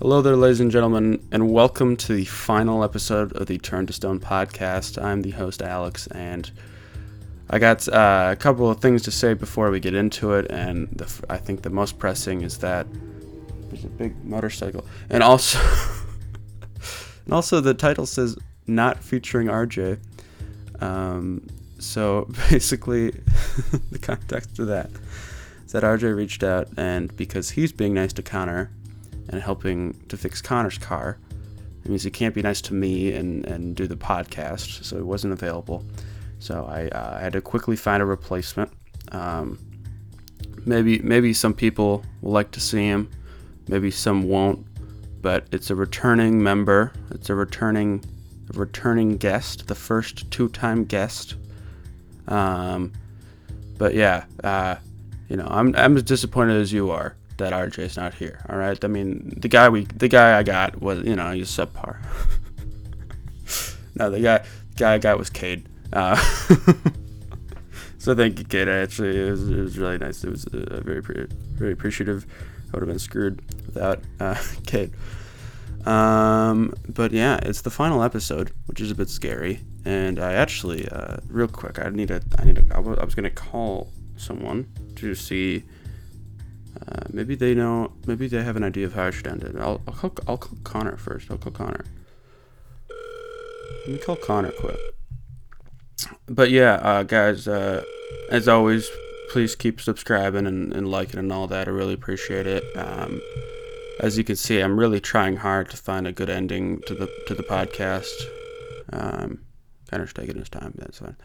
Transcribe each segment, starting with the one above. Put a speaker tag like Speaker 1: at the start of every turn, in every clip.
Speaker 1: Hello there, ladies and gentlemen, and welcome to the final episode of the Turn to Stone podcast. I'm the host, Alex, and I got uh, a couple of things to say before we get into it. And the, f- I think the most pressing is that there's a big motorcycle, and also, and also the title says not featuring RJ. Um, so basically, the context of that is that RJ reached out, and because he's being nice to Connor and helping to fix Connor's car, it means he can't be nice to me and, and do the podcast, so he wasn't available. So I uh, had to quickly find a replacement. Um, maybe maybe some people will like to see him, maybe some won't, but it's a returning member. It's a returning a returning guest, the first two-time guest. Um, but yeah, uh, you know, I'm I'm as disappointed as you are that RJ's not here. All right, I mean, the guy we the guy I got was you know he's subpar. no, the guy the guy I got was Cade. Uh, so thank you, Cade. Actually, it was, it was really nice. It was uh, very pre- very appreciative. I would have been screwed without uh, Cade. Um, but yeah, it's the final episode, which is a bit scary. And I actually, uh, real quick, I need a, I need a, I wa- I was gonna call someone to see. Uh, maybe they know. Maybe they have an idea of how I should end it. I'll, I'll call, I'll call Connor first. I'll call Connor. Let me call Connor quick. But yeah, uh, guys, uh, as always, please keep subscribing and, and liking and all that. I really appreciate it. Um, as you can see, I'm really trying hard to find a good ending to the to the podcast. Um, Connor's taking his time. That's fine.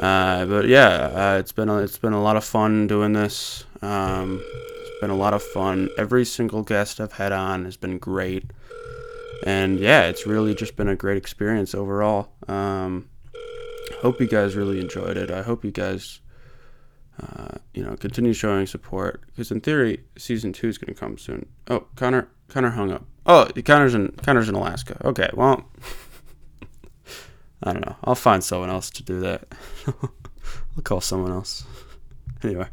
Speaker 1: Uh, but yeah, uh, it's been a, it's been a lot of fun doing this. Um, it's been a lot of fun. Every single guest I've had on has been great, and yeah, it's really just been a great experience overall. Um, hope you guys really enjoyed it. I hope you guys, uh, you know, continue showing support because in theory, season two is going to come soon. Oh, Connor, Connor hung up. Oh, Connor's in Connor's in Alaska. Okay, well. I don't know. I'll find someone else to do that. I'll call someone else. Anyway,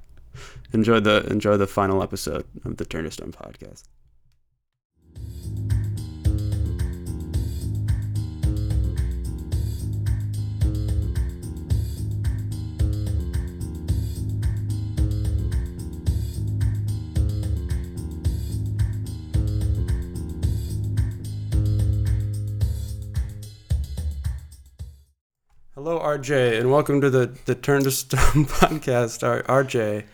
Speaker 1: enjoy the enjoy the final episode of the Turn to Stone podcast. Hello, RJ, and welcome to the the Turn to Stone podcast. R- RJ,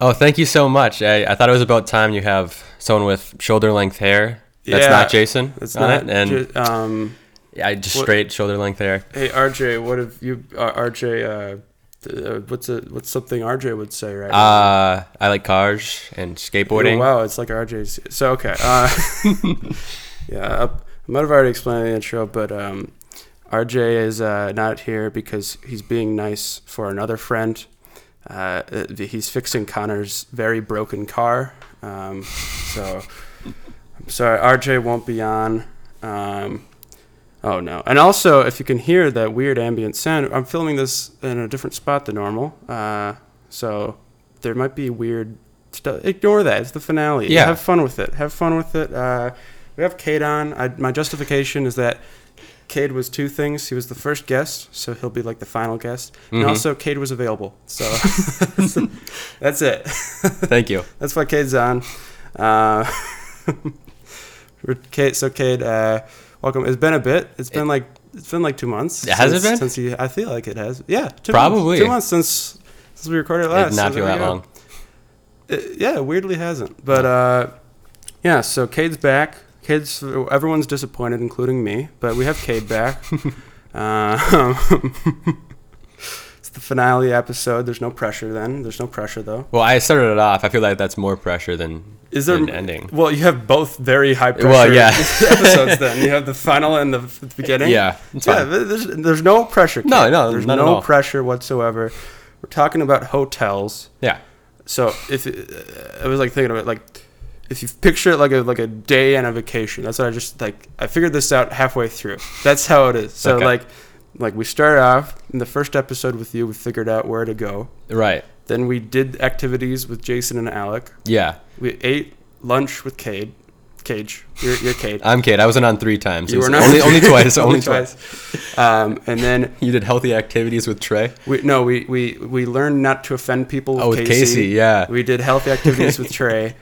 Speaker 2: Oh, thank you so much. I, I thought it was about time you have someone with shoulder length hair. That's
Speaker 1: Yeah,
Speaker 2: not Jason.
Speaker 1: it's
Speaker 2: on
Speaker 1: not.
Speaker 2: it. And
Speaker 1: ju- um,
Speaker 2: I just
Speaker 1: what-
Speaker 2: straight shoulder length hair.
Speaker 1: hey, RJ, what have you? Uh, RJ, uh, th- uh, what's a what's something RJ would say right now?
Speaker 2: Uh, I like cars and skateboarding.
Speaker 1: Oh, wow, it's like RJ's. So okay. Uh, yeah, I, I might have already explained the intro, but um, RJ is uh, not here because he's being nice for another friend. Uh, uh, he's fixing Connor's very broken car. Um, so I'm sorry, RJ won't be on. Um, oh no! And also, if you can hear that weird ambient sound, I'm filming this in a different spot than normal. Uh, so there might be weird stuff. Ignore that. It's the finale.
Speaker 2: Yeah.
Speaker 1: Have fun with it. Have fun with it. Uh, we have Cade on. I, my justification is that Cade was two things. He was the first guest, so he'll be like the final guest. And
Speaker 2: Mhm.
Speaker 1: also, Cade was available. So that's it.
Speaker 2: Thank you.
Speaker 1: That's why Cade's on. Uh, we're- Cade, so Cade, uh, welcome. It's been a bit. It's been like it's been like two months.
Speaker 2: It- has it
Speaker 1: since,
Speaker 2: been?
Speaker 1: Since you, I feel like it has. Yeah, two
Speaker 2: Probably.
Speaker 1: months, two months since since we recorded
Speaker 2: it
Speaker 1: last.
Speaker 2: did not
Speaker 1: so
Speaker 2: feel
Speaker 1: there
Speaker 2: that
Speaker 1: you go.
Speaker 2: long.
Speaker 1: It- yeah, weirdly hasn't. But uh, yeah, so Cade's back. Cade's everyone's disappointed, including me. But we have Cade back. uh, it's the finale episode. There's no pressure then. There's no pressure though.
Speaker 2: Well, I started it off. I feel like that's more pressure than
Speaker 1: Is there
Speaker 2: than ending.
Speaker 1: Well, you have both very high pressure
Speaker 2: Well, yeah.
Speaker 1: episodes. Then you have the final and the, the beginning.
Speaker 2: Yeah, it's
Speaker 1: yeah.
Speaker 2: fine.
Speaker 1: th- There's, there's no pressure.
Speaker 2: No,
Speaker 1: Kate.
Speaker 2: no,
Speaker 1: there's
Speaker 2: not at
Speaker 1: no
Speaker 2: all.
Speaker 1: pressure whatsoever. We're talking about hotels.
Speaker 2: Yeah.
Speaker 1: So if it, I was like thinking of it, like if you picture it like a like a day and a vacation, that's what I just like. I figured this out halfway through. That's how it is. So
Speaker 2: Okay.
Speaker 1: like like we started off in the first episode with you. We figured out where to go.
Speaker 2: Right.
Speaker 1: Then we did activities with Jason and Alec.
Speaker 2: Yeah.
Speaker 1: We ate lunch with Cade. Cage. You're, you're Cade.
Speaker 2: I'm Kate. I wasn't on three times.
Speaker 1: You
Speaker 2: It was
Speaker 1: were not-
Speaker 2: Ah, only only twice. only twice.
Speaker 1: Um, and then
Speaker 2: You did healthy activities with Trey.
Speaker 1: we no we we we learned not to offend people. With
Speaker 2: Oh, with
Speaker 1: Casey.
Speaker 2: Casey, yeah.
Speaker 1: We did healthy activities with Trey.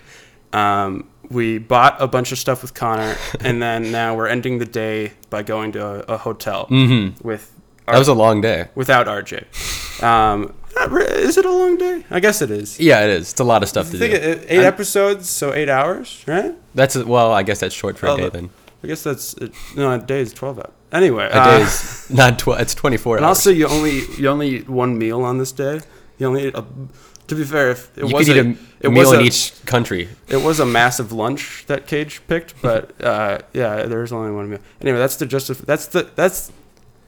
Speaker 1: Um, we bought a bunch of stuff with Connor, and then now we're ending the day by going to a, a hotel with
Speaker 2: Mm-hmm. That was a long day.
Speaker 1: without RJ. Um, not re- is it a long day? I guess it is.
Speaker 2: Yeah, it is. It's a lot of stuff to
Speaker 1: I think
Speaker 2: do.
Speaker 1: it- eight episodes, so eight hours, right?
Speaker 2: That's well, I guess that's short
Speaker 1: Oh,
Speaker 2: for a day then.
Speaker 1: I guess that's it, no. A day is twelve hours. Anyway,
Speaker 2: A
Speaker 1: uh,
Speaker 2: day is not twelve. It's twenty four
Speaker 1: And
Speaker 2: hours.
Speaker 1: also, you only you only eat one meal on this day. You only ate a. To be fair, if it
Speaker 2: you
Speaker 1: was
Speaker 2: could eat
Speaker 1: a,
Speaker 2: a m-
Speaker 1: it was
Speaker 2: meal in
Speaker 1: a-
Speaker 2: each country.
Speaker 1: it was a massive lunch that Cage picked, but uh, yeah, there's only one meal. Anyway, that's the justif- that's the that's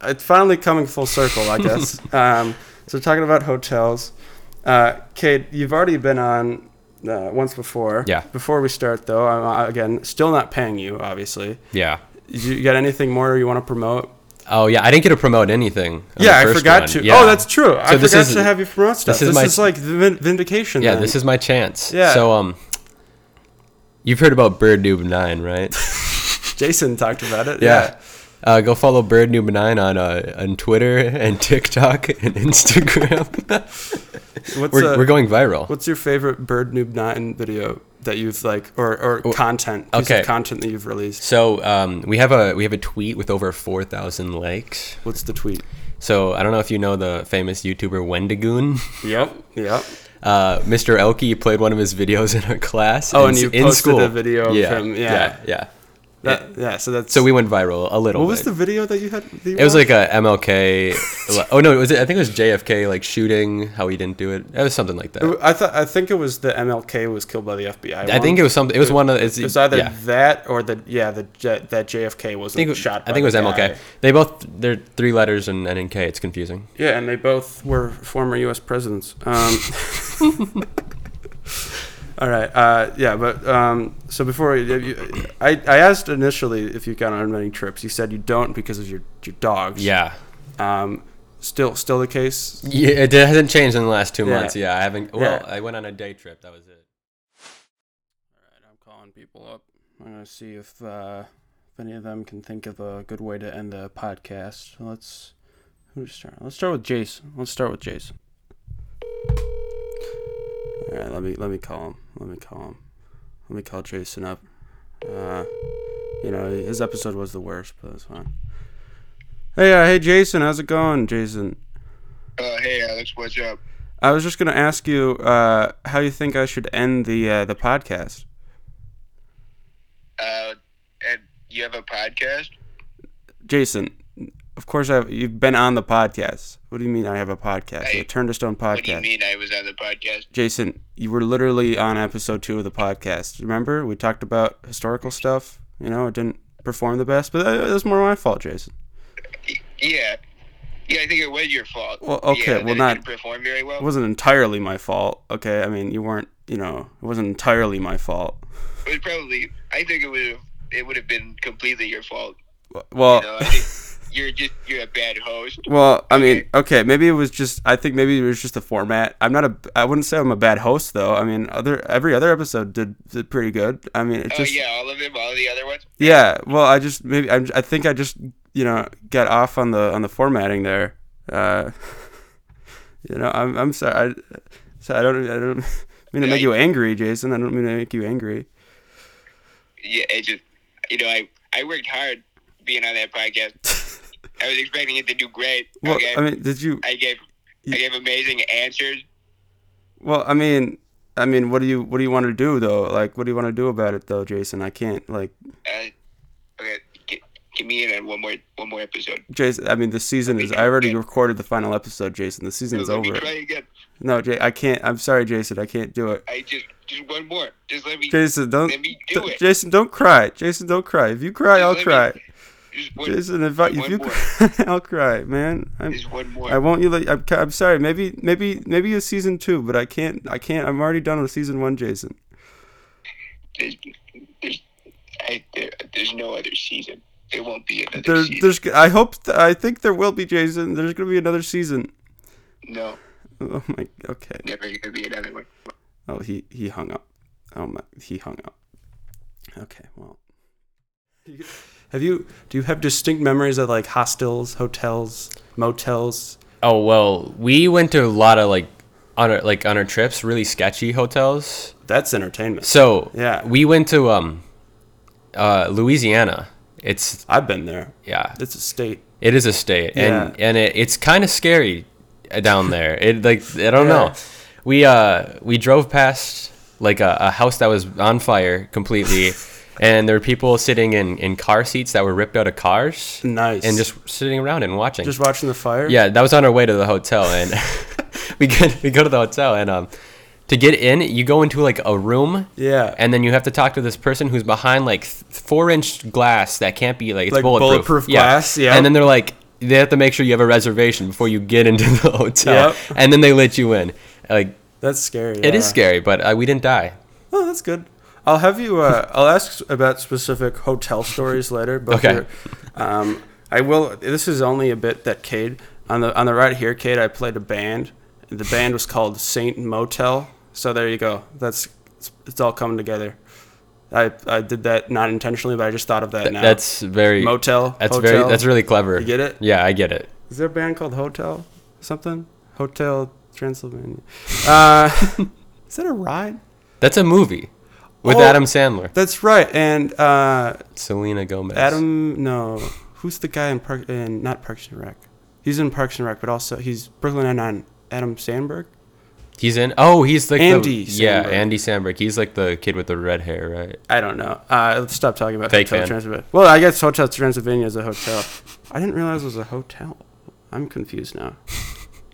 Speaker 1: it's finally coming full circle, I guess. um, so talking about hotels, uh, Cade, you've already been on uh, once before.
Speaker 2: Yeah.
Speaker 1: Before we start, though, I'm, uh, again, still not paying you, obviously.
Speaker 2: Yeah.
Speaker 1: You got anything more you want to promote?
Speaker 2: Oh yeah, I didn't get to promote anything. on the
Speaker 1: Yeah, I
Speaker 2: first
Speaker 1: forgot
Speaker 2: one.
Speaker 1: to.
Speaker 2: Yeah.
Speaker 1: Oh, that's true. I
Speaker 2: this
Speaker 1: forgot
Speaker 2: is-
Speaker 1: to have you promote stuff.
Speaker 2: is
Speaker 1: This is,
Speaker 2: my-
Speaker 1: like the vin- vindication.
Speaker 2: Yeah,
Speaker 1: then.
Speaker 2: this is my chance.
Speaker 1: Yeah.
Speaker 2: So um, you've heard about Bird Noob Nine, right?
Speaker 1: Jason talked about it.
Speaker 2: Yeah. Uh, go follow Bird Noob Nine on uh, on Twitter and TikTok and Instagram.
Speaker 1: Yeah. What's
Speaker 2: we're,
Speaker 1: uh,
Speaker 2: we're going viral.
Speaker 1: What's your favorite Bird Noob Nine video that you've like, or or content? Piece
Speaker 2: Oh, okay.
Speaker 1: Of content that you've released.
Speaker 2: So um, we have a we have a tweet with over four thousand likes.
Speaker 1: What's the tweet?
Speaker 2: So I don't know if you know the famous YouTuber Wendigoon.
Speaker 1: Yep. Yep.
Speaker 2: Uh, Mr. Elke played one of his videos in our class.
Speaker 1: Oh,
Speaker 2: in
Speaker 1: and
Speaker 2: s-
Speaker 1: you
Speaker 2: in
Speaker 1: posted
Speaker 2: school.
Speaker 1: a video of
Speaker 2: yeah,
Speaker 1: him, yeah.
Speaker 2: yeah, yeah.
Speaker 1: That, yeah. So that's.
Speaker 2: So we went viral a little.
Speaker 1: What was
Speaker 2: bit.
Speaker 1: the video that you had? That you
Speaker 2: It was
Speaker 1: watched?
Speaker 2: like a MLK. oh no, it was I think it was JFK like shooting how he didn't do it. It was something like that.
Speaker 1: I thought. I think it was the MLK was killed by the FBI.
Speaker 2: I think it was something. It was one of it's,
Speaker 1: It was either
Speaker 2: yeah.
Speaker 1: that or the yeah the J, that JFK was
Speaker 2: I think,
Speaker 1: shot. by
Speaker 2: I think it was
Speaker 1: the
Speaker 2: MLK.
Speaker 1: guy.
Speaker 2: They both they're three letters and N and K. It's confusing.
Speaker 1: Yeah, and they both were former U.S. presidents. Um, all right, uh, yeah, but um, so before we, you, I, I asked initially if you've gone on many trips. You said you don't because of your your dogs.
Speaker 2: Yeah,
Speaker 1: Um, still, still the case.
Speaker 2: yeah. It hasn't changed in the last two
Speaker 1: Yeah.
Speaker 2: months. Yeah, I haven't. Well,
Speaker 1: Yeah.
Speaker 2: I went on a day trip. That was it.
Speaker 1: All right, I'm calling people up. I'm gonna see if uh, if any of them can think of a good way to end the podcast. Let's who to start. Let's start with Jason. Let's start with Jason. All right, let me let me call him. Let me call him. Let me call Jason up. Uh, you know his episode was the worst, but it's fine. Hey, uh, hey, Jason, how's it going, Jason?
Speaker 3: Uh, hey Alex, what's up?
Speaker 1: I was just gonna ask you uh, how you think I should end the uh, the podcast.
Speaker 3: Uh, and you have a podcast?
Speaker 1: Jason, of course I've you've been on the podcast. What do you mean I have a podcast?
Speaker 3: Hey,
Speaker 1: the Turn to Stone
Speaker 3: What do you
Speaker 1: podcast.
Speaker 3: mean I was on the podcast?
Speaker 1: Jason, you were literally on episode two of the podcast. Remember we talked about historical stuff. You know, it didn't perform the best, but uh, that's more my fault, Jason.
Speaker 3: Y- Yeah, yeah, I think it was your fault.
Speaker 1: Well, okay, well,
Speaker 3: yeah, that it
Speaker 1: not-
Speaker 3: didn't perform very well.
Speaker 1: It wasn't entirely my fault. Okay, I mean you weren't. You know, it wasn't entirely my fault.
Speaker 3: It was probably. I think it would have. It would have been completely your fault.
Speaker 1: Well.
Speaker 3: You know, I think you're just you're a bad host.
Speaker 1: Well, I mean, okay, maybe it was just. I think maybe it was just the format. I'm not a. I wouldn't say I'm a bad host though. I mean, other every other episode did, did pretty good. I mean, it
Speaker 3: Oh
Speaker 1: just.
Speaker 3: yeah, all of them, all of the other ones.
Speaker 1: Yeah, well, I just maybe I'm, I think I just you know got off on the on the formatting there. Uh, you know, I'm I'm sorry. I, so I don't I don't mean to make you angry, Jason. I don't mean to make you angry.
Speaker 3: Yeah, it just you know I I worked hard being on that podcast. I was expecting it to do great.
Speaker 1: Well,
Speaker 3: okay?
Speaker 1: I mean, did you?
Speaker 3: I gave I gave amazing answers.
Speaker 1: Well, I mean, I mean, what do you what do you want to do though? Like, what do you want to do about it though, Jason? I can't like
Speaker 3: Uh, okay, g- give me in on one more one more episode.
Speaker 1: Jason. I mean, the season is. I already recorded the final episode, Jason. The season's
Speaker 3: Let me
Speaker 1: over.
Speaker 3: try again.
Speaker 1: No, Jay, I can't. I'm sorry, Jason. I can't do it.
Speaker 3: I just just one more. Just let me.
Speaker 1: Jason, don't.
Speaker 3: Let me do it.
Speaker 1: Jason, don't cry. Jason, don't cry. If you cry,
Speaker 3: Just
Speaker 1: I'll
Speaker 3: let me-
Speaker 1: cry.
Speaker 3: just one,
Speaker 1: Jason, if, I, if
Speaker 3: one
Speaker 1: you
Speaker 3: more.
Speaker 1: cry, I'll cry, man. I'm,
Speaker 3: Just one more.
Speaker 1: I won't. You. Like, I'm, ca- I'm sorry. Maybe, maybe, maybe a season two, but I can't. I can't. I'm already done with season one, Jason.
Speaker 3: there's, there's, I, there, there's no other season. There won't be another
Speaker 1: There,
Speaker 3: season.
Speaker 1: there's. I hope. th- I think there will be, Jason. There's gonna be another season.
Speaker 3: no,
Speaker 1: Oh my. Okay.
Speaker 3: never gonna be another one.
Speaker 1: Oh, he he hung up. Oh my. He hung up. Okay, well. Have you do you have distinct memories of like hostels, hotels, motels?
Speaker 2: Oh well, we went to a lot of like on our like on our trips, really sketchy hotels.
Speaker 1: That's entertainment.
Speaker 2: So
Speaker 1: Yeah.
Speaker 2: we went to um, uh, Louisiana. It's
Speaker 1: I've been there.
Speaker 2: yeah,
Speaker 1: It's a state.
Speaker 2: it is a state, and
Speaker 1: Yeah.
Speaker 2: and it, it's kind of scary uh, down there. It like I don't
Speaker 1: Yeah.
Speaker 2: know. We uh we drove past like a, a house that was on fire completely, and there were people sitting in in car seats that were ripped out of cars,
Speaker 1: Nice.
Speaker 2: and just sitting around and watching.
Speaker 1: just watching the fire.
Speaker 2: Yeah, that was on our way to the hotel, and we get we go to the hotel, and um, to get in, you go into like a room,
Speaker 1: Yeah.
Speaker 2: and then you have to talk to this person who's behind like th- four inch glass that can't be like it's
Speaker 1: Like
Speaker 2: bulletproof.
Speaker 1: bulletproof glass, yeah.
Speaker 2: And then they're like, they have to make sure you have a reservation before you get into the hotel,
Speaker 1: Yep.
Speaker 2: and then they let you in. Like
Speaker 1: that's scary.
Speaker 2: it is
Speaker 1: yeah.
Speaker 2: scary, but uh, we didn't die.
Speaker 1: Oh, that's good. I'll have you. Uh, I'll ask about specific hotel stories later. But
Speaker 2: Okay.
Speaker 1: we're- Um, I will. This is only a bit that Cade on the on the right here. Cade, I played a band. The band was called Saint Motel. So there you go. That's it's, it's all coming together. I I did that not intentionally, but I just thought of that now.
Speaker 2: That's very
Speaker 1: motel.
Speaker 2: That's
Speaker 1: hotel.
Speaker 2: very that's really clever.
Speaker 1: You get it?
Speaker 2: Yeah, I get it.
Speaker 1: Is there a band called Hotel something? Hotel Transylvania. Uh, is that a ride?
Speaker 2: That's a movie with
Speaker 1: Oh.
Speaker 2: Adam Sandler,
Speaker 1: That's right. And uh,
Speaker 2: Selena Gomez.
Speaker 1: Adam, no, who's the guy in Park? In not Parks and Rec. He's in Parks and Rec, but also he's Brooklyn Nine Nine. Adam Sandberg.
Speaker 2: He's in. Oh, he's like
Speaker 1: Andy
Speaker 2: The, yeah,
Speaker 1: Samberg.
Speaker 2: Andy Samberg. He's like the kid with the red hair, right?
Speaker 1: I don't know. Uh, let's stop talking about
Speaker 2: Fake
Speaker 1: Hotel
Speaker 2: fan.
Speaker 1: Transylvania. Well, I guess Hotel Transylvania is a hotel. I didn't realize it was a hotel. I'm confused now.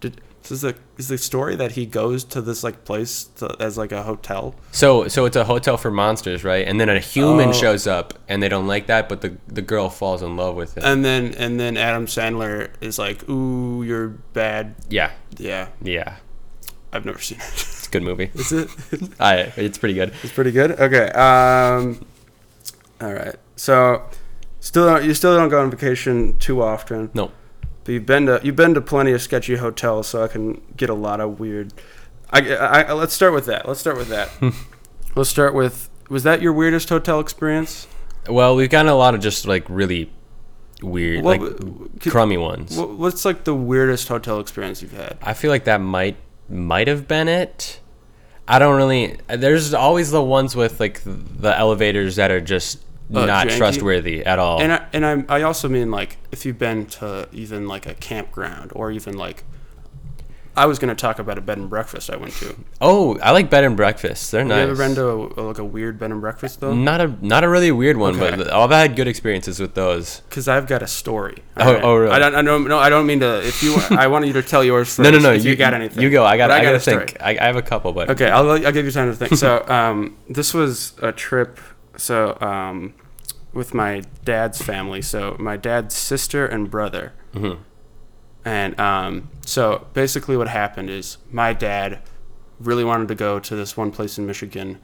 Speaker 1: Did this is the is the story that he goes to this like place to, as like a hotel?
Speaker 2: So, so it's a hotel for monsters, right? And then a human
Speaker 1: Oh.
Speaker 2: shows up, and they don't like that, but the the girl falls in love with him.
Speaker 1: And then and then Adam Sandler is like, "Ooh, you're bad."
Speaker 2: yeah,
Speaker 1: Yeah,
Speaker 2: yeah,
Speaker 1: I've never seen it.
Speaker 2: it's a good movie.
Speaker 1: is it?
Speaker 2: I, it's pretty good.
Speaker 1: It's pretty good. Okay. Um, all right. So, still don't, you still don't go on vacation too often.
Speaker 2: No,
Speaker 1: But you've been to you've been to plenty of sketchy hotels, so I can get a lot of weird. I, I, I- let's start with that. Let's start with that. let's start with was that your weirdest hotel experience?
Speaker 2: well, we've gotten a lot of just like really weird,
Speaker 1: What
Speaker 2: like
Speaker 1: w- could-
Speaker 2: crummy ones.
Speaker 1: Wha- What's like the weirdest hotel experience you've had?
Speaker 2: I feel like that might might have been it. I don't really. There's always the ones with like the elevators that are just
Speaker 1: Uh,
Speaker 2: not
Speaker 1: janky.
Speaker 2: trustworthy at all.
Speaker 1: And I, and I, I also mean like if you've been to even like a campground or even like I was gonna talk about a bed and breakfast I went to.
Speaker 2: Oh, I like bed and breakfast. They're nice. Mm-hmm.
Speaker 1: Have you ever been to a, like a weird bed and breakfast though?
Speaker 2: not a not a really weird one,
Speaker 1: Okay.
Speaker 2: but all have had good experiences with those.
Speaker 1: Because I've got a story.
Speaker 2: Oh- oh, really?
Speaker 1: I don't. I don't. No, I don't mean to. If you, I wanted you to tell yours. First,
Speaker 2: No, no, no.
Speaker 1: If you, got anything?
Speaker 2: You go. I got.
Speaker 1: But
Speaker 2: I, gotta
Speaker 1: a story.
Speaker 2: think. I, I have a couple, but
Speaker 1: Okay, I'll, I'll give you time to think. So, um, this was a trip. So, um, with my dad's family. So, my dad's sister and brother.
Speaker 2: Mm-hmm.
Speaker 1: And um, so, basically, what happened is my dad really wanted to go to this one place in Michigan,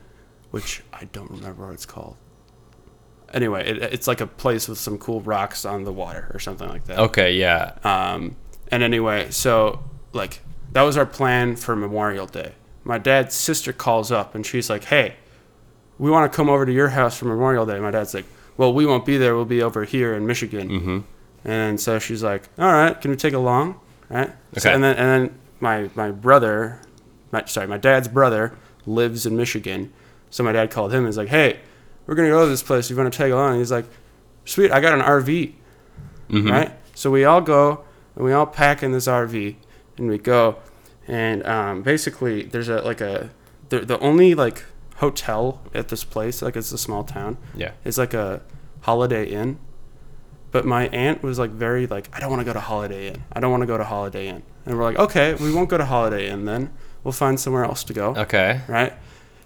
Speaker 1: which I don't remember what it's called. Anyway, it, it's like a place with some cool rocks on the water or something like that.
Speaker 2: Okay, Yeah.
Speaker 1: Um, and anyway, so like that was our plan for Memorial Day. My dad's sister calls up and she's like, "Hey, we want to come over to your house for Memorial Day." My dad's like, "Well, we won't be there. We'll be over here in Michigan." Mm-hmm. And so she's like, "All right, can we take along?" Right. So-
Speaker 2: Okay.
Speaker 1: and then and then my my brother, my, sorry, my dad's brother lives in Michigan, so my dad called him and was like, "Hey, we're gonna go to this place. You want to tag along?" And he's like, "Sweet, I got an RV."
Speaker 2: Mm-hmm.
Speaker 1: right? So we all go and we all pack in this RV and we go, and um, basically there's a like a the the only like hotel at this place like it's a small town
Speaker 2: Yeah.
Speaker 1: is like a Holiday Inn, but my aunt was like very like I don't want to go to Holiday Inn I don't want to go to Holiday Inn and we're like okay we won't go to Holiday Inn then we'll find somewhere else to go
Speaker 2: Okay.
Speaker 1: right?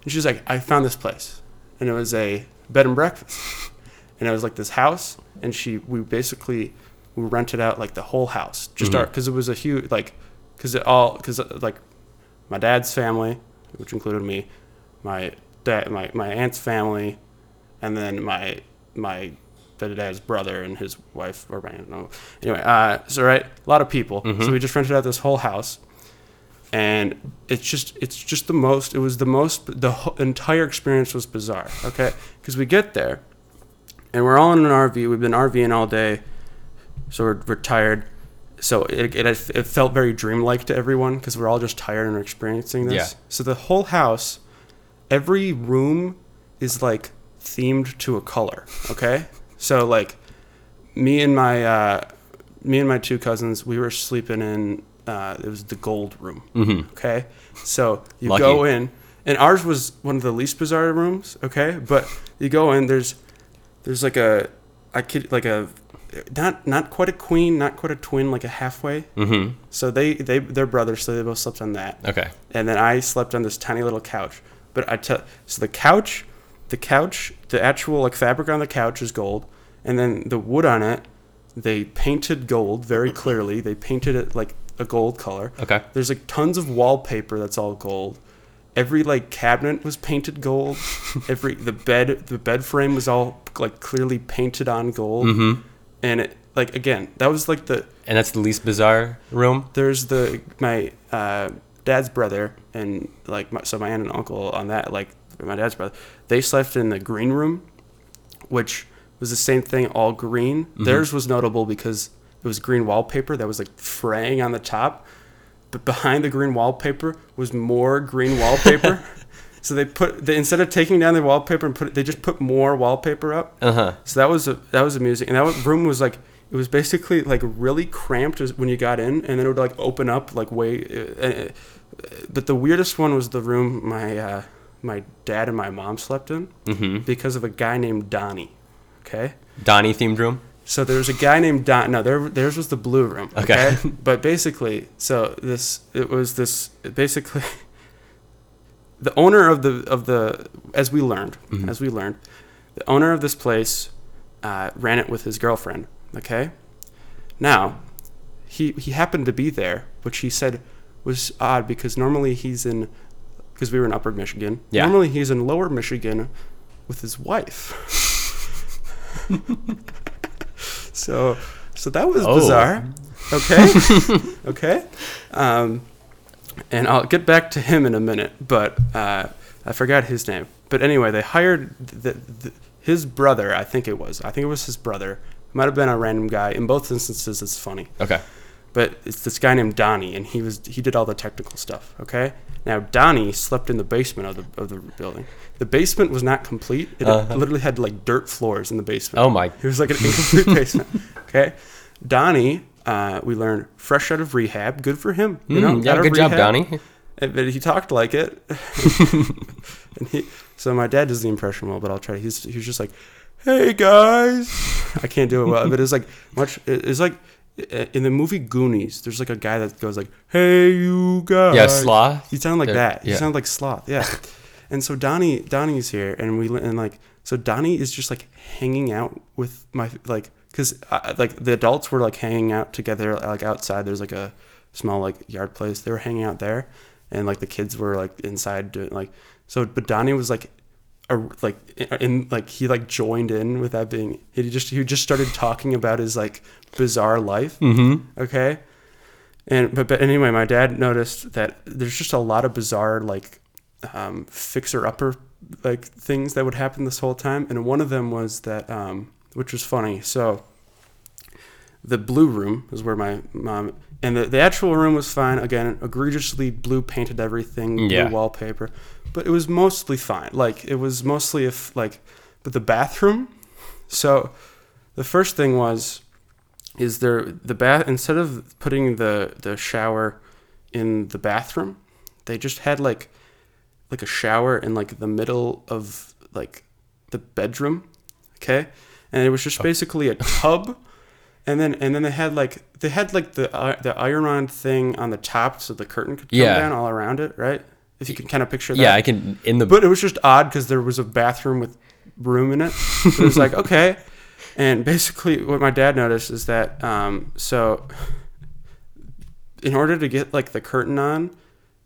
Speaker 1: And she's like, I found this place, and it was a bed and breakfast, and it was like this house, and she we basically we rented out like the whole house, just our because it was a huge like because it all because like my dad's family, which included me, my dad, my my aunt's family, and then my my the dad's brother and his wife or I don't know anyway uh so right a lot of people so we just rented out this whole house and it's just it's just the most it was the most the ho- entire experience was bizarre okay because we get there and we're all in an rv we've been rving all day so we're, we're tired so it, it, it felt very dreamlike to everyone because we're all just tired and experiencing this
Speaker 2: Yeah.
Speaker 1: so the whole house every room is like themed to a color okay so like me and my uh, me and my two cousins we were sleeping in uh, it was the gold room okay so you
Speaker 2: Mm-hmm. Lucky.
Speaker 1: go in and ours was one of the least bizarre rooms okay but you go in there's there's like a I kid like a not not quite a queen not quite a twin like a halfway mm-hmm. so they they they're brothers so they both slept on that
Speaker 2: Okay.
Speaker 1: and then I slept on this tiny little couch. But I tell so the couch, the couch, the actual like fabric on the couch is gold, and then the wood on it, they painted gold very clearly. They painted it like a gold color.
Speaker 2: Okay.
Speaker 1: There's like tons of wallpaper that's all gold. Every like cabinet was painted gold. Every the bed the bed frame was all like clearly painted on gold. Mm-hmm. And it like again that was like the
Speaker 2: And that's the least bizarre room.
Speaker 1: there's the my uh, dad's brother and like my, so my aunt and uncle on that like my dad's brother they slept in the green room which was the same thing all green theirs was notable because it was green wallpaper that was like fraying on the top but behind the green wallpaper was more green wallpaper so they put they, instead of taking down the wallpaper and put it, they just put more wallpaper up
Speaker 2: Uh-huh.
Speaker 1: so that was a, that was amusing, and that was- room was like it was basically like really cramped as- when you got in, and then it would like open up like way. Uh, uh, but the weirdest one was the room my uh, my dad and my mom slept in because of a guy named Donnie. Okay.
Speaker 2: Donnie themed room.
Speaker 1: So there was a guy named Don. No, there, theirs was the blue room.
Speaker 2: Okay.
Speaker 1: Okay. but basically, so this it was this basically the owner of the of the as we learned
Speaker 2: Mm-hmm.
Speaker 1: as we learned the owner of this place uh, ran it with his girlfriend. Okay. Now he he happened to be there, which he said was odd because normally he's in because we were in Upper Michigan.
Speaker 2: Yeah.
Speaker 1: Normally he's in Lower Michigan with his wife. So, so that was
Speaker 2: Oh.
Speaker 1: bizarre. Okay, okay. Um, and I'll get back to him in a minute, but uh, I forgot his name. But anyway, they hired the, the, his brother. I think it was. I think it was his brother. Might have been a random guy. In both instances, it's funny
Speaker 2: Okay.
Speaker 1: but it's this guy named Donnie, and he was he did all the technical stuff. Okay, now Donnie slept in the basement of the of the building. The basement was not complete; it
Speaker 2: Uh-huh.
Speaker 1: literally had like dirt floors in the basement.
Speaker 2: Oh, my.
Speaker 1: It was like an incomplete basement. Okay, Donnie, uh, we learned fresh out of rehab. Good for him. You know,
Speaker 2: Hmm, yeah,
Speaker 1: out of
Speaker 2: good job,
Speaker 1: rehab.
Speaker 2: Donnie.
Speaker 1: Uh, But he talked like it. and he, so my dad does the impression well, but I'll try. He's he's just like, "Hey guys," I can't do it well, but it's like much. it- It's like uh, in the movie Goonies. There's like a guy that goes like, "Hey you guys."
Speaker 2: Yeah, Sloth.
Speaker 1: You sound like
Speaker 2: There-
Speaker 1: that. You
Speaker 2: yeah.
Speaker 1: sound like sloth. Yeah. and so Donnie Donnie's here, and we and like so Donnie is just like hanging out with my like because like the adults were like hanging out together like outside. There's like a small like yard place. They were hanging out there, and like the kids were like inside doing like so. But Donnie was like. A, like in like he like joined in with that being he just he just started talking about his like bizarre life mm-hmm. okay and but, but anyway, my dad noticed that there's just a lot of bizarre like um, fixer upper like things that would happen this whole time, and one of them was that um, which was funny. So the blue room is where my mom and the, the actual room was fine. Again, egregiously blue painted everything, blue
Speaker 2: Yeah.
Speaker 1: wallpaper, but it was mostly fine. Like it was mostly if like, but the bathroom. So the first thing was is there the bath instead of putting the the shower in the bathroom they just had like like a shower in like the middle of like the bedroom okay and it was just basically a tub and then and then they had like they had like the uh, the iron on thing on the top so the curtain could come
Speaker 2: Yeah.
Speaker 1: down all around it right if you can kind of picture that
Speaker 2: Yeah, I can. In the.
Speaker 1: but it was just odd because there was a bathroom with room in it. So it was like, okay. And basically, what my dad noticed is that um, so, in order to get like the curtain on,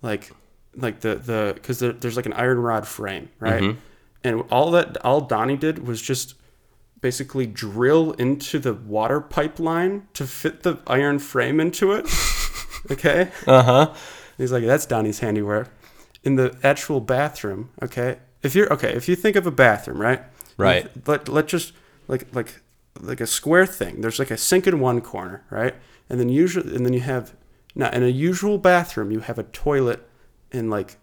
Speaker 1: like like the the because there, there's like an iron rod frame, right?
Speaker 2: Mm-hmm.
Speaker 1: And all that all Donnie did was just basically drill into the water pipeline to fit the iron frame into it. Okay.
Speaker 2: Uh huh.
Speaker 1: he's like, that's Donnie's handiwork. In the actual bathroom, okay. If you're okay, if you think of a bathroom, right?
Speaker 2: Right.
Speaker 1: If- Let let just like like like a square thing. There's like a sink in one corner, right? And then usually, and then you have now in a usual bathroom, you have a toilet in like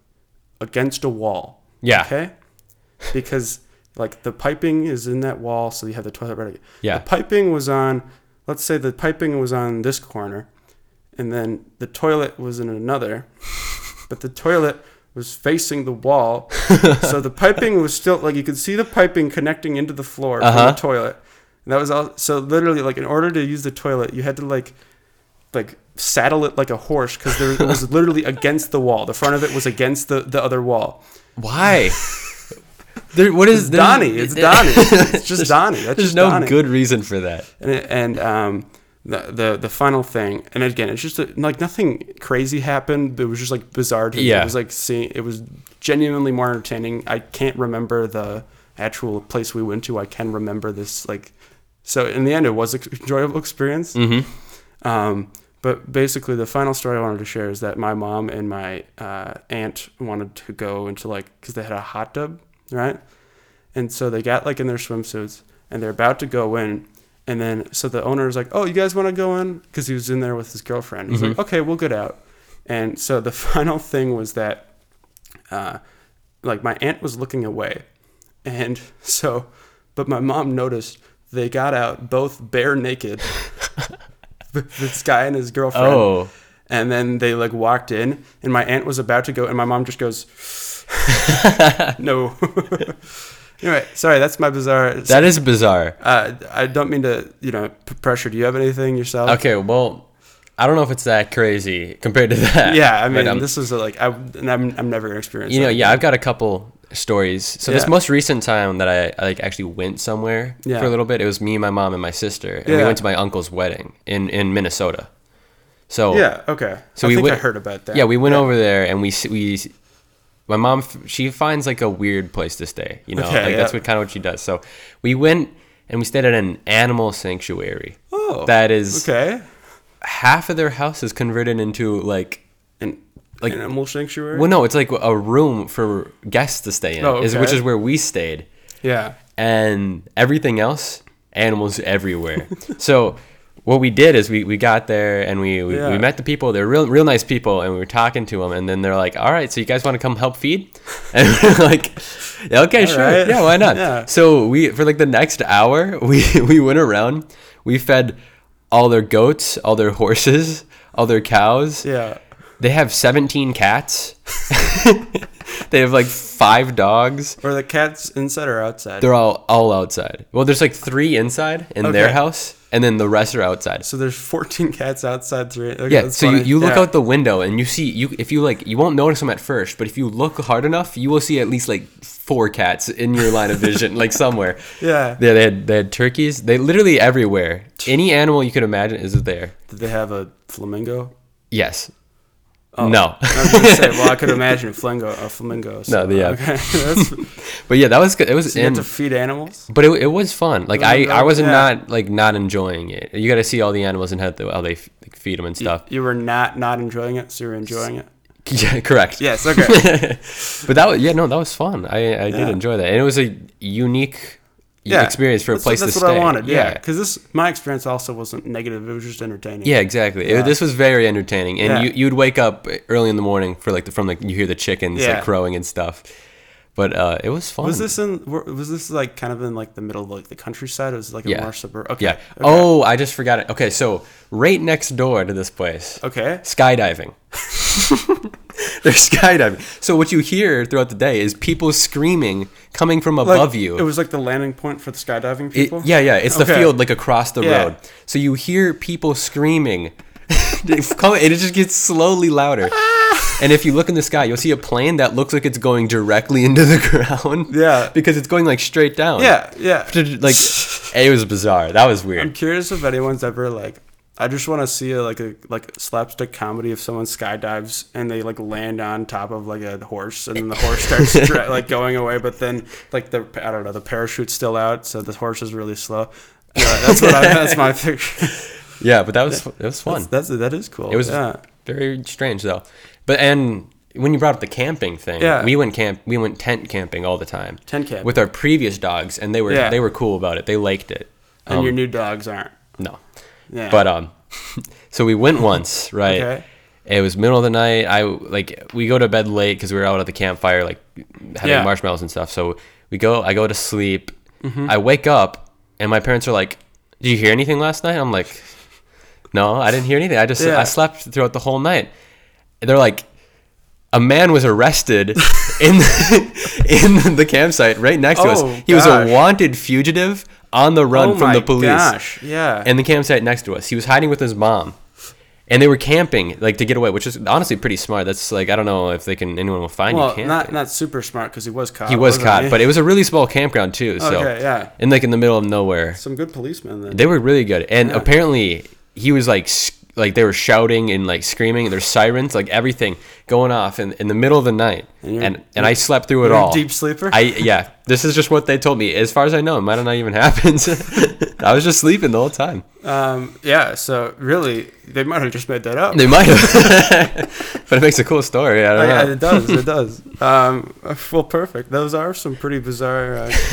Speaker 1: against a wall.
Speaker 2: Yeah.
Speaker 1: Okay. Because like the piping is in that wall, so you have the toilet right.
Speaker 2: Yeah.
Speaker 1: The piping was on. Let's say the piping was on this corner, and then the toilet was in another, but the toilet was facing the wall, so the piping was still like you could see the piping connecting into the floor from the toilet. And that was all. So literally, like in order to use the toilet, you had to like like saddle it like a horse because there it was literally against the wall. The front of it was against the the other wall.
Speaker 2: Why? there, what is there's-
Speaker 1: Donnie, it's Donnie. It's just Donnie. That's
Speaker 2: There's
Speaker 1: just
Speaker 2: no
Speaker 1: Donnie.
Speaker 2: good reason for that.
Speaker 1: and, and um, the, the the final thing, and again, it's just a, like nothing crazy happened. It was just like bizarre. To me.
Speaker 2: Yeah.
Speaker 1: it was like seeing. It was genuinely more entertaining. I can't remember the actual place we went to. I can remember this like. So in the end, it was an enjoyable experience. Mm-hmm. Um, but basically, the final story I wanted to share is that my mom and my uh, aunt wanted to go into like because they had a hot tub, right? And so they got like in their swimsuits and they're about to go in. And then so the owner is like, "Oh, you guys want to go in?" Because he was in there with his girlfriend. He's like, "Okay, we'll get out." And so the final thing was that, uh, like my aunt was looking away, and so, but my mom noticed they got out both bare naked. this guy and his girlfriend.
Speaker 2: Oh.
Speaker 1: And then they like walked in, and my aunt was about to go, and my mom just goes, "No." anyway, sorry, that's my bizarre.
Speaker 2: That is bizarre.
Speaker 1: uh, I don't mean to, you know, p- pressure. Do you have anything yourself?
Speaker 2: Okay, well, I don't know if it's that crazy compared to that.
Speaker 1: Yeah, I
Speaker 2: but,
Speaker 1: mean,
Speaker 2: um,
Speaker 1: this is like, I, and I'm, I'm never gonna experience.
Speaker 2: you know,
Speaker 1: that.
Speaker 2: yeah, I've got a couple stories. So this
Speaker 1: Yeah.
Speaker 2: most recent time that I, I like actually went somewhere
Speaker 1: Yeah.
Speaker 2: for a little bit, it was me, my mom, and my sister, and we
Speaker 1: Yeah.
Speaker 2: went to my uncle's wedding in in Minnesota. So
Speaker 1: Yeah. Okay. I
Speaker 2: So we
Speaker 1: think
Speaker 2: went-
Speaker 1: I heard about that.
Speaker 2: Yeah, we went over there and we s- we s- my mom f- she finds like a weird place to stay, you know.
Speaker 1: Okay,
Speaker 2: like that's
Speaker 1: yeah.
Speaker 2: what kind of what she does. So we went and we stayed at an animal sanctuary.
Speaker 1: Oh,
Speaker 2: That is
Speaker 1: okay.
Speaker 2: half of their house is converted into like
Speaker 1: And
Speaker 2: Like-
Speaker 1: like animal sanctuary.
Speaker 2: well no, it's like a room for guests to stay in,
Speaker 1: Oh,
Speaker 2: is,
Speaker 1: okay.
Speaker 2: which is where we stayed.
Speaker 1: yeah.
Speaker 2: and everything else, animals everywhere. so what we did is we, we got there and we, we,
Speaker 1: Yeah.
Speaker 2: we met the people. They're real real nice people, and we were talking to them. And then they're like, "All right, so you guys want to come help feed?" And we're like, "Yeah, "Okay, sure,
Speaker 1: right.
Speaker 2: yeah, why not?"
Speaker 1: Yeah.
Speaker 2: So we for like the next hour, we we went around. We fed all their goats, all their horses, all their cows.
Speaker 1: Yeah.
Speaker 2: They have seventeen cats. they have like five dogs.
Speaker 1: Or the cats inside or outside.
Speaker 2: They're all all outside. Well, there's like three inside in their
Speaker 1: Okay.
Speaker 2: house, and then the rest are outside.
Speaker 1: so there's 14 cats outside. Three. Okay,
Speaker 2: yeah,
Speaker 1: that's
Speaker 2: so you,
Speaker 1: funny.
Speaker 2: you look
Speaker 1: Yeah.
Speaker 2: out the window and you see you if you like you won't notice them at first, but if you look hard enough, you will see at least like four cats in your line of vision, like somewhere.
Speaker 1: Yeah.
Speaker 2: They, they had they had turkeys. They literally everywhere. Any animal you could imagine is there.
Speaker 1: Did they have a flamingo?
Speaker 2: Yes. No.
Speaker 1: Oh. I was gonna say, well, I could imagine a flamingo. A flamingo. So,
Speaker 2: No, yeah.
Speaker 1: Okay. That's, so
Speaker 2: but yeah, that was good. It was
Speaker 1: you
Speaker 2: in.
Speaker 1: have to feed animals.
Speaker 2: But it, it was fun. Like I,
Speaker 1: Yeah,
Speaker 2: I wasn't
Speaker 1: yeah.
Speaker 2: not like not enjoying it. You got to see all the animals and how they, how they f- feed them and stuff.
Speaker 1: You were not not enjoying it, so you're enjoying it.
Speaker 2: Yeah, correct.
Speaker 1: Yes. Okay.
Speaker 2: but that was yeah, no, that was fun. I I did
Speaker 1: Yeah.
Speaker 2: enjoy that, and it was a unique experience for a
Speaker 1: That's-
Speaker 2: place
Speaker 1: that's
Speaker 2: to
Speaker 1: what
Speaker 2: stay.
Speaker 1: I wanted. Yeah.
Speaker 2: yeah,
Speaker 1: Because this my experience also wasn't negative. It was just entertaining.
Speaker 2: Yeah, exactly. It-
Speaker 1: Yeah.
Speaker 2: this was very entertaining, and
Speaker 1: Yeah.
Speaker 2: you you'd wake up early in the morning for like the, from like you hear the chickens
Speaker 1: Yeah.
Speaker 2: like crowing and stuff. But uh, it was fun.
Speaker 1: Was this in? were- Was this like kind of in like the middle of like the countryside? It was like a
Speaker 2: Yeah.
Speaker 1: more suburb. Okay.
Speaker 2: Yeah.
Speaker 1: Okay.
Speaker 2: Oh, I just forgot it. Okay, so right next door to this place,
Speaker 1: Okay.
Speaker 2: skydiving. They're skydiving. So what you hear throughout the day is people screaming coming from
Speaker 1: Like,
Speaker 2: above you.
Speaker 1: It was like the landing point for the skydiving
Speaker 2: It-
Speaker 1: people.
Speaker 2: yeah, yeah. It's the
Speaker 1: Okay.
Speaker 2: field like across the
Speaker 1: Yeah.
Speaker 2: road. So you hear people screaming. It's coming- and it just gets slowly louder.
Speaker 1: Ah.
Speaker 2: and if you look in the sky, you'll see a plane that looks like it's going directly into the ground.
Speaker 1: Yeah.
Speaker 2: Because it's going like straight down.
Speaker 1: Yeah. Yeah.
Speaker 2: Like it was bizarre. That was
Speaker 1: I'm
Speaker 2: weird.
Speaker 1: curious if anyone's ever like. I just want to see a, like a like slapstick comedy if someone skydives and they like land on top of like a horse and then the horse starts dra- like going away, but then like the I don't know the parachute's still out, so the horse is really slow. Yeah, that's what I, that's my picture.
Speaker 2: Yeah, but that was that was fun.
Speaker 1: That's, that's that is cool.
Speaker 2: It was
Speaker 1: yeah.
Speaker 2: Very strange though. But and when you brought up the camping thing,
Speaker 1: Yeah.
Speaker 2: we went camp we went tent camping all the time.
Speaker 1: Tent camp.
Speaker 2: With our previous dogs and they were
Speaker 1: Yeah.
Speaker 2: they were cool about it. They liked it.
Speaker 1: and your new dogs aren't.
Speaker 2: No.
Speaker 1: Yeah.
Speaker 2: um, But um so we went once, right?
Speaker 1: Okay.
Speaker 2: It was middle of the night. I like we go to bed late because we were out at the campfire, like having
Speaker 1: Yeah.
Speaker 2: marshmallows and stuff. So we go. I go to sleep.
Speaker 1: Mm-hmm.
Speaker 2: I wake up and my parents are like, "Did you hear anything last night?" I'm like, "No, I didn't hear anything. I just
Speaker 1: Yeah.
Speaker 2: I slept throughout the whole night." They're like, "A man was arrested in the, in the campsite right next to
Speaker 1: Oh,
Speaker 2: us. He was
Speaker 1: gosh.
Speaker 2: a wanted fugitive on the run
Speaker 1: Oh
Speaker 2: from
Speaker 1: my
Speaker 2: the police."
Speaker 1: gosh! Yeah.
Speaker 2: and the campsite next to us. He was hiding with his mom, and they were camping like to get away, which is honestly pretty smart. That's like I don't know if they can anyone will find you
Speaker 1: well,
Speaker 2: camping.
Speaker 1: not not super smart because he was caught.
Speaker 2: he was
Speaker 1: wasn't
Speaker 2: caught, but it was a really small campground too. So
Speaker 1: Okay, yeah.
Speaker 2: and like in the middle of nowhere,
Speaker 1: some good policemen. Then.
Speaker 2: they were really good. And apparently he was like s- like they were shouting and like screaming and there's sirens like everything going off in, in the middle of the night and
Speaker 1: you're-
Speaker 2: and, I slept through it
Speaker 1: you're a
Speaker 2: all
Speaker 1: deep sleeper?
Speaker 2: I yeah this is just what they told me as far as I know it might have not even happened I was just sleeping the whole time
Speaker 1: um, yeah. So really, they might have just made that up.
Speaker 2: They might have, but it makes a cool story. I don't
Speaker 1: yeah,
Speaker 2: know.
Speaker 1: it does. It does. Um, well, perfect. Those are some pretty bizarre. Uh,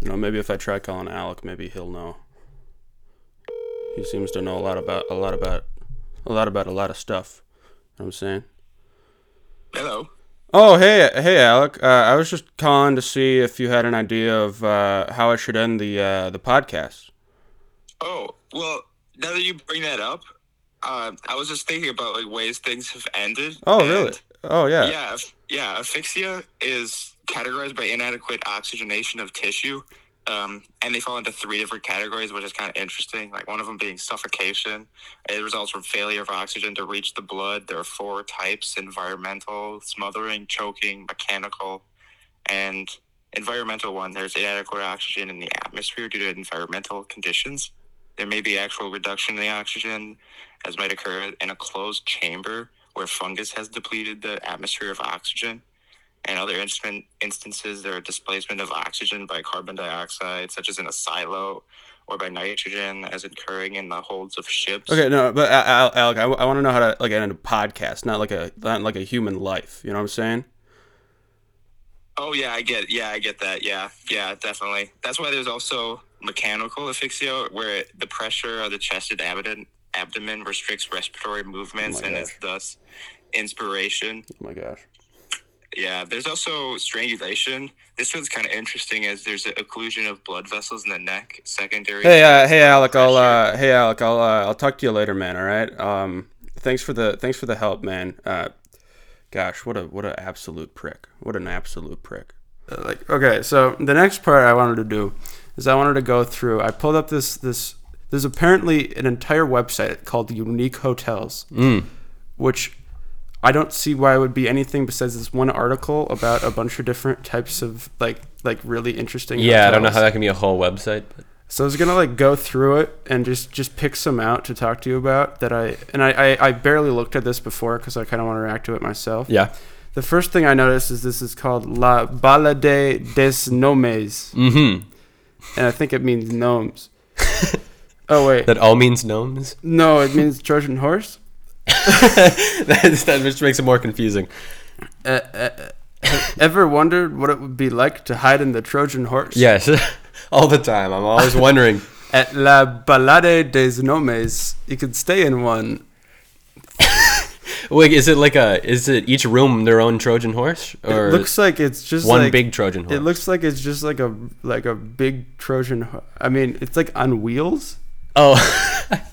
Speaker 1: you know, maybe if I try calling Alec, maybe he'll know. He seems to know a lot about a lot about a lot about a lot of stuff. You know what I'm saying.
Speaker 3: Hello.
Speaker 1: Oh, hey, hey, Alec. Uh, I was just calling to see if you had an idea of uh, how I should end the uh, the podcast.
Speaker 3: Oh, well, now that you bring that up, um, I was just thinking about like ways things have ended.
Speaker 1: Oh,
Speaker 3: and-
Speaker 1: really? Oh, yeah.
Speaker 3: Yeah, aff- yeah. Asphyxia is categorized by inadequate oxygenation of tissue, um, and they fall into three different categories, which is kind of interesting. Like one of them being suffocation. It results from failure of oxygen to reach the blood. There are four types: environmental, smothering, choking, mechanical, and environmental one. There's inadequate oxygen in the atmosphere due to environmental conditions. There may be actual reduction in the oxygen, as might occur in a closed chamber where fungus has depleted the atmosphere of oxygen. In other instant instances, there are displacement of oxygen by carbon dioxide, such as in a silo, or by nitrogen, as occurring in the holds of ships.
Speaker 1: Okay, no, but Al- Al- Alec, I, want to know how to like end a podcast, not like a not like a human life. You know what I'm saying?
Speaker 3: Oh yeah, I get yeah, I get that. Yeah, yeah, definitely. That's why there's also mechanical asphyxia, where the pressure of the chest and abdomen abdomen restricts respiratory movements
Speaker 1: Oh my
Speaker 3: and is thus inspiration.
Speaker 1: Oh my gosh.
Speaker 3: Yeah, there's also strangulation. This one's kind of interesting as there's an occlusion of blood vessels in the neck, secondary.
Speaker 1: Hey, uh, hey, Alec. I'll uh, hey, Alec. I'll uh, I'll talk to you later, man. All right. Um, thanks for the thanks for the help, man. Uh, gosh, what a what an absolute prick. What an absolute prick. Uh, like okay, so the next part I wanted to do is I wanted to go through. I pulled up this this there's apparently an entire website called Unique Hotels, which I don't see why it would be anything besides this one article about a bunch of different types of like like really interesting.
Speaker 2: yeah, I don't know
Speaker 1: hotels.
Speaker 2: how that can be a whole website. But
Speaker 1: So I was gonna like go through it and just just pick some out to talk to you about that I and I I, I barely looked at this before because I kind of want to react to it myself.
Speaker 2: yeah,
Speaker 1: The first thing I noticed is this is called La Balade des Nomes, mm-hmm. and I think it means gnomes. oh wait,
Speaker 2: that all means gnomes.
Speaker 1: no, it means Trojan horse.
Speaker 2: That's- that just makes it more confusing.
Speaker 1: Ever wondered what it would be like to hide in the Trojan horse?
Speaker 2: Yes, all the time. I'm always wondering.
Speaker 1: At La Balade des Nomes, you could stay in one.
Speaker 2: Wait, is it like a? Is it each room their own Trojan horse, or
Speaker 1: it looks like it's just
Speaker 2: one
Speaker 1: like-
Speaker 2: big Trojan horse?
Speaker 1: It looks like it's just like a like a big Trojan. ho- I mean, it's like on wheels.
Speaker 2: oh,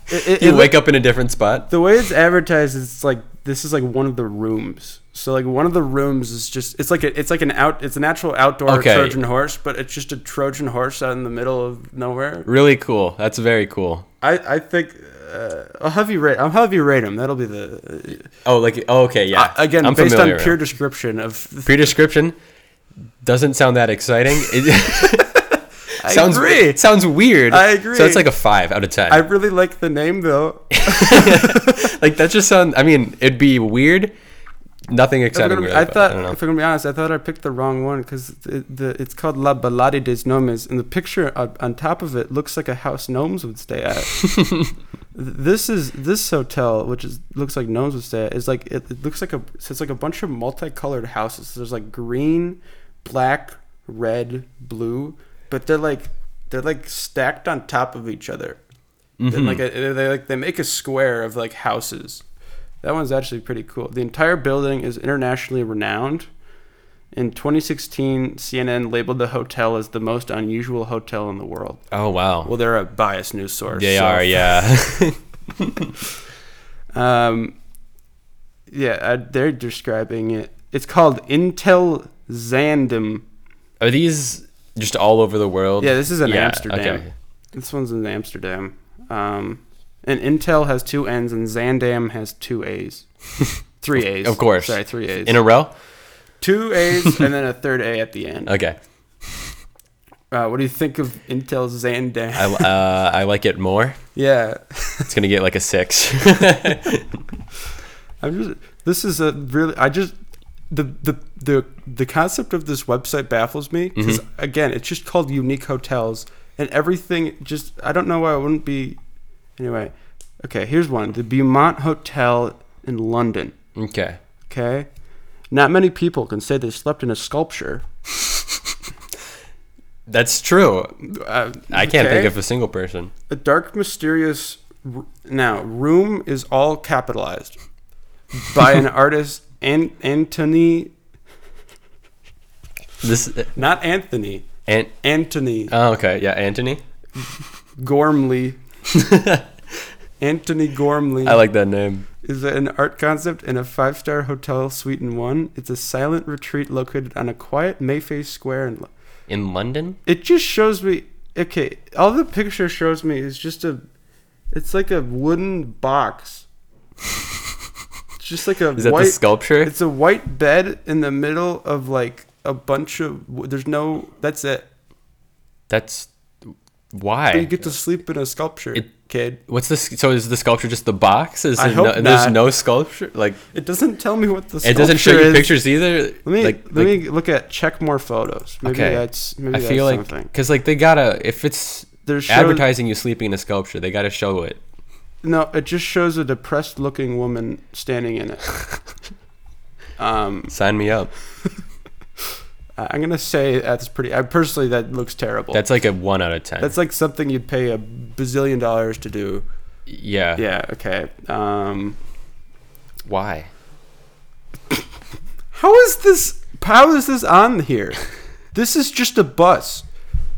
Speaker 1: It, it,
Speaker 2: you
Speaker 1: it
Speaker 2: wake
Speaker 1: look-
Speaker 2: up in a different spot.
Speaker 1: The way it's advertised, it's like this is like one of the rooms. So like one of the rooms is just it's like a, it's like an out it's an actual outdoor
Speaker 2: Okay.
Speaker 1: Trojan horse, but it's just a Trojan horse out in the middle of nowhere.
Speaker 2: Really cool. That's very cool.
Speaker 1: I I think uh, I'll have you rate I'll have you rate him. That'll be the
Speaker 2: Oh, like oh, okay, yeah.
Speaker 1: uh, again
Speaker 2: I'm
Speaker 1: based on
Speaker 2: familiar.
Speaker 1: pure description of.
Speaker 2: Pure description doesn't sound that exciting. It sounds
Speaker 1: agree.
Speaker 2: sounds weird.
Speaker 1: I agree.
Speaker 2: So it's like a five out of ten.
Speaker 1: I really like the name though.
Speaker 2: like that just sound. I mean, it'd be weird, Nothing
Speaker 1: If we're
Speaker 2: exciting.
Speaker 1: gonna be-
Speaker 2: really
Speaker 1: I
Speaker 2: about it,
Speaker 1: thought,
Speaker 2: don't know.
Speaker 1: if I'm gonna be honest, I thought I picked the wrong one because it, the it's called La Ballade des Gnomes, and the picture on, on top of it looks like a house gnomes would stay at. Th- this is this hotel, which is looks like gnomes would stay at, is like it, it looks like a so it's like a bunch of multicolored houses. So there's like green, black, red, blue, but they're like they're like stacked on top of each other.
Speaker 2: Mm-hmm.
Speaker 1: Then, like a, they like they make a square of like houses. That one's actually pretty cool. The entire building is internationally renowned. In 2016, CNN labeled the hotel as the most unusual hotel in the world.
Speaker 2: oh wow,
Speaker 1: Well, they're a biased news source.
Speaker 2: they
Speaker 1: so-
Speaker 2: are. Yeah,
Speaker 1: Um, yeah, uh, they're describing it. It's called Intel Zandam.
Speaker 2: are these just all over the world?
Speaker 1: Yeah, this is in
Speaker 2: Yeah,
Speaker 1: Amsterdam.
Speaker 2: okay.
Speaker 1: This one's in Amsterdam. Um, and Intel has two N's and Zandam has two A's. Three A's.
Speaker 2: Of course.
Speaker 1: Sorry, three A's.
Speaker 2: In a row.
Speaker 1: two A's and then a third A at the end.
Speaker 2: Okay.
Speaker 1: Uh, what do you think of Intel Zandam?
Speaker 2: I, uh, I like it more.
Speaker 1: yeah.
Speaker 2: It's gonna get like a six.
Speaker 1: I'm just this is a really I just the the the the concept of this website baffles me because
Speaker 2: Mm-hmm.
Speaker 1: again it's just called unique hotels and everything just I don't know why it wouldn't be anyway. Okay, here's one: the Beaumont Hotel in London.
Speaker 2: okay.
Speaker 1: Okay, not many people can say they slept in a sculpture.
Speaker 2: That's true.
Speaker 1: Uh,
Speaker 2: I can't
Speaker 1: okay?
Speaker 2: think of a single person.
Speaker 1: A dark, mysterious. r- Now, room is all capitalized by an artist, An- Anthony,
Speaker 2: This
Speaker 1: not Anthony,
Speaker 2: and
Speaker 1: Anthony
Speaker 2: oh, okay, yeah, Anthony.
Speaker 1: Gormley. Anthony Gormley
Speaker 2: I like that name.
Speaker 1: is an art concept in a five star hotel suite in one. It's a silent retreat located on a quiet Mayfair Square. And
Speaker 2: In London.
Speaker 1: it just shows me. Okay, all the picture shows me is just a. It's like a wooden box. It's just like a
Speaker 2: Is that
Speaker 1: white.
Speaker 2: the sculpture?
Speaker 1: It's a white bed in the middle of like a bunch of. w- There's no. That's it.
Speaker 2: That's why.
Speaker 1: You get to sleep in a sculpture, kid.
Speaker 2: What's this? So is the sculpture just the box? Is
Speaker 1: I
Speaker 2: there
Speaker 1: hope
Speaker 2: no, there's
Speaker 1: not.
Speaker 2: no sculpture? Like
Speaker 1: It doesn't tell me what the sculpture
Speaker 2: it doesn't show you
Speaker 1: is.
Speaker 2: pictures either.
Speaker 1: Let me
Speaker 2: like,
Speaker 1: let me look at check more photos. Maybe
Speaker 2: Okay.
Speaker 1: that's maybe
Speaker 2: I
Speaker 1: that's
Speaker 2: feel like
Speaker 1: something.
Speaker 2: because like they gotta if it's
Speaker 1: There's show-
Speaker 2: advertising you sleeping in a sculpture, they gotta show it.
Speaker 1: No, it just shows a depressed looking woman standing in it. um,
Speaker 2: Sign me up.
Speaker 1: I- I'm gonna say that's pretty. I personally that looks terrible.
Speaker 2: That's like a one out of ten.
Speaker 1: that's like something you'd pay a bazillion dollars to do.
Speaker 2: yeah.
Speaker 1: Yeah. Okay. Um,
Speaker 2: Why?
Speaker 1: how is this? How is this on here? This is just a bus.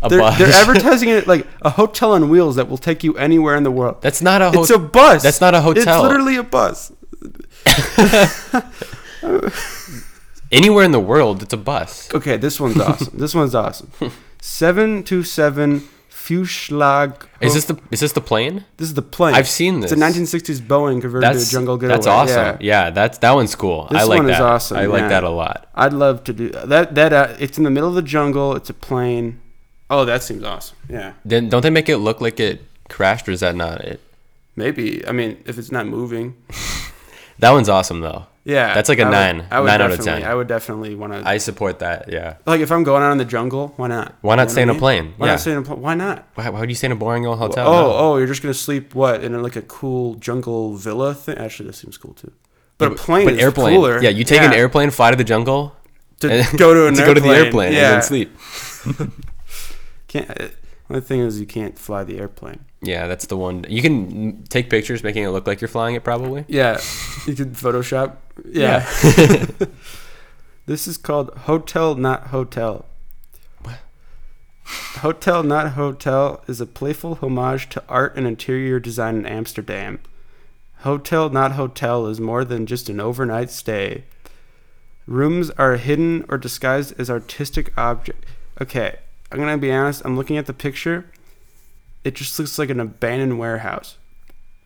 Speaker 2: A
Speaker 1: they're,
Speaker 2: bus.
Speaker 1: they're advertising it like a hotel on wheels that will take you anywhere in the world.
Speaker 2: That's not a hotel.
Speaker 1: It's a bus.
Speaker 2: That's not a hotel.
Speaker 1: It's literally a bus.
Speaker 2: Anywhere in the world, it's a bus.
Speaker 1: Okay, this one's awesome. This one's awesome. Seven two seven Fuchslag.
Speaker 2: Is this the is this the plane?
Speaker 1: This is the plane.
Speaker 2: I've seen
Speaker 1: It's a
Speaker 2: this.
Speaker 1: 1960s Boeing converted
Speaker 2: That's
Speaker 1: to a jungle getaway.
Speaker 2: That's awesome. Yeah.
Speaker 1: Yeah.
Speaker 2: that's that one's cool. I
Speaker 1: This
Speaker 2: like
Speaker 1: one
Speaker 2: that.
Speaker 1: is awesome,
Speaker 2: I
Speaker 1: yeah.
Speaker 2: like that a lot.
Speaker 1: I'd love to do that. That uh, it's in the middle of the jungle. It's a plane. Oh, that seems awesome. Yeah,
Speaker 2: Then don't they make it look like it crashed, or is that not it?
Speaker 1: maybe. I mean, if it's not moving.
Speaker 2: That one's awesome though.
Speaker 1: Yeah,
Speaker 2: That's like
Speaker 1: a
Speaker 2: a nine. Nine out of ten.
Speaker 1: I would definitely want to.
Speaker 2: I support that. Yeah.
Speaker 1: Like if I'm going out in the jungle, why not?
Speaker 2: Why not
Speaker 1: You know
Speaker 2: stay
Speaker 1: what
Speaker 2: in a
Speaker 1: I mean?
Speaker 2: plane?
Speaker 1: Why
Speaker 2: Yeah.
Speaker 1: not stay in a plane? Why not?
Speaker 2: Why, why would you stay in a boring old hotel?
Speaker 1: Oh,
Speaker 2: No.
Speaker 1: oh, you're just gonna sleep what in like a cool jungle villa thing? Actually, that seems cool too. But a plane
Speaker 2: But
Speaker 1: is
Speaker 2: airplane.
Speaker 1: cooler.
Speaker 2: Yeah, you take an
Speaker 1: Yeah,
Speaker 2: airplane, fly to the jungle,
Speaker 1: to
Speaker 2: and-
Speaker 1: go to an
Speaker 2: to
Speaker 1: airplane.
Speaker 2: go to the airplane
Speaker 1: yeah.
Speaker 2: and then sleep.
Speaker 1: Can't. uh, Only thing is, you can't fly the airplane.
Speaker 2: Yeah, that's the one. You can take pictures, making it look like you're flying it, probably.
Speaker 1: Yeah, you could Photoshop. Yeah. this is called Hotel Not Hotel. Hotel Not Hotel is a playful homage to art and interior design in Amsterdam. Hotel Not Hotel is more than just an overnight stay. Rooms are hidden or disguised as artistic objects. Okay, I'm gonna be honest. I'm looking at the picture. It just looks like an abandoned warehouse,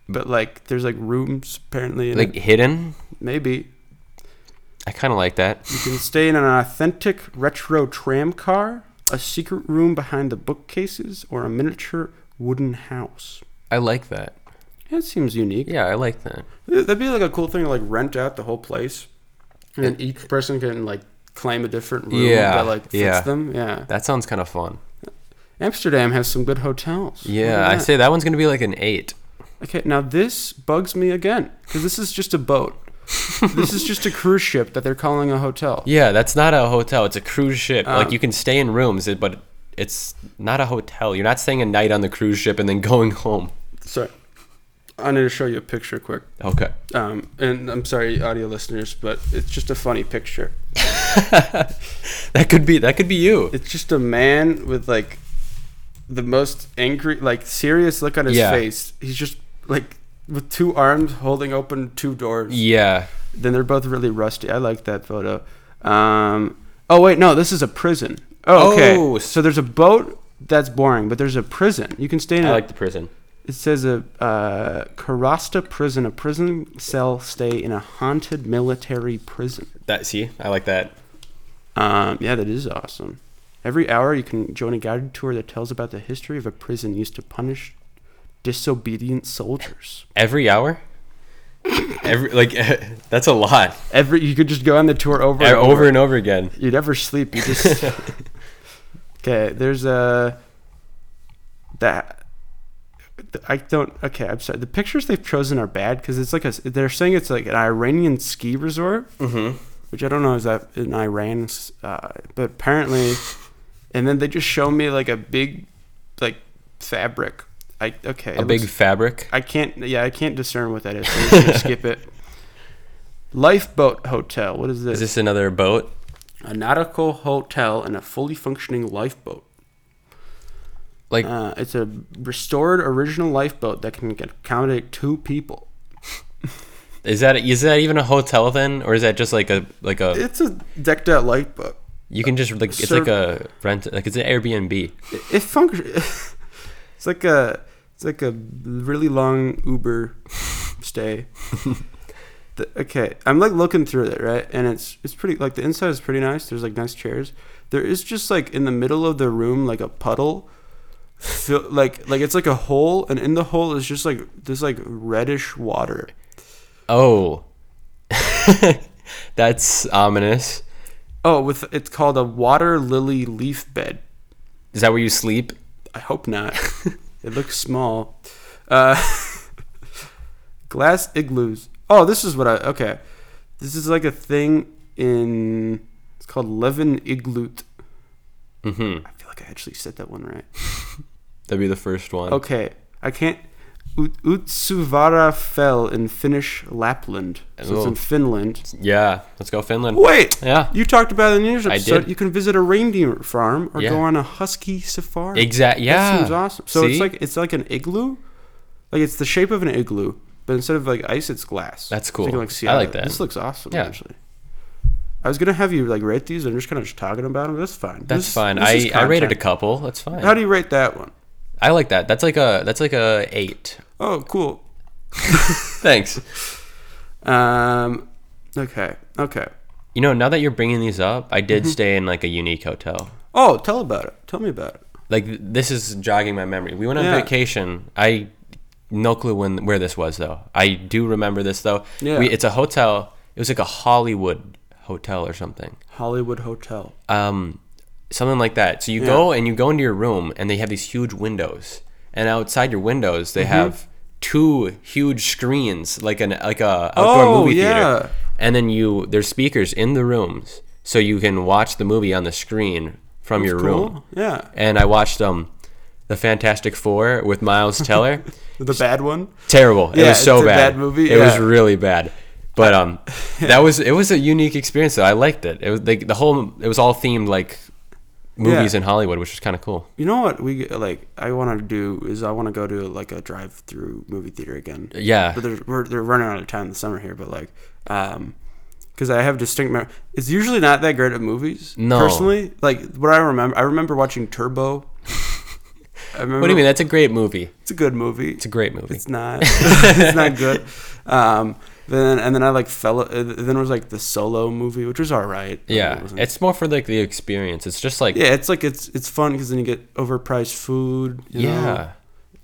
Speaker 1: but like there's like rooms apparently. In
Speaker 2: Like
Speaker 1: it.
Speaker 2: hidden.
Speaker 1: Maybe
Speaker 2: I kind of like that.
Speaker 1: you can stay in an authentic retro tram car, a secret room behind the bookcases, or a miniature wooden house.
Speaker 2: I like that.
Speaker 1: That seems unique.
Speaker 2: Yeah, I like that.
Speaker 1: That'd be like a cool thing to like rent out the whole place. and each person can like claim a different room
Speaker 2: Yeah,
Speaker 1: that like fits
Speaker 2: yeah.
Speaker 1: them. Yeah,
Speaker 2: That sounds kind of fun.
Speaker 1: Amsterdam has some good hotels. Look
Speaker 2: Yeah,
Speaker 1: at
Speaker 2: I
Speaker 1: that.
Speaker 2: say that one's gonna be like an eight.
Speaker 1: Okay, now this bugs me again because this is just a boat. this is just a cruise ship that they're calling a hotel.
Speaker 2: Yeah, that's not a hotel. It's a cruise ship. like you can stay in rooms, it- but it's not a hotel. You're not staying a night on the cruise ship and then going home.
Speaker 1: Sorry, I need to show you a picture quick.
Speaker 2: Okay.
Speaker 1: Um, and I'm sorry, audio listeners, but it's just a funny picture.
Speaker 2: That could be that could be you.
Speaker 1: It's just a man with like the most angry, like serious look on his
Speaker 2: Yeah.
Speaker 1: face. He's just like with two arms holding open two doors.
Speaker 2: Yeah.
Speaker 1: Then they're both really rusty. I like that photo. Um, oh wait, no, this is a prison. Oh, okay.
Speaker 2: Oh, s-
Speaker 1: so there's a boat. That's boring, but there's a prison. You can stay in.
Speaker 2: I
Speaker 1: a-
Speaker 2: like the prison.
Speaker 1: it says a uh, Karasta prison, a prison cell stay in a haunted military prison.
Speaker 2: That see, I like that.
Speaker 1: Um, yeah, that is awesome. Every hour, you can join a guided tour that tells about the history of a prison used to punish disobedient soldiers.
Speaker 2: Every hour. Every like that's a lot.
Speaker 1: Every you could just go on the tour over and over.
Speaker 2: Over and over again.
Speaker 1: You'd never sleep. You just okay. There's a that I don't. Okay, I'm sorry. The pictures they've chosen are bad because it's like a. They're saying it's like an Iranian ski resort, mm-hmm. which I don't know is that in Iran, uh, but apparently, and then they just show me like a big, like fabric. I okay.
Speaker 2: A big fabric.
Speaker 1: I can't. Yeah, I can't discern what that is. So I'm just gonna skip it. Lifeboat Hotel. What is this?
Speaker 2: Is this another boat?
Speaker 1: a nautical hotel and a fully functioning lifeboat.
Speaker 2: Like
Speaker 1: Uh, it's a restored original lifeboat that can accommodate two people.
Speaker 2: is that is that even a hotel then or is that just like a like a
Speaker 1: It's a decked out lifeboat.
Speaker 2: you can just like it's
Speaker 1: Sir-
Speaker 2: like a rent like it's an Airbnb.
Speaker 1: It, it functions. it's like a it's like a really long Uber stay. the, okay, I'm like looking through it right, and it's it's pretty like the inside is pretty nice. There's like nice chairs. There is just like in the middle of the room like a puddle. Fill, like like it's like a hole and in the hole is just like this like reddish water
Speaker 2: Oh. That's ominous.
Speaker 1: oh with it's called a water lily leaf bed
Speaker 2: Is that where you sleep?
Speaker 1: I hope not. it looks small. Uh, glass igloos. Oh, this is what I. Okay. This is like a thing in. It's called Levin Igloot.
Speaker 2: Mhm.
Speaker 1: I feel like I actually said that one right.
Speaker 2: That'd be the first one.
Speaker 1: Okay. I can't. Ut- Utsuvara fell in Finnish Lapland. So it's
Speaker 2: Oh.
Speaker 1: in Finland.
Speaker 2: Yeah, let's go Finland.
Speaker 1: Wait!
Speaker 2: Yeah.
Speaker 1: You talked about it in the news
Speaker 2: I
Speaker 1: episode.
Speaker 2: did.
Speaker 1: You can visit a reindeer farm or
Speaker 2: Yeah.
Speaker 1: go on a husky safari.
Speaker 2: Exact. Yeah.
Speaker 1: That seems awesome. So it's
Speaker 2: See?
Speaker 1: like it's like an igloo, like it's the shape of an igloo, but instead of like ice, it's glass.
Speaker 2: That's
Speaker 1: So you
Speaker 2: cool.
Speaker 1: can, like, see
Speaker 2: I
Speaker 1: out
Speaker 2: like
Speaker 1: of it.
Speaker 2: that.
Speaker 1: This looks awesome.
Speaker 2: Yeah.
Speaker 1: Actually, I was gonna have you like rate these. I'm just kind of just talking about them. That's fine.
Speaker 2: that's
Speaker 1: This-
Speaker 2: fine.
Speaker 1: this
Speaker 2: I
Speaker 1: is
Speaker 2: I rated a
Speaker 1: content.
Speaker 2: couple. That's fine.
Speaker 1: How do you rate that one?
Speaker 2: I like that. That's like a that's like a eight.
Speaker 1: Oh, cool.
Speaker 2: Thanks.
Speaker 1: Um, okay, okay.
Speaker 2: You know, now that you're bringing these up, I
Speaker 1: Mm-hmm.
Speaker 2: did stay in like a unique hotel.
Speaker 1: Oh, tell about it. Tell me about it.
Speaker 2: Like th- this is jogging my memory. We went on
Speaker 1: Yeah.
Speaker 2: vacation. I no clue when where this was though. I do remember this though.
Speaker 1: Yeah.
Speaker 2: We, it's a hotel. It was like a Hollywood hotel or something.
Speaker 1: Hollywood Hotel.
Speaker 2: um, something like that. So you go and you go into your room, and they have these huge windows, and outside your windows
Speaker 1: Mm-hmm.
Speaker 2: they have two huge screens, like an like a outdoor
Speaker 1: Oh,
Speaker 2: movie
Speaker 1: yeah.
Speaker 2: theater. And then you there's speakers in the rooms, so you can watch the movie on the screen from your room.
Speaker 1: Cool. Yeah.
Speaker 2: And I watched um, the Fantastic Four with Miles Teller.
Speaker 1: The bad one.
Speaker 2: Terrible. it
Speaker 1: Yeah,
Speaker 2: was so
Speaker 1: it's a
Speaker 2: bad.
Speaker 1: bad movie,
Speaker 2: It was
Speaker 1: yeah.
Speaker 2: really bad. But um, that was it was a unique experience though. I liked it. It was like the whole it was all themed like movies
Speaker 1: Yeah.
Speaker 2: in Hollywood, which was kind of cool.
Speaker 1: You know what we like? I want to do is I want to go to like a drive-through movie theater again.
Speaker 2: Yeah.
Speaker 1: but they're we're, they're running out of time this summer here. But like, um, because I have distinct memory. It's usually not that great at movies.
Speaker 2: No.
Speaker 1: personally, like what I remember, I remember watching Turbo. I remember,
Speaker 2: What do you mean? That's a great movie.
Speaker 1: It's a good movie. It's
Speaker 2: a great movie.
Speaker 1: It's not. it's not good. Um, then and then I like fell. uh, Then it was like the Solo movie, which was all right. I mean, it
Speaker 2: Yeah,
Speaker 1: wasn't-
Speaker 2: it's more for like the experience. It's just like
Speaker 1: yeah, it's like it's it's fun because then you get overpriced food. You
Speaker 2: yeah.
Speaker 1: know?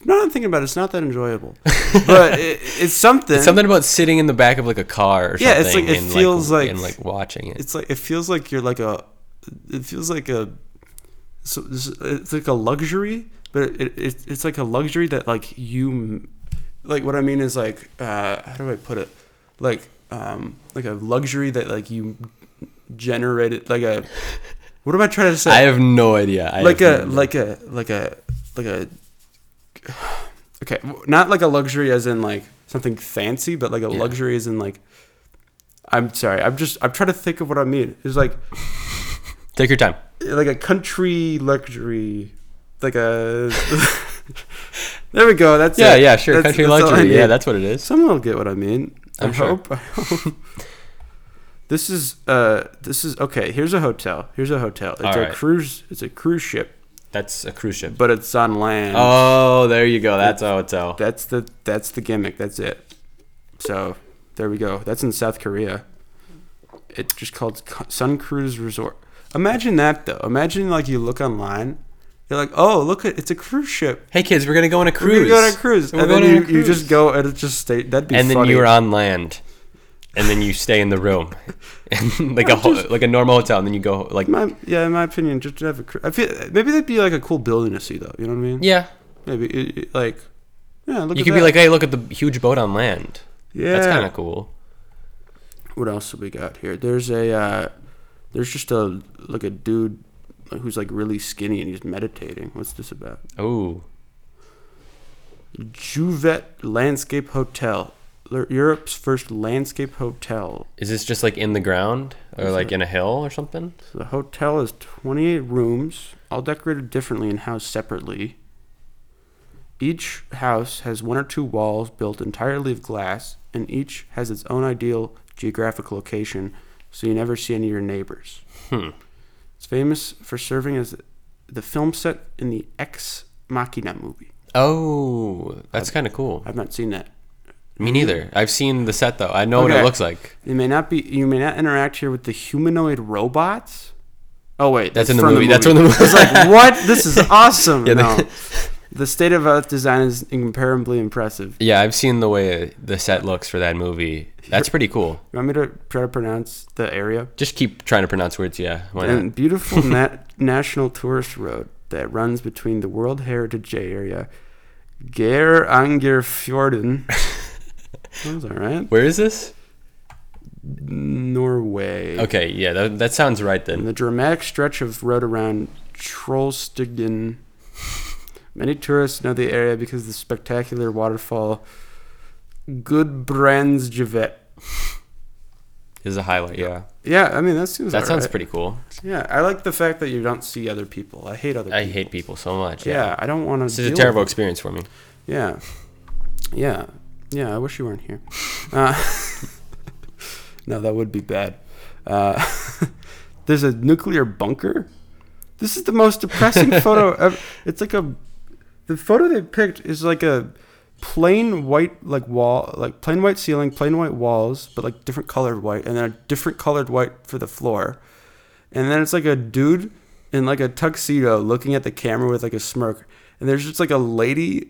Speaker 1: No, I'm thinking about it. It's not that enjoyable, but it, it's something.
Speaker 2: It's something about sitting in the back of like a car or
Speaker 1: Yeah, it's
Speaker 2: something
Speaker 1: like- it
Speaker 2: and
Speaker 1: feels like-
Speaker 2: and like watching it.
Speaker 1: It's like it feels like you're like a. It feels like a. So this- it's like a luxury, but it, it it's like a luxury that like you, m- like what I mean is like uh, how do I put it, like um like a luxury that like you generated like a. What am I trying to say?
Speaker 2: I have no idea. I
Speaker 1: like
Speaker 2: have
Speaker 1: a
Speaker 2: no idea.
Speaker 1: like a like a like a okay w- not like a luxury as in like something fancy but like a luxury as in like i'm sorry i'm just i'm trying to think of what i mean it's like
Speaker 2: take your time.
Speaker 1: like a country luxury like a there we go that's
Speaker 2: Yeah,
Speaker 1: it.
Speaker 2: yeah, sure.
Speaker 1: That's-
Speaker 2: Country
Speaker 1: that's all I
Speaker 2: luxury.
Speaker 1: need.
Speaker 2: Yeah, that's what it is.
Speaker 1: Someone will get what I mean. i
Speaker 2: I'm sure.
Speaker 1: hope. I hope. this is uh this is okay. Here's a hotel. Here's a hotel. It's
Speaker 2: All
Speaker 1: a
Speaker 2: right.
Speaker 1: cruise. It's a cruise ship,
Speaker 2: That's a cruise ship.
Speaker 1: but it's on land.
Speaker 2: Oh, there you go. That's a hotel.
Speaker 1: That's the that's the gimmick. That's it. So there we go. That's in South Korea. It's just called Cu- Sun Cruise Resort. Imagine that though. Imagine like you look online, you're like, oh look, at it's a cruise ship.
Speaker 2: Hey kids, we're gonna go on a
Speaker 1: We're
Speaker 2: cruise.
Speaker 1: gonna go on a cruise,
Speaker 2: We're
Speaker 1: and then
Speaker 2: going on
Speaker 1: you,
Speaker 2: a
Speaker 1: you
Speaker 2: cruise.
Speaker 1: just go and it just stay. That'd be
Speaker 2: and then
Speaker 1: funny.
Speaker 2: you're on land, and then you stay in the room, and like a ho- like a normal hotel, and then you go like
Speaker 1: My, yeah, in my opinion, just to have a cruise. I feel maybe that'd be like a cool building to see though. You know what I mean?
Speaker 2: yeah.
Speaker 1: Maybe it, it- like yeah. Look
Speaker 2: You
Speaker 1: at
Speaker 2: could
Speaker 1: that.
Speaker 2: be like, hey, look at the huge boat on land.
Speaker 1: yeah.
Speaker 2: That's kind of cool.
Speaker 1: what else have we got here? There's a uh, there's just a like a dude who's like really skinny and he's meditating. What's this about?
Speaker 2: Oh,
Speaker 1: Juvet Landscape Hotel, L- Europe's first landscape hotel.
Speaker 2: is this just like in the ground or like in a hill or something?
Speaker 1: So the hotel is 28 rooms, all decorated differently and housed separately. Each house has one or two walls built entirely of glass, and each has its own ideal geographic location, so you never see any of your neighbors.
Speaker 2: Hmm.
Speaker 1: It's famous for serving as the film set in the Ex Machina movie.
Speaker 2: Oh, that's kind of cool.
Speaker 1: I've not seen that.
Speaker 2: Me neither. I've seen the set though. I know what
Speaker 1: Mm-hmm. Okay.
Speaker 2: it looks like.
Speaker 1: You may not be. You may not interact here with the humanoid robots. Oh wait,
Speaker 2: That's in the
Speaker 1: from
Speaker 2: movie. That's from the movie.
Speaker 1: I was like, what? This is awesome.
Speaker 2: Yeah,
Speaker 1: no.
Speaker 2: the-
Speaker 1: the state of art design is incomparably impressive.
Speaker 2: Yeah, I've seen the way the set looks for that movie. That's pretty cool.
Speaker 1: You want me to try to pronounce the area?
Speaker 2: Just keep trying to pronounce words. Oh, Yeah, why not?
Speaker 1: And beautiful nat- national tourist road that runs between the World Heritage Area, Geirangirfjorden. that was all right.
Speaker 2: Where is this?
Speaker 1: Norway.
Speaker 2: Okay, yeah, that, that sounds right
Speaker 1: In
Speaker 2: then.
Speaker 1: the dramatic stretch of road around Trollstigen, many tourists know the area because of the spectacular waterfall Gudbrandsjövet.
Speaker 2: Is a highlight. Yeah,
Speaker 1: Yeah, I mean that seems.
Speaker 2: that sounds
Speaker 1: alright.
Speaker 2: pretty cool.
Speaker 1: Yeah, I like the fact that you don't see other people. I hate other.
Speaker 2: I
Speaker 1: people.
Speaker 2: hate people so much.
Speaker 1: Yeah, I don't want to.
Speaker 2: this is a terrible experience for me.
Speaker 1: Yeah, yeah, yeah. I wish you weren't here. Uh, no, that would be bad. Uh, there's a nuclear bunker. This is the most depressing photo ever. It's like a. The photo they picked is like a plain white like wall like plain white ceiling plain white walls but like different colored white and then a different colored white for the floor and then it's like a dude in like a tuxedo looking at the camera with like a smirk and there's just like a lady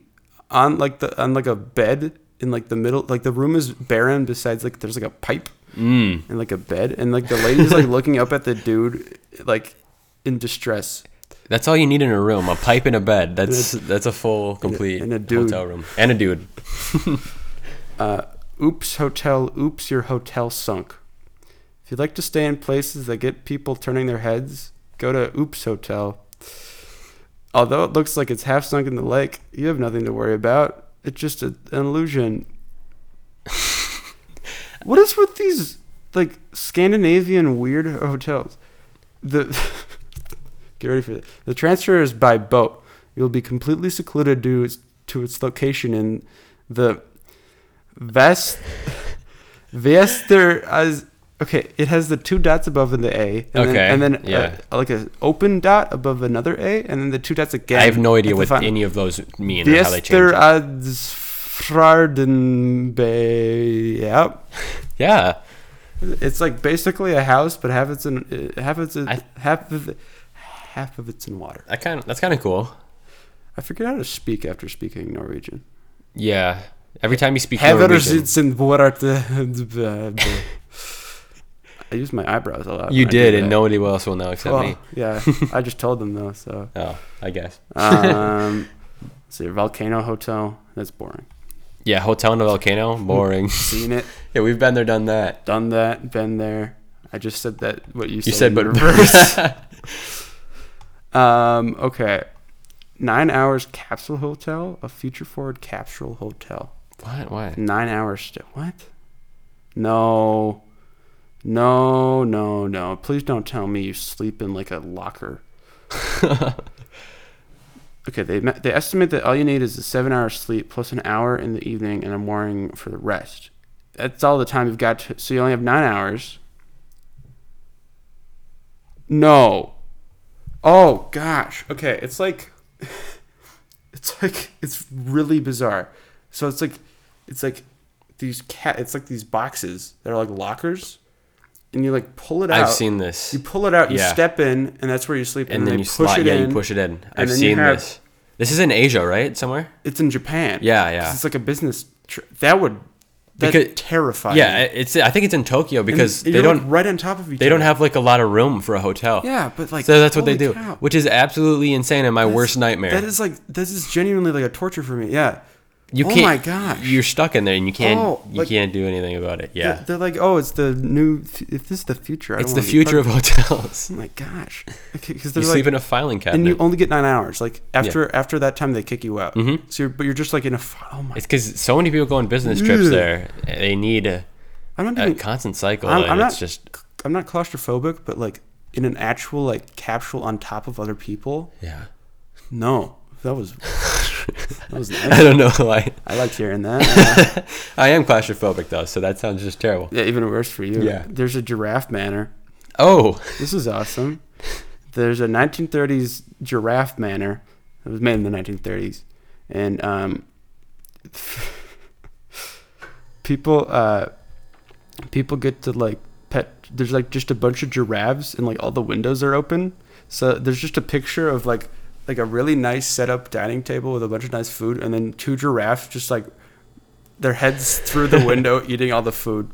Speaker 1: on like the on like a bed in like the middle like the room is barren besides like there's like a pipe
Speaker 2: Mm.
Speaker 1: and like a bed and like the lady's like looking up at the dude like in distress
Speaker 2: That's all you need in a room: a pipe and a bed. That's that's a full, complete
Speaker 1: and a dude.
Speaker 2: hotel room and a dude.
Speaker 1: oops hotel oops your hotel sunk if you'd like to stay in places that get people turning their heads go to oops hotel although it looks like it's half sunk in the lake you have nothing to worry about it's just a, an illusion what is with these like scandinavian weird hotels the get ready for this. The transfer is by boat. You'll be completely secluded due its, to its location in the Vest Vester as okay. It has the two dots above in the A, and
Speaker 2: Okay,
Speaker 1: then, and then uh,
Speaker 2: yeah.
Speaker 1: like an open dot above another A, and then the two dots again.
Speaker 2: I have no idea
Speaker 1: at the
Speaker 2: what
Speaker 1: final.
Speaker 2: any of those mean or how they change.
Speaker 1: Vester
Speaker 2: It.
Speaker 1: as Frardenbay. Yep.
Speaker 2: Yeah,
Speaker 1: It's like basically a house, but half it's in uh, half it's in,
Speaker 2: I-
Speaker 1: half of it, half of it's in water.
Speaker 2: I kind of that's kind of cool.
Speaker 1: I figured out how to speak after speaking Norwegian.
Speaker 2: Yeah. Every time you speak
Speaker 1: Heather
Speaker 2: Norwegian,
Speaker 1: sitzen hvor er det- I used my eyebrows a lot.
Speaker 2: you
Speaker 1: when I
Speaker 2: did, and
Speaker 1: that.
Speaker 2: nobody else will know except
Speaker 1: Well,
Speaker 2: me.
Speaker 1: yeah, I just told them though. So,
Speaker 2: Oh, I guess.
Speaker 1: um, let's see, volcano hotel. That's boring.
Speaker 2: Yeah, hotel in a volcano, boring.
Speaker 1: Seen it,
Speaker 2: yeah, we've been there, done that.
Speaker 1: done that, been there. I just said that what you said.
Speaker 2: You said,
Speaker 1: in
Speaker 2: but
Speaker 1: reverse. um, okay, nine hours capsule hotel, a future forward capsule hotel.
Speaker 2: what? What?
Speaker 1: Nine hours still. What? No. No, no, no. Please don't tell me you sleep in like a locker. okay, they, ma- they estimate that all you need is a seven hour sleep plus an hour in the evening and I'm worrying for the rest. That's all the time you've got. To, so you only have nine hours. No. Oh, gosh. Okay, it's like it's like it's really bizarre. So it's like it's like these cat it's like these boxes that are like lockers and you like pull it out.
Speaker 2: I've seen this.
Speaker 1: you pull it out, you
Speaker 2: Yeah.
Speaker 1: step in, and that's where you sleep. And,
Speaker 2: and then
Speaker 1: they
Speaker 2: you
Speaker 1: push
Speaker 2: slide.
Speaker 1: it
Speaker 2: yeah,
Speaker 1: in.
Speaker 2: you push it in. I've
Speaker 1: then you
Speaker 2: seen
Speaker 1: have-
Speaker 2: this. This is in Asia, right? Somewhere.
Speaker 1: It's in Japan.
Speaker 2: Yeah, yeah.
Speaker 1: 'Cause It's like a business. Tr- that would that
Speaker 2: Because-
Speaker 1: terrify.
Speaker 2: Yeah,
Speaker 1: me.
Speaker 2: it- it's. I think it's in Tokyo
Speaker 1: And
Speaker 2: because
Speaker 1: you're,
Speaker 2: they
Speaker 1: like,
Speaker 2: don't.
Speaker 1: right on top of each.
Speaker 2: they don't
Speaker 1: other.
Speaker 2: have like a lot of room for a hotel.
Speaker 1: Yeah, but, like,
Speaker 2: so that's what they
Speaker 1: holy
Speaker 2: do,
Speaker 1: cow.
Speaker 2: which is absolutely insane and my worst nightmare.
Speaker 1: That is like this is genuinely like a torture for me. Yeah.
Speaker 2: you
Speaker 1: oh
Speaker 2: can't,
Speaker 1: my gosh.
Speaker 2: You're stuck in there and you can't.
Speaker 1: Oh,
Speaker 2: you
Speaker 1: like-
Speaker 2: can't do anything about it. Yeah,
Speaker 1: They're, they're like, oh, it's the new. If this is the future, I
Speaker 2: it's
Speaker 1: don't wanna
Speaker 2: the
Speaker 1: be
Speaker 2: future of
Speaker 1: part
Speaker 2: hotels.
Speaker 1: Oh my gosh. Because
Speaker 2: You
Speaker 1: they're like,
Speaker 2: sleep in a filing cabinet.
Speaker 1: and you only get nine hours. Like after after that time, they kick you out. Mm-hmm. So, you're, but you're just like in a. fi- Oh my.
Speaker 2: it's because so many people go on business trips
Speaker 1: Ugh.
Speaker 2: there. They need a,
Speaker 1: I'm not.
Speaker 2: a
Speaker 1: Even,
Speaker 2: constant cycle,
Speaker 1: I'm-
Speaker 2: and
Speaker 1: I'm
Speaker 2: it's
Speaker 1: not-
Speaker 2: just
Speaker 1: I'm not claustrophobic, but like in an actual like capsule on top of other people.
Speaker 2: yeah.
Speaker 1: No, that was. that was nice.
Speaker 2: I don't know why.
Speaker 1: I liked hearing that. Uh,
Speaker 2: I am claustrophobic though, so that sounds just terrible.
Speaker 1: yeah, even worse for you.
Speaker 2: Yeah.
Speaker 1: There's a giraffe manor.
Speaker 2: Oh,
Speaker 1: This is awesome. There's a 1930s giraffe manor. It was made in the 1930s, and um, people uh, people get to like pet. There's like just a bunch of giraffes, and like all the windows are open. So there's just a picture of like like a really nice set up dining table with a bunch of nice food, and then two giraffes just like their heads through the window eating all the food.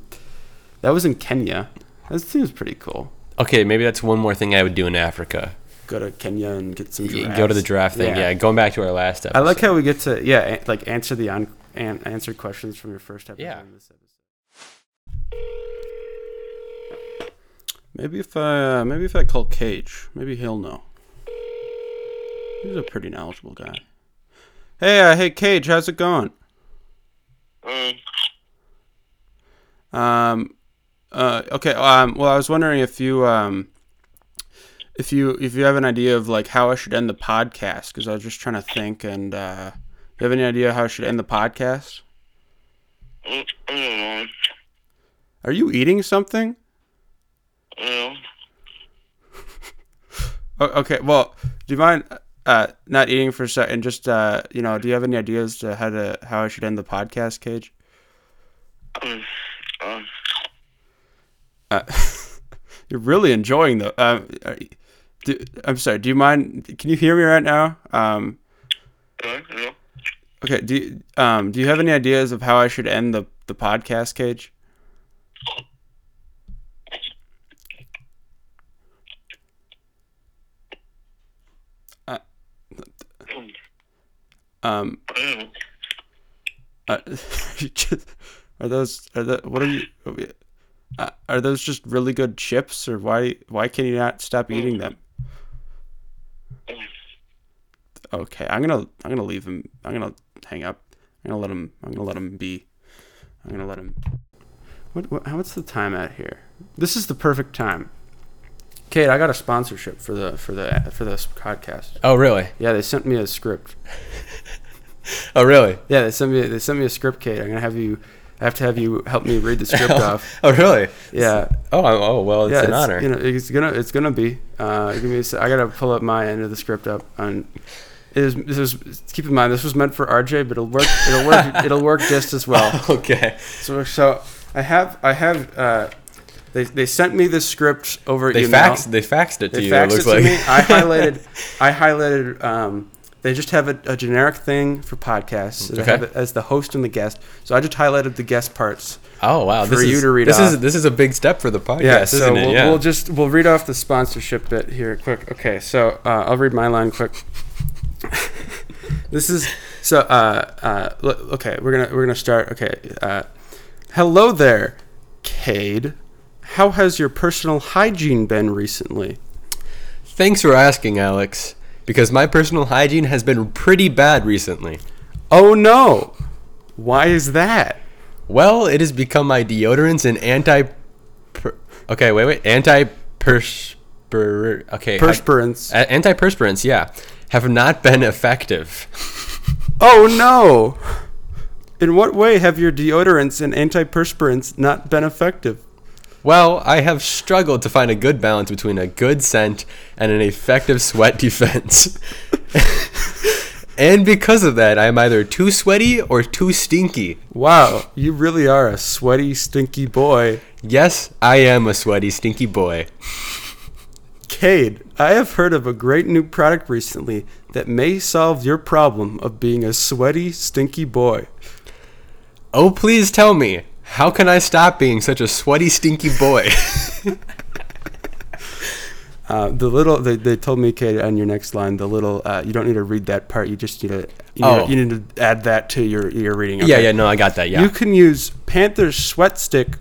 Speaker 1: That was in Kenya. That seems pretty cool
Speaker 2: okay. Maybe that's one more thing I would do in Africa.
Speaker 1: go to Kenya and get some
Speaker 2: Y-
Speaker 1: giraffes.
Speaker 2: Go to the giraffe thing. Yeah. going back to our last episode.
Speaker 1: I like how we get to yeah, a- like answer the on an, answer questions from your first episode.
Speaker 2: Yeah.
Speaker 1: and This episode. Maybe if I uh, maybe if I call Cage, maybe he'll know. He's a pretty knowledgeable guy. Hey, uh, hey, Cage, how's it going? Um, uh, okay. Um, well, I was wondering if you um, if you if you have an idea of like how I should end the podcast because I was just trying to think and uh, you have any idea how I should end the podcast?
Speaker 3: Mm, I don't know.
Speaker 1: Are you eating something?
Speaker 3: Yeah.
Speaker 1: O- okay. Well, do you mind uh, not eating for a sec and just uh, you know, do you have any ideas to how to how I should end the podcast, Cage?
Speaker 3: Mm, um,
Speaker 1: Uh, you're really enjoying the. Uh, are you- do, I'm sorry. Do you mind? Can you hear me right now? Um,
Speaker 3: yeah, yeah.
Speaker 1: Okay. Do you, um do you have any ideas of how I should end the the podcast, Cage? Uh, um.
Speaker 3: I don't know.
Speaker 1: Uh, you just- are those are the what are you? Uh, are those just really good chips, or why why can you not stop eating them? Okay, I'm gonna I'm gonna leave him. I'm gonna hang up. I'm gonna let him. I'm gonna let him be. I'm gonna let him. What, what what's the time out here? This is the perfect time. Kate, I got a sponsorship for the for the for this podcast.
Speaker 2: Oh really?
Speaker 1: Yeah, they sent me a script.
Speaker 2: Oh really?
Speaker 1: Yeah, they sent me they sent me a script, Kate. I'm gonna have you. I have to have you help me read the script off.
Speaker 2: Oh really?
Speaker 1: Yeah,
Speaker 2: Oh, I- oh well, it's
Speaker 1: yeah,
Speaker 2: an honor.
Speaker 1: You know, it's gonna it's gonna be. Uh, give me a sec. I gotta pull up my end of the script up on. It is, this is keep in mind this was meant for RJ, but it'll work. It'll work. it'll work just as well.
Speaker 2: okay.
Speaker 1: So so I have I have uh, they they sent me this script over
Speaker 2: They
Speaker 1: email.
Speaker 2: faxed. They faxed it to
Speaker 1: They
Speaker 2: you.
Speaker 1: faxed
Speaker 2: it
Speaker 1: it
Speaker 2: looks
Speaker 1: to
Speaker 2: like.
Speaker 1: me. I highlighted I highlighted um, They just have a, a generic thing for podcasts. They
Speaker 2: Okay.
Speaker 1: have it as the host and the guest. So I just highlighted the guest parts.
Speaker 2: Oh wow,
Speaker 1: For
Speaker 2: this
Speaker 1: you
Speaker 2: is,
Speaker 1: to read
Speaker 2: This is
Speaker 1: off.
Speaker 2: this is a big step for the podcast,
Speaker 1: Yeah, so
Speaker 2: isn't
Speaker 1: we'll,
Speaker 2: it? Yeah.
Speaker 1: we'll just we'll read off the sponsorship bit here quick. Okay, so uh, I'll read my line quick. this is so uh, uh, l- okay. We're gonna we're gonna start. Okay, uh, hello there, Cade. How has your personal hygiene been recently?
Speaker 2: Thanks for asking, Alex. Because my personal hygiene has been pretty bad recently.
Speaker 1: Oh no, why is that?
Speaker 2: Well, it has become my deodorants and anti. Per- okay, wait, wait. Anti perspir. Okay. I-
Speaker 1: Perspirants.
Speaker 2: A- antiperspirants, yeah, have not been effective.
Speaker 1: Oh no! In what way have your deodorants and antiperspirants not been effective?
Speaker 2: Well, I have struggled to find a good balance between a good scent and an effective sweat defense. and because of that, I'm either too sweaty or too stinky.
Speaker 1: Wow, you really are a sweaty, stinky boy.
Speaker 2: Yes, I am a sweaty, stinky boy.
Speaker 1: Cade, I have heard of a great new product recently that may solve your problem of being a sweaty, stinky boy.
Speaker 2: Oh, please tell me, how can I stop being such a sweaty, stinky boy?
Speaker 1: Uh, the little they, they told me, Cade, on your next line, the little uh, you don't need to read that part. You just need to you,
Speaker 2: Oh.
Speaker 1: need, you need to add that to your your reading.
Speaker 2: Yeah,
Speaker 1: okay?
Speaker 2: yeah, no, I got that, yeah.
Speaker 1: You can use Panther's Sweat Stick.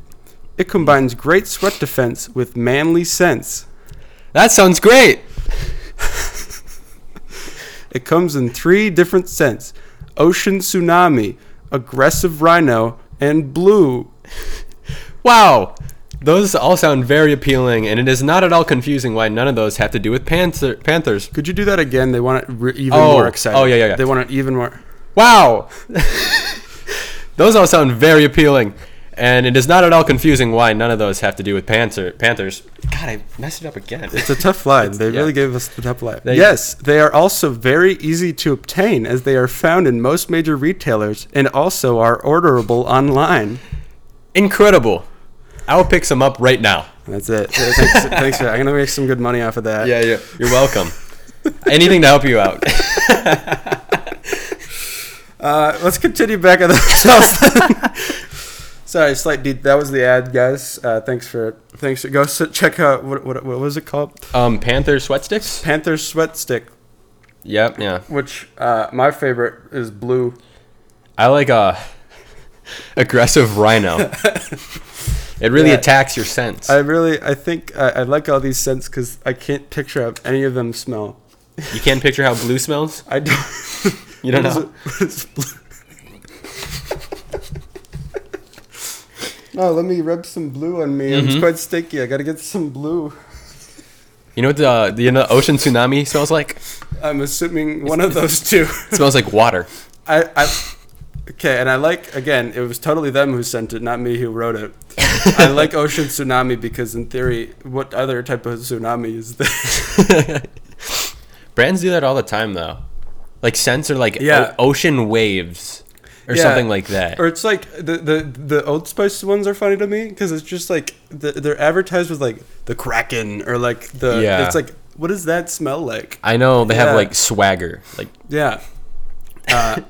Speaker 1: It combines great sweat defense with manly sense.
Speaker 2: that sounds great!
Speaker 1: It comes in three different scents ocean tsunami, aggressive rhino, and blue.
Speaker 2: Wow! Those all sound very appealing, and it is not at all confusing why none of those have to do with panther- panthers.
Speaker 1: Could you do that again? They want it re- even
Speaker 2: Oh.
Speaker 1: more exciting.
Speaker 2: Oh, yeah, yeah, yeah.
Speaker 1: They want it even more.
Speaker 2: Wow! those all sound very appealing, and it is not at all confusing why none of those have to do with panther- panthers. God, I messed it up again.
Speaker 1: It's a tough line. They
Speaker 2: yeah.
Speaker 1: really gave us the tough line. yes, they are also very easy to obtain as they are found in most major retailers and also are orderable online.
Speaker 2: Incredible. I'll pick some up right now.
Speaker 1: And that's it. thanks, thanks for that. I'm going to make some good money off of that.
Speaker 2: yeah. You're welcome. Anything to help you out.
Speaker 1: Uh, let's continue back on the shelf. Sorry, slight deep. That was the ad, guys. Uh, thanks for thanks. For, go s check out what, what what was it called?
Speaker 2: Um, panther sweat sticks?
Speaker 1: Panther Sweat Stick,
Speaker 2: Yep, yeah.
Speaker 1: which uh, my favorite is blue.
Speaker 2: I like uh aggressive rhino. it really
Speaker 1: Yeah.
Speaker 2: attacks your sense.
Speaker 1: I really, I think I, I like all these scents because I can't picture how any of them smell.
Speaker 2: you can't picture how blue smells.
Speaker 1: I do.
Speaker 2: You don't
Speaker 1: What is
Speaker 2: know.
Speaker 1: it- what is blue? No, Oh, let me rub some blue on me.
Speaker 2: Mm-hmm.
Speaker 1: It's quite sticky. I gotta get some blue.
Speaker 2: You know what the, uh, the you know, ocean tsunami smells like?
Speaker 1: I'm assuming one of those two.
Speaker 2: It smells like water.
Speaker 1: I, I okay, and I like again. It was totally them who sent it, not me who wrote it. I like ocean tsunami because, in theory, what other type of tsunami is there?
Speaker 2: Brands do that all the time though. Like scents are like o-
Speaker 1: Yeah.
Speaker 2: ocean waves or
Speaker 1: Yeah.
Speaker 2: something like that.
Speaker 1: or it's like the the the Old Spice ones are funny to me because it's just like the, they're advertised with like the kraken or like the
Speaker 2: Yeah.
Speaker 1: it's like what does that smell like?
Speaker 2: I know they
Speaker 1: Yeah.
Speaker 2: have like swagger. Like
Speaker 1: Yeah. Uh,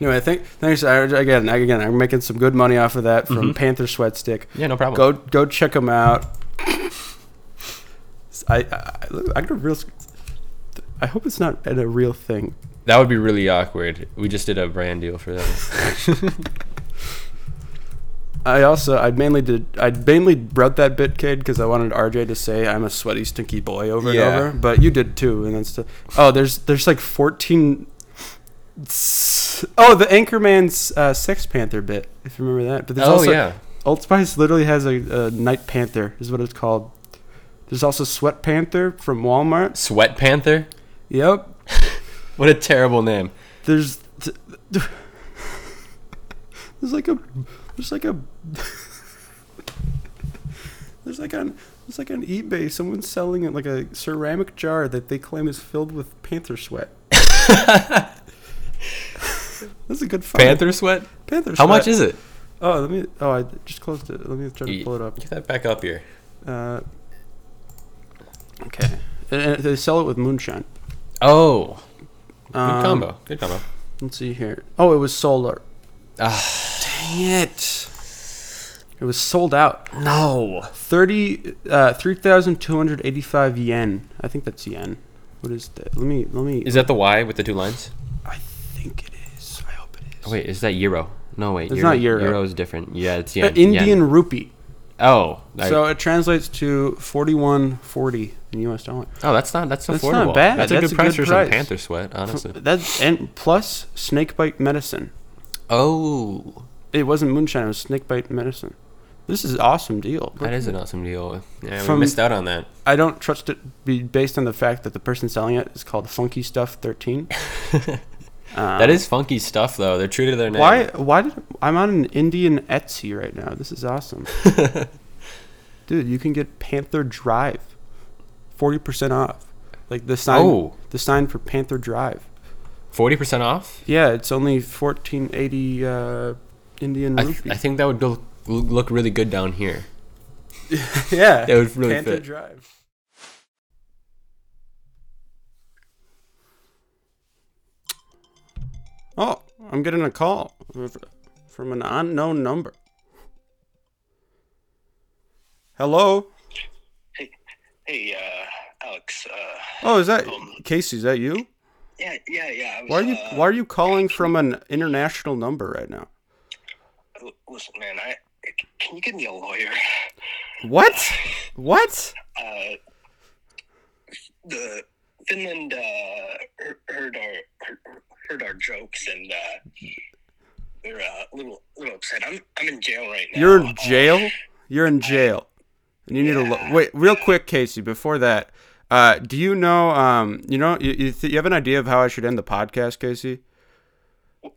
Speaker 1: anyway, I think thanks I- again. Again, I'm making some good money off of that from Panther Sweat Stick.
Speaker 2: Mm-hmm. yeah, no problem.
Speaker 1: Go go check them out. I I, I got a real. I hope it's not a real thing.
Speaker 2: That would be really awkward. We just did a brand deal for them.
Speaker 1: I also I mainly did I mainly wrote that bit kid because I wanted RJ to say I'm a sweaty stinky boy over
Speaker 2: Yeah.
Speaker 1: and over, but you did too, and that's the, oh there's there's like fourteen. Oh, the Anchorman's uh, Sex Panther bit, if you remember that. But there's
Speaker 2: oh
Speaker 1: also
Speaker 2: yeah.
Speaker 1: Old Spice literally has a, a Night Panther, is what it's called. There's also Sweat Panther from Walmart.
Speaker 2: Sweat panther?
Speaker 1: Yep,
Speaker 2: What a terrible name.
Speaker 1: there's th- th- there's like a there's like a there's like on there's like on eBay someone's selling it like a ceramic jar that they claim is filled with panther sweat. That's a good find.
Speaker 2: Panther sweat?
Speaker 1: Panther.
Speaker 2: How much is it?
Speaker 1: Oh, let me. Oh, I just closed it. Let me try to pull it up.
Speaker 2: Get that back up here.
Speaker 1: Uh, okay, and, and they sell it with moonshine.
Speaker 2: Oh, Good combo. Good combo.
Speaker 1: Let's see here. Oh, it was solar.
Speaker 2: Ah,
Speaker 1: Dang it. It was sold out.
Speaker 2: no.
Speaker 1: 30 uh 3285 yen. I think that's yen. What is that? Let me let me
Speaker 2: Is that the Y with the two lines?
Speaker 1: I think it is. I hope it is.
Speaker 2: Oh, wait, is that Euro? No, wait.
Speaker 1: It's not euro.
Speaker 2: Euro is different. Yeah, it's
Speaker 1: Uh,
Speaker 2: yen.
Speaker 1: Indian
Speaker 2: yen.
Speaker 1: rupee.
Speaker 2: Oh, I-
Speaker 1: So it translates to 4140 in US dollar.
Speaker 2: oh, that's not that's affordable.
Speaker 1: That's not bad.
Speaker 2: That's a
Speaker 1: That's
Speaker 2: good
Speaker 1: a
Speaker 2: price
Speaker 1: good
Speaker 2: for some
Speaker 1: price.
Speaker 2: panther sweat, honestly.
Speaker 1: That's and plus snakebite medicine.
Speaker 2: Oh,
Speaker 1: It wasn't moonshine, it was snakebite medicine. This is an awesome deal.
Speaker 2: that is an awesome deal. Yeah, we
Speaker 1: From-
Speaker 2: missed out on that.
Speaker 1: I don't trust it be based on the fact that the person selling it is called Funky Stuff 13.
Speaker 2: that is funky stuff, though. They're true to their name.
Speaker 1: Why? Why did I'm on an Indian Etsy right now? This is awesome, dude. You can get Panther Drive, forty percent off. Like the sign,
Speaker 2: Oh.
Speaker 1: the sign for Panther Drive.
Speaker 2: Forty percent off.
Speaker 1: Yeah, it's only fourteen eighty uh, Indian
Speaker 2: I,
Speaker 1: rupee.
Speaker 2: th- I think that would look, look really good down here.
Speaker 1: yeah,
Speaker 2: that would really
Speaker 1: Panther
Speaker 2: fit.
Speaker 1: Drive. Oh, I'm getting a call from an unknown number. Hello.
Speaker 4: Hey, hey, uh, Alex. Uh,
Speaker 1: Oh, is that Casey? Is that you?
Speaker 4: yeah, yeah, yeah. I was,
Speaker 1: Why are you
Speaker 4: Uh,
Speaker 1: Why are you calling from an international number right now?
Speaker 4: l- listen, man. I can you get me a lawyer?
Speaker 1: What? What?
Speaker 4: Uh, the Finland uh, heard- heard our heard- heard our jokes and uh, they're uh, a little little upset. I'm I'm in jail right now.
Speaker 1: You're in
Speaker 4: Uh,
Speaker 1: jail. You're in jail, and you need a lo- wait. Real quick, Casey. Before that, uh, do you know? Um, you know, you you, th- you have an idea of how I should end the podcast, Casey?
Speaker 4: N-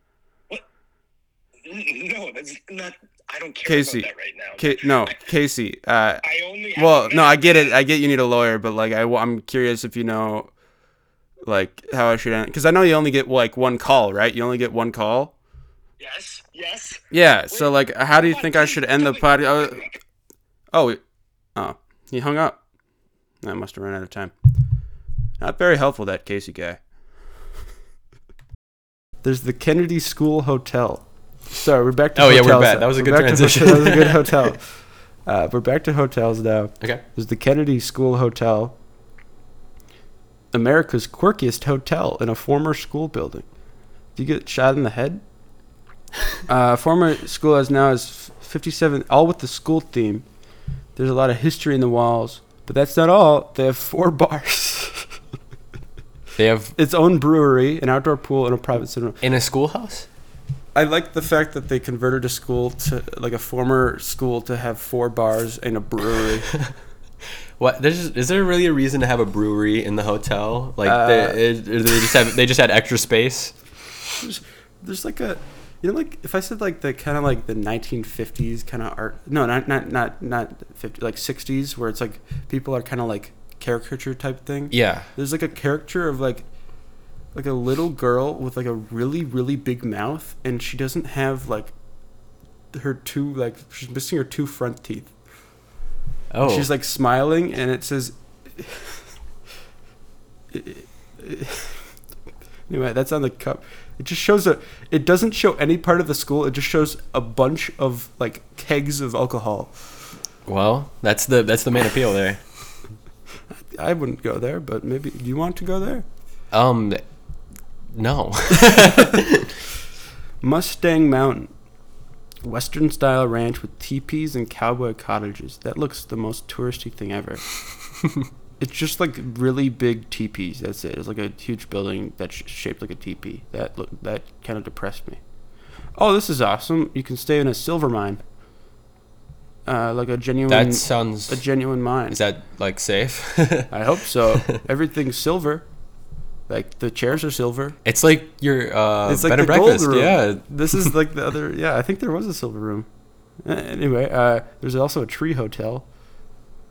Speaker 4: no, that's not. I don't care
Speaker 1: Casey,
Speaker 4: about that right now.
Speaker 1: Ca- no, Casey. Uh,
Speaker 4: I only.
Speaker 1: well, no, I get it. I get you need a lawyer, but like, I, am curious if you know, like, how I should end because I know you only get like one call, right? You only get one call.
Speaker 4: Yes. Yes.
Speaker 1: Yeah. So like, how do you think I should end the uh,
Speaker 4: Tell me-
Speaker 1: podcast? Oh, he- oh, he hung up. I must have run out of time. Not very helpful, that Casey guy. There's the Kennedy School Hotel. Sorry, we're back to
Speaker 2: Oh, yeah,
Speaker 1: hotels.
Speaker 2: we're back.
Speaker 1: now.
Speaker 2: That was a
Speaker 1: We're
Speaker 2: good
Speaker 1: back to
Speaker 2: transition.
Speaker 1: hotel- that was a good hotel. Uh, we're back to hotels now.
Speaker 2: Okay.
Speaker 1: There's the Kennedy School Hotel, America's quirkiest hotel in a former school building. Did you get shot in the head? uh, former school as now is 57, all with the school theme. There's a lot of history in the walls, but that's not all. They have four bars,
Speaker 2: They have
Speaker 1: its own brewery, an outdoor pool, and a private cinema.
Speaker 2: in a schoolhouse.
Speaker 1: I like the fact that they converted a school to, like a former school, to have four bars and a brewery.
Speaker 2: What? There's just, is there really a reason to have a brewery in the hotel? Like
Speaker 1: Uh,
Speaker 2: they, is- is they just have they just had extra space.
Speaker 1: there's, there's like a you know like if I said like the kind of like the 1950s kind of art no not not not not 50 like 60s where it's like people are kind of like caricature type thing
Speaker 2: Yeah.
Speaker 1: there's like a caricature of like like a little girl with like a really really big mouth and she doesn't have like her two like she's missing her two front teeth
Speaker 2: Oh.
Speaker 1: she's like smiling and it says anyway that's on the cup it just shows a it doesn't show any part of the school it just shows a bunch of like kegs of alcohol
Speaker 2: well, that's the that's the main appeal there.
Speaker 1: i wouldn't go there but maybe you want to go there
Speaker 2: Um, no.
Speaker 1: mustang mountain western style ranch with teepees and cowboy cottages that looks the most touristy thing ever it's just like really big teepees that's it it's like a huge building that's sh- shaped like a teepee that look that kind of depressed me oh this is awesome you can stay in a silver mine uh, like a genuine
Speaker 2: that sounds.
Speaker 1: a genuine mine
Speaker 2: is that like safe?
Speaker 1: i hope so everything's silver like the chairs are silver
Speaker 2: it's like your uh,
Speaker 1: it's like
Speaker 2: bed
Speaker 1: the
Speaker 2: and breakfast.
Speaker 1: gold room.
Speaker 2: Yeah.
Speaker 1: this is like the other. Yeah, I think there was a silver room. Uh, Anyway, uh, there's also a tree hotel.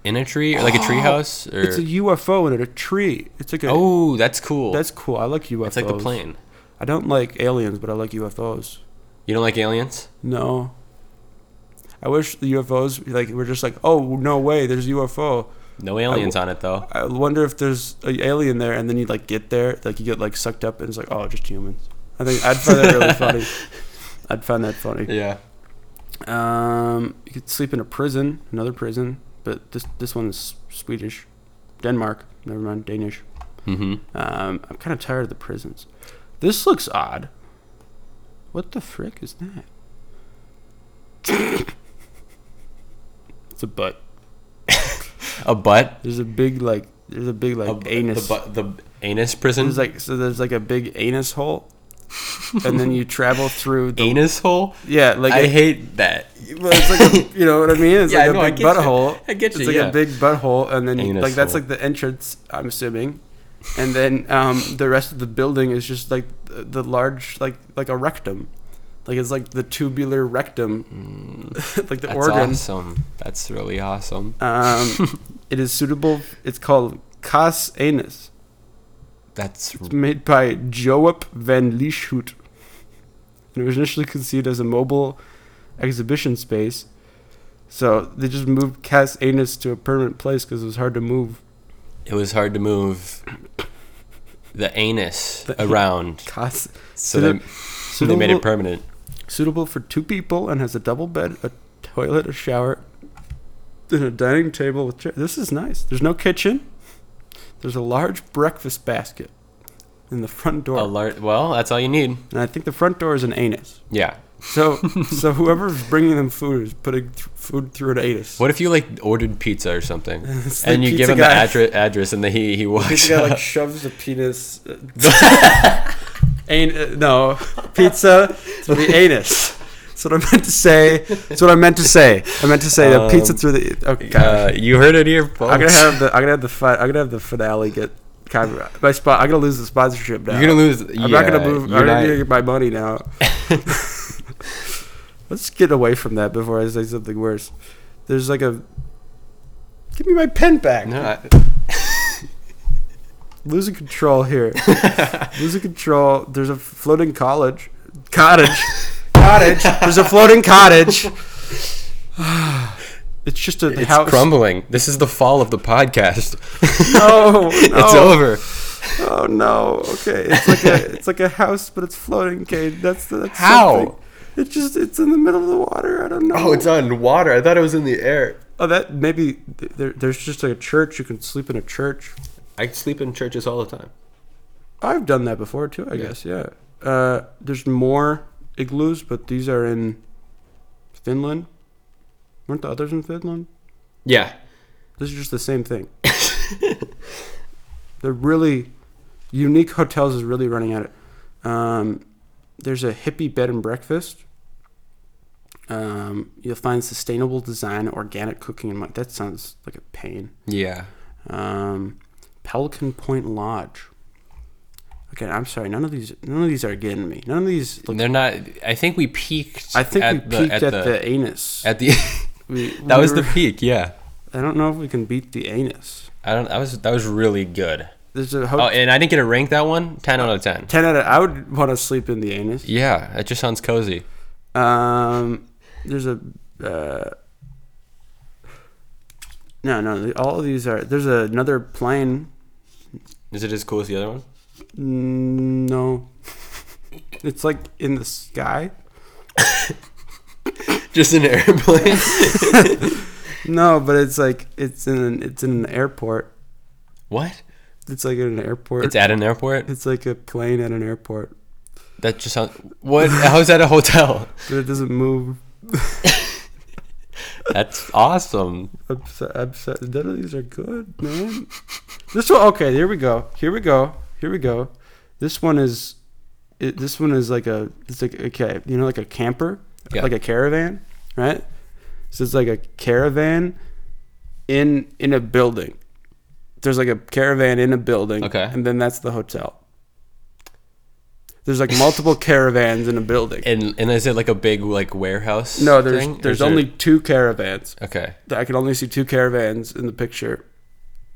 Speaker 2: In a tree or like a tree house or.
Speaker 1: It's a UFO in it, a tree. It's like a.
Speaker 2: oh, that's cool.
Speaker 1: that's cool. I like UFOs.
Speaker 2: it's like the plane.
Speaker 1: I don't like aliens, but I like UFOs.
Speaker 2: You don't like aliens?
Speaker 1: No. I wish the UFOs like were just like, oh no way, there's a UFO.
Speaker 2: No aliens on it though.
Speaker 1: I wonder if there's an alien there, and then you like get there, like you get like sucked up, and it's like, oh, just humans. I think I'd find that really funny. I'd find that funny.
Speaker 2: Yeah.
Speaker 1: Um, you could sleep in a prison, another prison, but this this one is Swedish, Denmark. Never mind, Danish.
Speaker 2: Mm-hmm.
Speaker 1: Um, I'm kind of tired of the prisons. This looks odd. What the frick is that? it's a butt.
Speaker 2: A butt.
Speaker 1: There's a big like. There's a big like
Speaker 2: A, bu-
Speaker 1: anus.
Speaker 2: The, butt, the anus prison.
Speaker 1: There's like so. There's like a big anus hole, and then you travel through the
Speaker 2: anus hole.
Speaker 1: yeah. Like
Speaker 2: I
Speaker 1: a-
Speaker 2: hate that.
Speaker 1: well, it's like a, you know what I mean. It's
Speaker 2: Yeah, I
Speaker 1: like
Speaker 2: know, I
Speaker 1: a big
Speaker 2: get you.
Speaker 1: butthole.
Speaker 2: I get you,
Speaker 1: It's like
Speaker 2: yeah.
Speaker 1: a big butthole, and then you,
Speaker 2: Anus
Speaker 1: like that's
Speaker 2: hole.
Speaker 1: like the entrance. I'm assuming, and then um, the rest of the building is just like the, the large like like a rectum, like it's like the tubular rectum, like the
Speaker 2: Mm. That's
Speaker 1: organ.
Speaker 2: awesome. That's really awesome.
Speaker 1: Um, it is suitable. It's called Cas Anus,
Speaker 2: That's r-
Speaker 1: made by Joop van Lieshout. And it was initially conceived as a mobile exhibition space. So they just moved Cas Anus to a permanent place because it was hard to move.
Speaker 2: it was hard to move the anus around,
Speaker 1: Cas.
Speaker 2: so they, so they made it permanent.
Speaker 1: suitable for two people and has a double bed, a toilet, a shower, and a dining table with chair. This is nice. There's no kitchen. There's a large breakfast basket in the front door.
Speaker 2: A lar- well, that's all you need.
Speaker 1: and I think the front door is an anus.
Speaker 2: Yeah.
Speaker 1: So, so whoever's bringing them food is putting th- food through an anus.
Speaker 2: What if you like ordered pizza or something,
Speaker 1: It's the
Speaker 2: and you give
Speaker 1: pizza
Speaker 2: him
Speaker 1: guy.
Speaker 2: the address, address, and then he he walks
Speaker 1: The guy
Speaker 2: up.
Speaker 1: like shoves a penis. Ain't uh, no pizza through the anus. That's what I meant to say. That's what I meant to say. I meant to say a pizza
Speaker 2: Um,
Speaker 1: through the. Okay.
Speaker 2: uh, you heard it here, folks.
Speaker 1: I'm gonna have the. I'm gonna have the. Fi- I'm gonna have the finale get. Copyright. My spot. I'm gonna lose the sponsorship now.
Speaker 2: You're gonna lose.
Speaker 1: I'm not gonna move. I'm gonna get my money now. Let's get away from that before I say something worse. There's like a. Give me my pen back. Losing control here. Losing control. There's a floating college. Cottage. cottage. There's a floating cottage. it's just a
Speaker 2: it's
Speaker 1: house.
Speaker 2: crumbling. This is the fall of the podcast.
Speaker 1: No,
Speaker 2: it's
Speaker 1: no.
Speaker 2: over.
Speaker 1: Oh no! Okay, it's like a it's like a house, but it's floating. Okay, that's the that's
Speaker 2: How?
Speaker 1: something. It just it's in the middle of the water. I don't know.
Speaker 2: Oh, on water. I thought it was in the air.
Speaker 1: oh that maybe th- there, there's just a church. You can sleep in a church.
Speaker 2: I sleep in churches all the time.
Speaker 1: I've done that before too. I guess yeah. Uh, there's more igloos, but these are in Finland. Weren't the others in Finland?
Speaker 2: Yeah.
Speaker 1: This is just the same thing. They're really unique hotels is really running at it. Um, there's a hippie bed and breakfast. Um, you'll find sustainable design, organic cooking, and mo- that sounds like a pain.
Speaker 2: Yeah.
Speaker 1: Um, Pelican Point Lodge. Okay, I'm sorry. None of these, none of these are getting me. None of these. Look,
Speaker 2: They're not. I think we peaked.
Speaker 1: I think we
Speaker 2: at
Speaker 1: peaked
Speaker 2: at
Speaker 1: at, the, anus.
Speaker 2: at the.
Speaker 1: We-
Speaker 2: that
Speaker 1: we
Speaker 2: was the
Speaker 1: were-
Speaker 2: peak. Yeah.
Speaker 1: I don't know if we can beat the anus.
Speaker 2: I don't. That was that was really good.
Speaker 1: There's a
Speaker 2: Oh,
Speaker 1: hotel.
Speaker 2: and I didn't get a rank that one. Ten out of ten.
Speaker 1: 10 out of I would want to sleep in the anus.
Speaker 2: Yeah, that just sounds cozy.
Speaker 1: Um there's a uh no, no. the- All of these are. There's another plane.
Speaker 2: Is it as cool as the other one?
Speaker 1: Mm, No, it's like in the sky.
Speaker 2: Just an airplane.
Speaker 1: No, but it's like it's in an, it's in an airport.
Speaker 2: what?
Speaker 1: It's like in an airport.
Speaker 2: It's at an airport.
Speaker 1: It's like a plane at an airport,
Speaker 2: That just sounds. What? How is that a hotel?
Speaker 1: but it doesn't move.
Speaker 2: That's awesome.
Speaker 1: upset, upset. None of these are good, man. this one, okay. Here we go. Here we go. Here we go. This one is, it, this one is like a, it's like okay, you know, like a camper,
Speaker 2: Yeah.
Speaker 1: like a caravan, right? So it's like a caravan in in a building. There's like a caravan in a building,
Speaker 2: Okay.
Speaker 1: and then that's the hotel. There's like multiple caravans in a building.
Speaker 2: And and is it like a big like warehouse?
Speaker 1: no, there's
Speaker 2: thing? Or
Speaker 1: there's
Speaker 2: is there-
Speaker 1: only two caravans
Speaker 2: okay.
Speaker 1: that I can only see two caravans in the picture.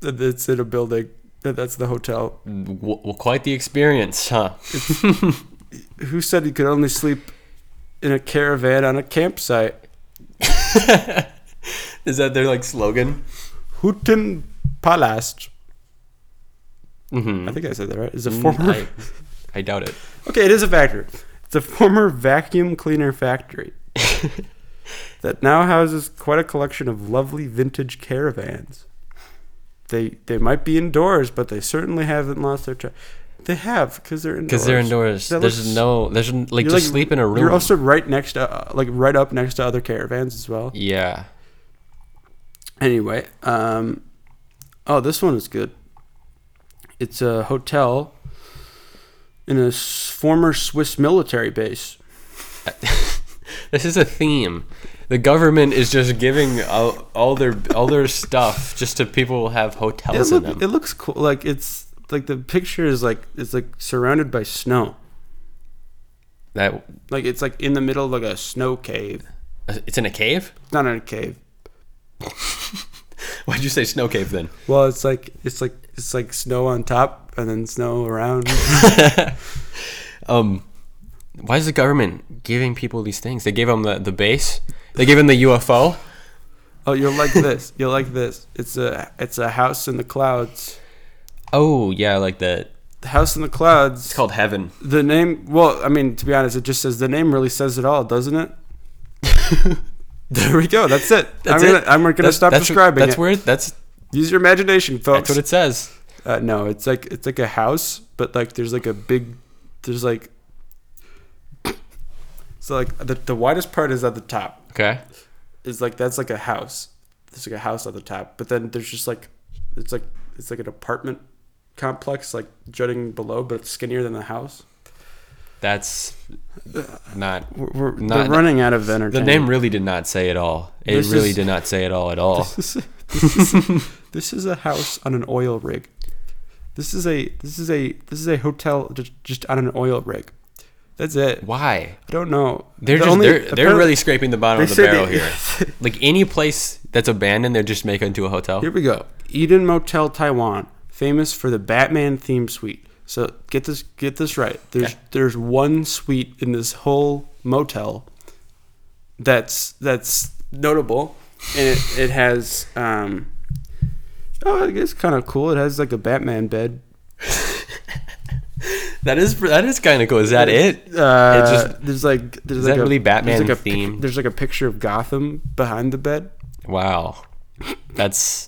Speaker 1: That That's in a building. That That's the hotel.
Speaker 2: W- well, quite the experience, huh?
Speaker 1: Who said you could only sleep in a caravan on a campsite?
Speaker 2: Is that their like slogan?
Speaker 1: Hooten Palast.
Speaker 2: Mm-hmm. Mm,
Speaker 1: I think I said that right. Is a former.
Speaker 2: I, I doubt it.
Speaker 1: Okay, it is a factory. It's a former vacuum cleaner factory that now houses quite a collection of lovely vintage caravans. They they might be indoors, but they certainly haven't lost their charm. They have because they're indoors.
Speaker 2: Because they're indoors.
Speaker 1: That
Speaker 2: there's
Speaker 1: looks-
Speaker 2: no. There's n- like
Speaker 1: you're,
Speaker 2: just sleep in a room.
Speaker 1: You're also right next to uh, like right up next to other caravans as well.
Speaker 2: yeah.
Speaker 1: Anyway, um, oh, this one is good. It's a hotel in a s- former Swiss military base.
Speaker 2: This is a theme. The government is just giving all, all their all their stuff just to people who have
Speaker 1: It,
Speaker 2: hotels in
Speaker 1: look,
Speaker 2: them.
Speaker 1: it looks cool. Like it's like the picture is like it's like surrounded by snow.
Speaker 2: that
Speaker 1: Like it's like in the middle of like a snow cave.
Speaker 2: it's in a cave.
Speaker 1: It's not in a cave.
Speaker 2: Why'd you say snow cave then?
Speaker 1: Well, it's like it's like it's like snow on top and then snow around.
Speaker 2: Um, why is the government giving people these things? They gave them the, the base. They gave them the UFO.
Speaker 1: oh, you'll like this. You'll like this. It's a it's a house in the clouds.
Speaker 2: Oh yeah, like that.
Speaker 1: The house in the clouds.
Speaker 2: It's called heaven.
Speaker 1: The name, well, I mean, to be honest, it just says the name really says it all, doesn't it? there we go. That's it.
Speaker 2: That's
Speaker 1: I'm
Speaker 2: it.
Speaker 1: gonna, I'm gonna
Speaker 2: That's-
Speaker 1: stop
Speaker 2: that's,
Speaker 1: describing
Speaker 2: That's
Speaker 1: it.
Speaker 2: where that's
Speaker 1: Use your imagination, folks.
Speaker 2: that's what it says.
Speaker 1: uh, no, it's like it's like a house, but like there's like a big, there's like, so like the the widest part is at the top.
Speaker 2: Okay.
Speaker 1: Is like that's like a house. There's like a house at the top, but then there's just like, it's like it's like an apartment complex like jutting below, but it's skinnier than the house.
Speaker 2: That's not.
Speaker 1: We're, we're
Speaker 2: Not-
Speaker 1: they're running out of
Speaker 2: The
Speaker 1: entertainment.
Speaker 2: name really did not say it all. It
Speaker 1: This
Speaker 2: really
Speaker 1: is-
Speaker 2: did not say it all at all.
Speaker 1: this, is, this is a house on an oil rig. This is a this is a this is a hotel just, just on an oil rig. That's it.
Speaker 2: Why?
Speaker 1: I don't know.
Speaker 2: They're
Speaker 1: The
Speaker 2: just
Speaker 1: only-
Speaker 2: they're, they're
Speaker 1: apparently-
Speaker 2: really scraping the bottom
Speaker 1: they
Speaker 2: of the
Speaker 1: said
Speaker 2: barrel
Speaker 1: they-
Speaker 2: here. like any place that's abandoned, they're just making into a hotel.
Speaker 1: Here we go. Eden Motel Taiwan, famous for the Batman theme suite. So get this get this right. There's there's one suite in this whole motel that's that's notable and it, it has um oh it's kind of cool. It has like a Batman bed.
Speaker 2: That is that is kind of cool. Is that it?
Speaker 1: Uh,
Speaker 2: It just-
Speaker 1: there's like there's
Speaker 2: Is
Speaker 1: like
Speaker 2: that
Speaker 1: a,
Speaker 2: really Batman
Speaker 1: there's like a pic-
Speaker 2: themed?
Speaker 1: there's like a picture of Gotham behind the bed.
Speaker 2: Wow. That's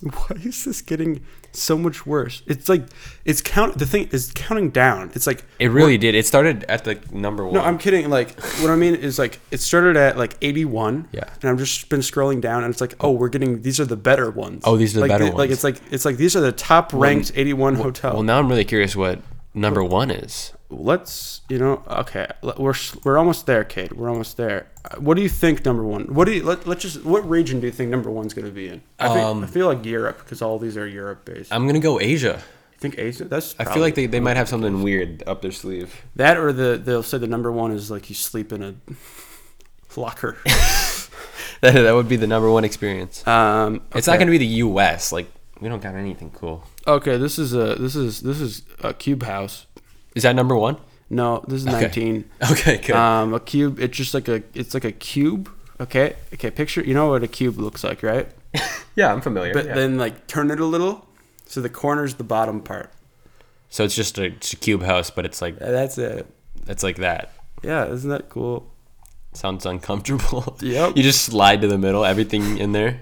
Speaker 1: Why is this getting so much worse? It's like it's count. The thing is counting down. It's like
Speaker 2: it. Really did. It started at the number one.
Speaker 1: no, I'm kidding. Like what I mean is like it started at like 81.
Speaker 2: Yeah.
Speaker 1: and I've just been scrolling down, and it's like oh, we're getting these are the better ones.
Speaker 2: Oh, these are the
Speaker 1: like,
Speaker 2: better
Speaker 1: Like
Speaker 2: ones.
Speaker 1: it's like it's like these are the top ranked 81 hotel.
Speaker 2: well, now I'm really curious what number one is.
Speaker 1: let's you know okay l- we're s- we're almost there kate we're almost there Uh, what do you think number one what do you let, let's just what region do you think number one's going to be in i, think,
Speaker 2: Um,
Speaker 1: I feel like europe because all these are europe based i
Speaker 2: I'm gonna go Asia.
Speaker 1: think asia that's
Speaker 2: I feel like they, they might have something weird up their sleeve.
Speaker 1: that or the they'll say the number one is like you sleep in a locker
Speaker 2: That that would be the number one experience.
Speaker 1: um
Speaker 2: It's not gonna be the U.S. Like we don't got anything cool.
Speaker 1: okay this is a this is this is a cube house
Speaker 2: Is that number one? Uh,
Speaker 1: no this is 19
Speaker 2: Okay, good.
Speaker 1: um a cube it's just like a it's like a cube okay okay picture you know what a cube looks like right
Speaker 2: yeah, I'm familiar.
Speaker 1: but then like turn it a little so the corner's the bottom part
Speaker 2: so it's just a, it's a cube house, but it's like
Speaker 1: Uh, that's it
Speaker 2: it's like that.
Speaker 1: yeah isn't that cool
Speaker 2: Sounds uncomfortable.
Speaker 1: Yep.
Speaker 2: you just slide to the middle. Everything in there.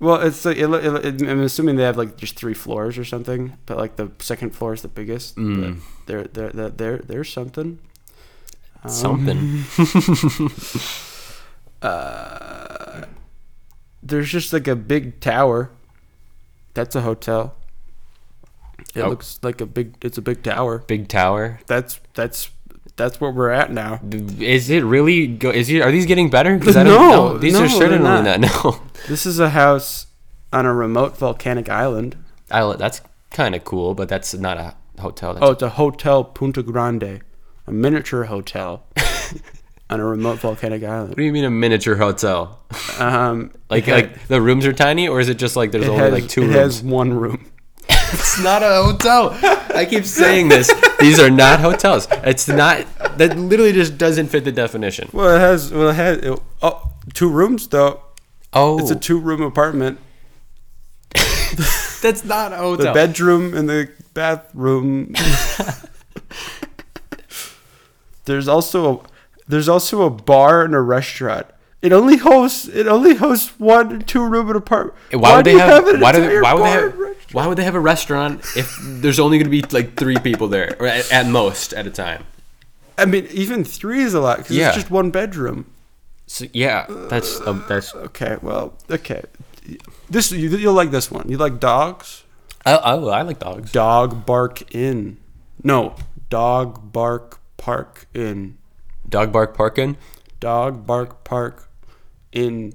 Speaker 1: well it's like it, lo- it, lo- it, i'm assuming they have like just three floors or something but like the second floor is the biggest mm. there, there, there, there, there's something Um.
Speaker 2: Something.
Speaker 1: there's just like a big tower that's a hotel it
Speaker 2: Oh.
Speaker 1: looks like a big it's a big tower
Speaker 2: Big tower.
Speaker 1: that's that's that's where we're at now
Speaker 2: Is it really? Go, is it? Are these getting better? 'Cause I don't
Speaker 1: No,
Speaker 2: know. these
Speaker 1: no,
Speaker 2: are
Speaker 1: they're
Speaker 2: certainly
Speaker 1: not.
Speaker 2: not. No,
Speaker 1: this is a house on a remote volcanic island
Speaker 2: I, li- that's kind of cool, but that's not a hotel. That's
Speaker 1: Oh, it's a hotel Punta Grande, a miniature hotel on a remote volcanic
Speaker 2: What
Speaker 1: island.
Speaker 2: do you mean a miniature hotel?
Speaker 1: Um,
Speaker 2: Like
Speaker 1: it had-
Speaker 2: like the rooms are tiny, or is it just like there's
Speaker 1: it
Speaker 2: only
Speaker 1: has,
Speaker 2: like two
Speaker 1: it
Speaker 2: rooms?
Speaker 1: has one room.
Speaker 2: It's not a hotel. I keep saying this. These are not hotels. It's not. That literally just doesn't fit the definition.
Speaker 1: Well, it has well it has it, oh, two rooms though.
Speaker 2: Oh,
Speaker 1: It's a two room apartment.
Speaker 2: that's not
Speaker 1: The
Speaker 2: a hotel.
Speaker 1: bedroom and the bathroom. there's also a, there's also a bar and a restaurant. It only hosts it only hosts one two room and apartment.
Speaker 2: why, would
Speaker 1: do
Speaker 2: they
Speaker 1: you
Speaker 2: have,
Speaker 1: an
Speaker 2: why, do they,
Speaker 1: entire
Speaker 2: why would
Speaker 1: bar
Speaker 2: they have
Speaker 1: and restaurant?
Speaker 2: why would they have a restaurant if there's only going to be like three people there or at, at most at a time?
Speaker 1: I mean, even three is a lot because
Speaker 2: Yeah.
Speaker 1: it's just one bedroom.
Speaker 2: So yeah, that's um, that's
Speaker 1: Okay, well, okay. This you, you'll like this one. You like dogs?
Speaker 2: I, I, I like dogs.
Speaker 1: Dog Bark Inn. No, Dog Bark Park Inn.
Speaker 2: Dog bark parking.
Speaker 1: Dog Bark Park Inn.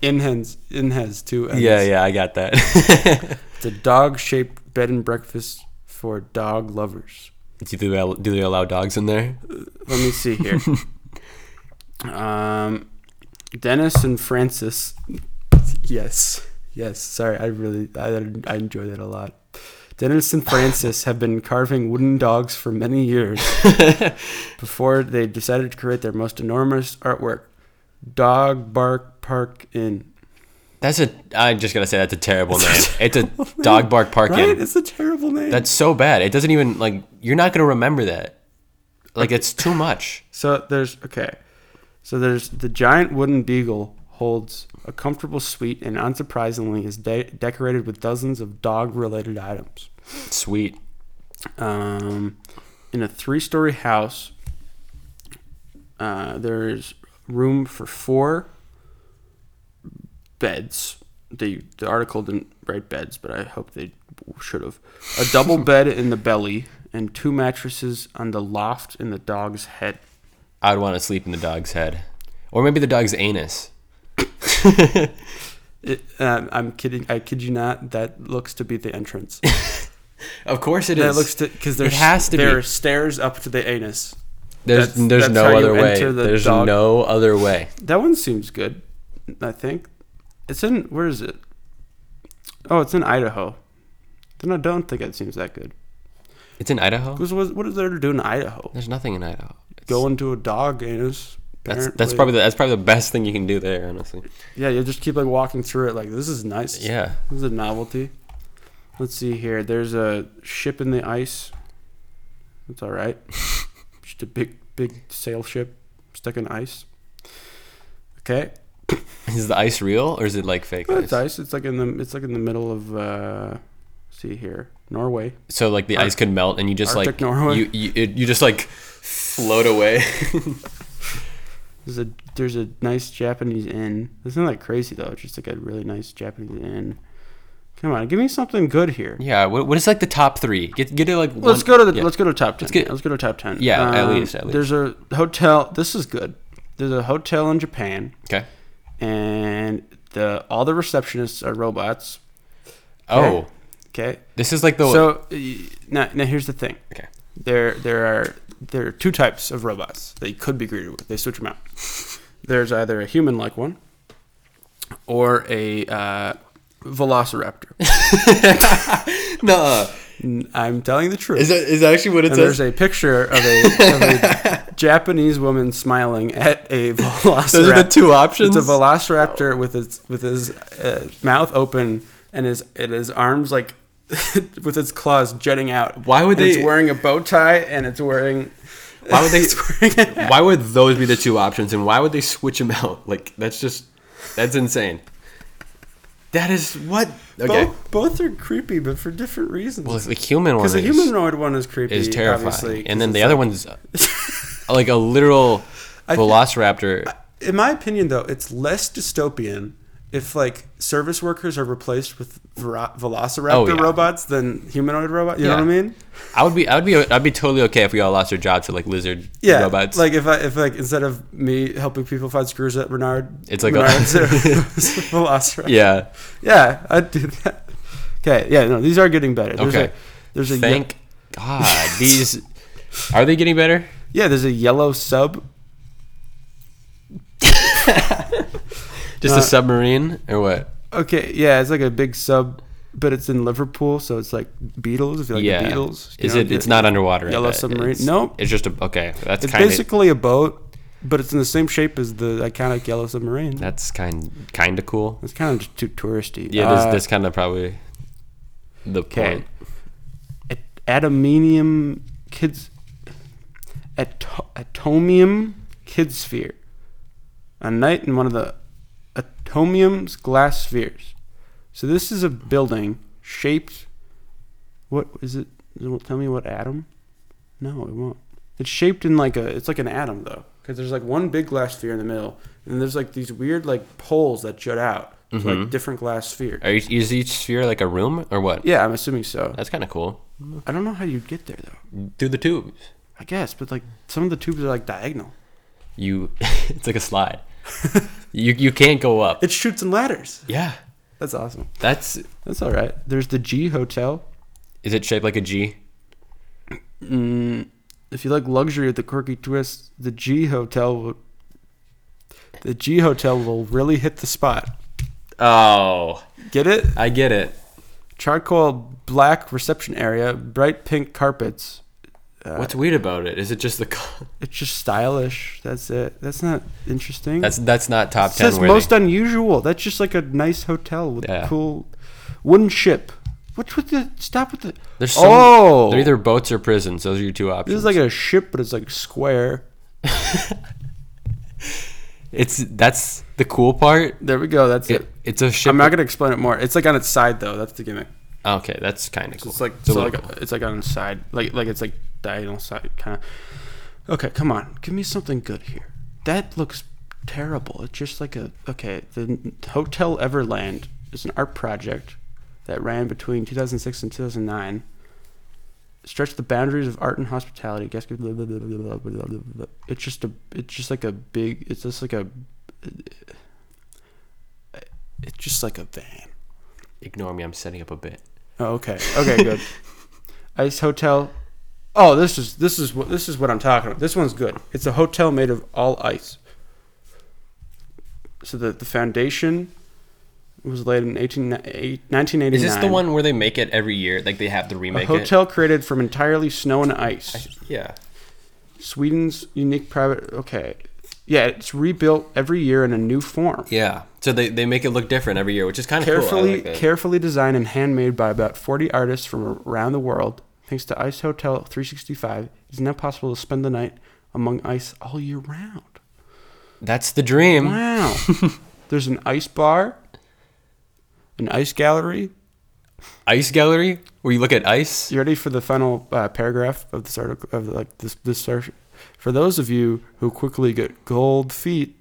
Speaker 1: Inn has Inn has two N's.
Speaker 2: Yeah, yeah, I got that.
Speaker 1: It's a dog-shaped bed and breakfast for dog lovers.
Speaker 2: do they al- do they allow dogs in there?
Speaker 1: Let me see here. um, Dennis and Francis. Yes, yes. Sorry, I really I, I enjoy that a lot. Dennis and Francis have been carving wooden dogs for many years before they decided to create their most enormous artwork, Dog Bark Park Inn.
Speaker 2: That's a. I just gotta say that's a terrible name. It's a dog bark parking.
Speaker 1: Right? It's a terrible name.
Speaker 2: That's so bad. It doesn't even like you're not gonna remember that. Like it's too much.
Speaker 1: So there's okay. So there's the giant wooden beagle holds a comfortable suite and unsurprisingly is de- decorated with dozens of dog related items.
Speaker 2: Sweet.
Speaker 1: Um, in a three story house, uh, there is room for four beds. The, the article didn't write beds, but I hope they should have. A double bed in the belly and two mattresses on the loft in the dog's head.
Speaker 2: I'd want to sleep in the dog's head, or maybe the dog's anus.
Speaker 1: It, um, I'm kidding. I kid you not. That looks to be the entrance.
Speaker 2: Of course it
Speaker 1: That
Speaker 2: is.
Speaker 1: looks to because there's
Speaker 2: has to be.
Speaker 1: there are stairs up to the anus.
Speaker 2: there's
Speaker 1: that's-
Speaker 2: there's
Speaker 1: that's
Speaker 2: no
Speaker 1: how you
Speaker 2: other way.
Speaker 1: enter the
Speaker 2: There's
Speaker 1: dog-
Speaker 2: no other way.
Speaker 1: That one seems good. I think it's in where is it? Oh, it's in Idaho. Then I don't think it seems that good.
Speaker 2: It's in Idaho.
Speaker 1: 'Cause what, what is there to do in Idaho?
Speaker 2: There's nothing in Idaho. It's-
Speaker 1: Go into a dog anus.
Speaker 2: That's that's
Speaker 1: apparently.
Speaker 2: probably the, that's probably the best thing you can do there, honestly.
Speaker 1: yeah. You just keep like walking through it. Like this is nice.
Speaker 2: Yeah.
Speaker 1: this is a novelty. Let's see here. There's a ship in the ice. That's all right. Just a big, big sail ship stuck in ice. Okay,
Speaker 2: Is the ice real or is it like fake
Speaker 1: Well, it's
Speaker 2: ice?
Speaker 1: ice. It's like in the it's like in the middle of uh, see here Norway.
Speaker 2: So like the ice could melt and you just
Speaker 1: Arctic
Speaker 2: like
Speaker 1: Norway.
Speaker 2: you you, it, you just like float away.
Speaker 1: There's a there's a nice Japanese inn. It's not like crazy though. It's just like a really nice Japanese inn. Come on, give me something good here.
Speaker 2: yeah. What, what is like the top three? Get get it like.
Speaker 1: Let's go
Speaker 2: one-
Speaker 1: to the
Speaker 2: yeah.
Speaker 1: let's go to top ten. Let's,
Speaker 2: get-
Speaker 1: go to top ten. Um,
Speaker 2: Yeah, at least, at least.
Speaker 1: There's a hotel. This is good. There's a hotel in Japan,
Speaker 2: Okay.
Speaker 1: and the all the receptionists are robots.
Speaker 2: Oh,
Speaker 1: Okay.
Speaker 2: this is like the
Speaker 1: So y- now, now here's the thing.
Speaker 2: Okay.
Speaker 1: There there are there are two types of robots that you could be greeted with. They switch them out. There's either a human-like one or a uh, velociraptor.
Speaker 2: no.
Speaker 1: I'm telling the truth.
Speaker 2: Is that is that actually what it
Speaker 1: and
Speaker 2: says?
Speaker 1: there's a picture of a, of a Japanese woman smiling at a velociraptor.
Speaker 2: Those are the two options.
Speaker 1: It's a velociraptor with its with his uh, mouth open and his and his arms like with its claws jutting out.
Speaker 2: Why would
Speaker 1: And
Speaker 2: they-
Speaker 1: It's wearing a bow tie and it's wearing.
Speaker 2: Why would they-
Speaker 1: it's wearing a hat.
Speaker 2: why would those be the two options, and why would they switch them out? Like that's just that's insane. That is what. Okay.
Speaker 1: Both, both are creepy, but for different reasons.
Speaker 2: Well, the human one
Speaker 1: because
Speaker 2: is,
Speaker 1: the humanoid one is creepy,
Speaker 2: is terrifying,
Speaker 1: obviously,
Speaker 2: and then
Speaker 1: 'cause
Speaker 2: the
Speaker 1: it's
Speaker 2: other one's uh, like a literal velociraptor.
Speaker 1: in my opinion though it's less dystopian if like service workers are replaced with vero- velociraptor
Speaker 2: Oh, yeah.
Speaker 1: robots than humanoid robots you know
Speaker 2: Yeah.
Speaker 1: what i mean
Speaker 2: I would be, I would be, I'd be totally okay if we all lost our jobs to like lizard
Speaker 1: yeah
Speaker 2: robots.
Speaker 1: like if i if like instead of me helping people find screws at renard
Speaker 2: It's like a-
Speaker 1: Renard's a velociraptor
Speaker 2: yeah.
Speaker 1: yeah i'd do that okay yeah no these are getting better there's
Speaker 2: Okay.
Speaker 1: a there's a ye-
Speaker 2: Thank God these are they getting better?
Speaker 1: yeah there's a yellow sub
Speaker 2: Just a submarine or what?
Speaker 1: okay yeah it's like a big sub but it's in liverpool so it's like beatles if you like
Speaker 2: yeah.
Speaker 1: the beatles you
Speaker 2: Is
Speaker 1: know,
Speaker 2: it?
Speaker 1: the-
Speaker 2: It's not underwater. I
Speaker 1: Yellow
Speaker 2: bet.
Speaker 1: submarine?
Speaker 2: It's,
Speaker 1: Nope.
Speaker 2: It's just a okay. That's
Speaker 1: it's
Speaker 2: kind of
Speaker 1: basically a boat But it's in the same shape as the iconic yellow submarine.
Speaker 2: That's kind kind of cool.
Speaker 1: That's kind of just too touristy.
Speaker 2: Yeah, that's,
Speaker 1: Uh,
Speaker 2: that's kind of probably the point.
Speaker 1: At- Adamantium kids. Ato- atomium kid sphere. A night in one of the atomium's glass spheres. So this is a building shaped. What is it? Does it tell me what atom? No, it won't. It's shaped in like a. It's like an atom though, because there's like one big glass sphere in the middle, and there's like these weird like poles that jut out, to, like different glass sphere.
Speaker 2: Are each, is each sphere like a room or what?
Speaker 1: Yeah, I'm assuming so.
Speaker 2: That's kind of cool.
Speaker 1: I don't know how you'd get there though.
Speaker 2: Through the tubes.
Speaker 1: I guess, but like some of the tubes are like diagonal.
Speaker 2: You, it's like a slide. you you can't go up.
Speaker 1: It shoots and ladders.
Speaker 2: Yeah,
Speaker 1: That's awesome.
Speaker 2: that's
Speaker 1: That's all right. There's the G Hotel.
Speaker 2: is it shaped like a G?
Speaker 1: If you like luxury with the quirky twist, the G Hotel will. The G Hotel will really hit the spot.
Speaker 2: Oh,
Speaker 1: Get it?
Speaker 2: I get it.
Speaker 1: Charcoal black reception area, bright pink carpets. Uh,
Speaker 2: What's weird about it? Is it just the? co-
Speaker 1: It's just stylish. That's it. That's not interesting.
Speaker 2: That's that's not top
Speaker 1: it
Speaker 2: ten
Speaker 1: says
Speaker 2: worthy.
Speaker 1: most unusual. That's just like a nice hotel with
Speaker 2: Yeah.
Speaker 1: a cool wooden ship. What's with the stop with the?
Speaker 2: There's so,
Speaker 1: oh,
Speaker 2: They're either boats or prisons. Those are your two
Speaker 1: This
Speaker 2: options.
Speaker 1: is like a ship, but it's like square.
Speaker 2: it's that's the cool part.
Speaker 1: There we go. That's it.
Speaker 2: It, it's a ship.
Speaker 1: I'm not gonna explain it more. It's like on its side though. That's the gimmick.
Speaker 2: okay, that's kind of cool.
Speaker 1: It's like
Speaker 2: a
Speaker 1: so
Speaker 2: little
Speaker 1: like
Speaker 2: cool.
Speaker 1: it's like on its side. Like like it's like diagonal side kind of. Okay, come on. Give me something good here. That looks terrible. It's just like a okay. The Hotel Everland is an art project that ran between 2006 and 2009. Stretched the boundaries of art and hospitality. Guess blah, blah, blah, blah, blah, blah, blah, blah. it's just a it's just like a big it's just like a it's just like a van.
Speaker 2: Ignore me. I'm setting up a bit.
Speaker 1: Oh, okay. Okay, good. Ice Hotel. Oh, this is this is what this is what I'm talking about. This one's good. It's a hotel made of all ice. So the the foundation was laid in 18, eight- 1989.
Speaker 2: Is this the one where they make it every year? Like they have to
Speaker 1: A
Speaker 2: remake
Speaker 1: hotel created from entirely snow and ice.
Speaker 2: it. Yeah.
Speaker 1: Sweden's unique private. Okay, yeah, it's rebuilt every year in a new form.
Speaker 2: Yeah. So they, they make it look different every year, which is kind of Cool. I
Speaker 1: carefully
Speaker 2: like that.
Speaker 1: carefully designed and handmade by about 40 artists from around the world thanks to ice hotel 365 it's now possible to spend the night among ice all year round
Speaker 2: That's the dream.
Speaker 1: wow there's an ice bar an ice gallery
Speaker 2: Ice gallery where you look at ice.
Speaker 1: you ready for the final uh, paragraph of this article of like this this search? for those of you who quickly get cold feet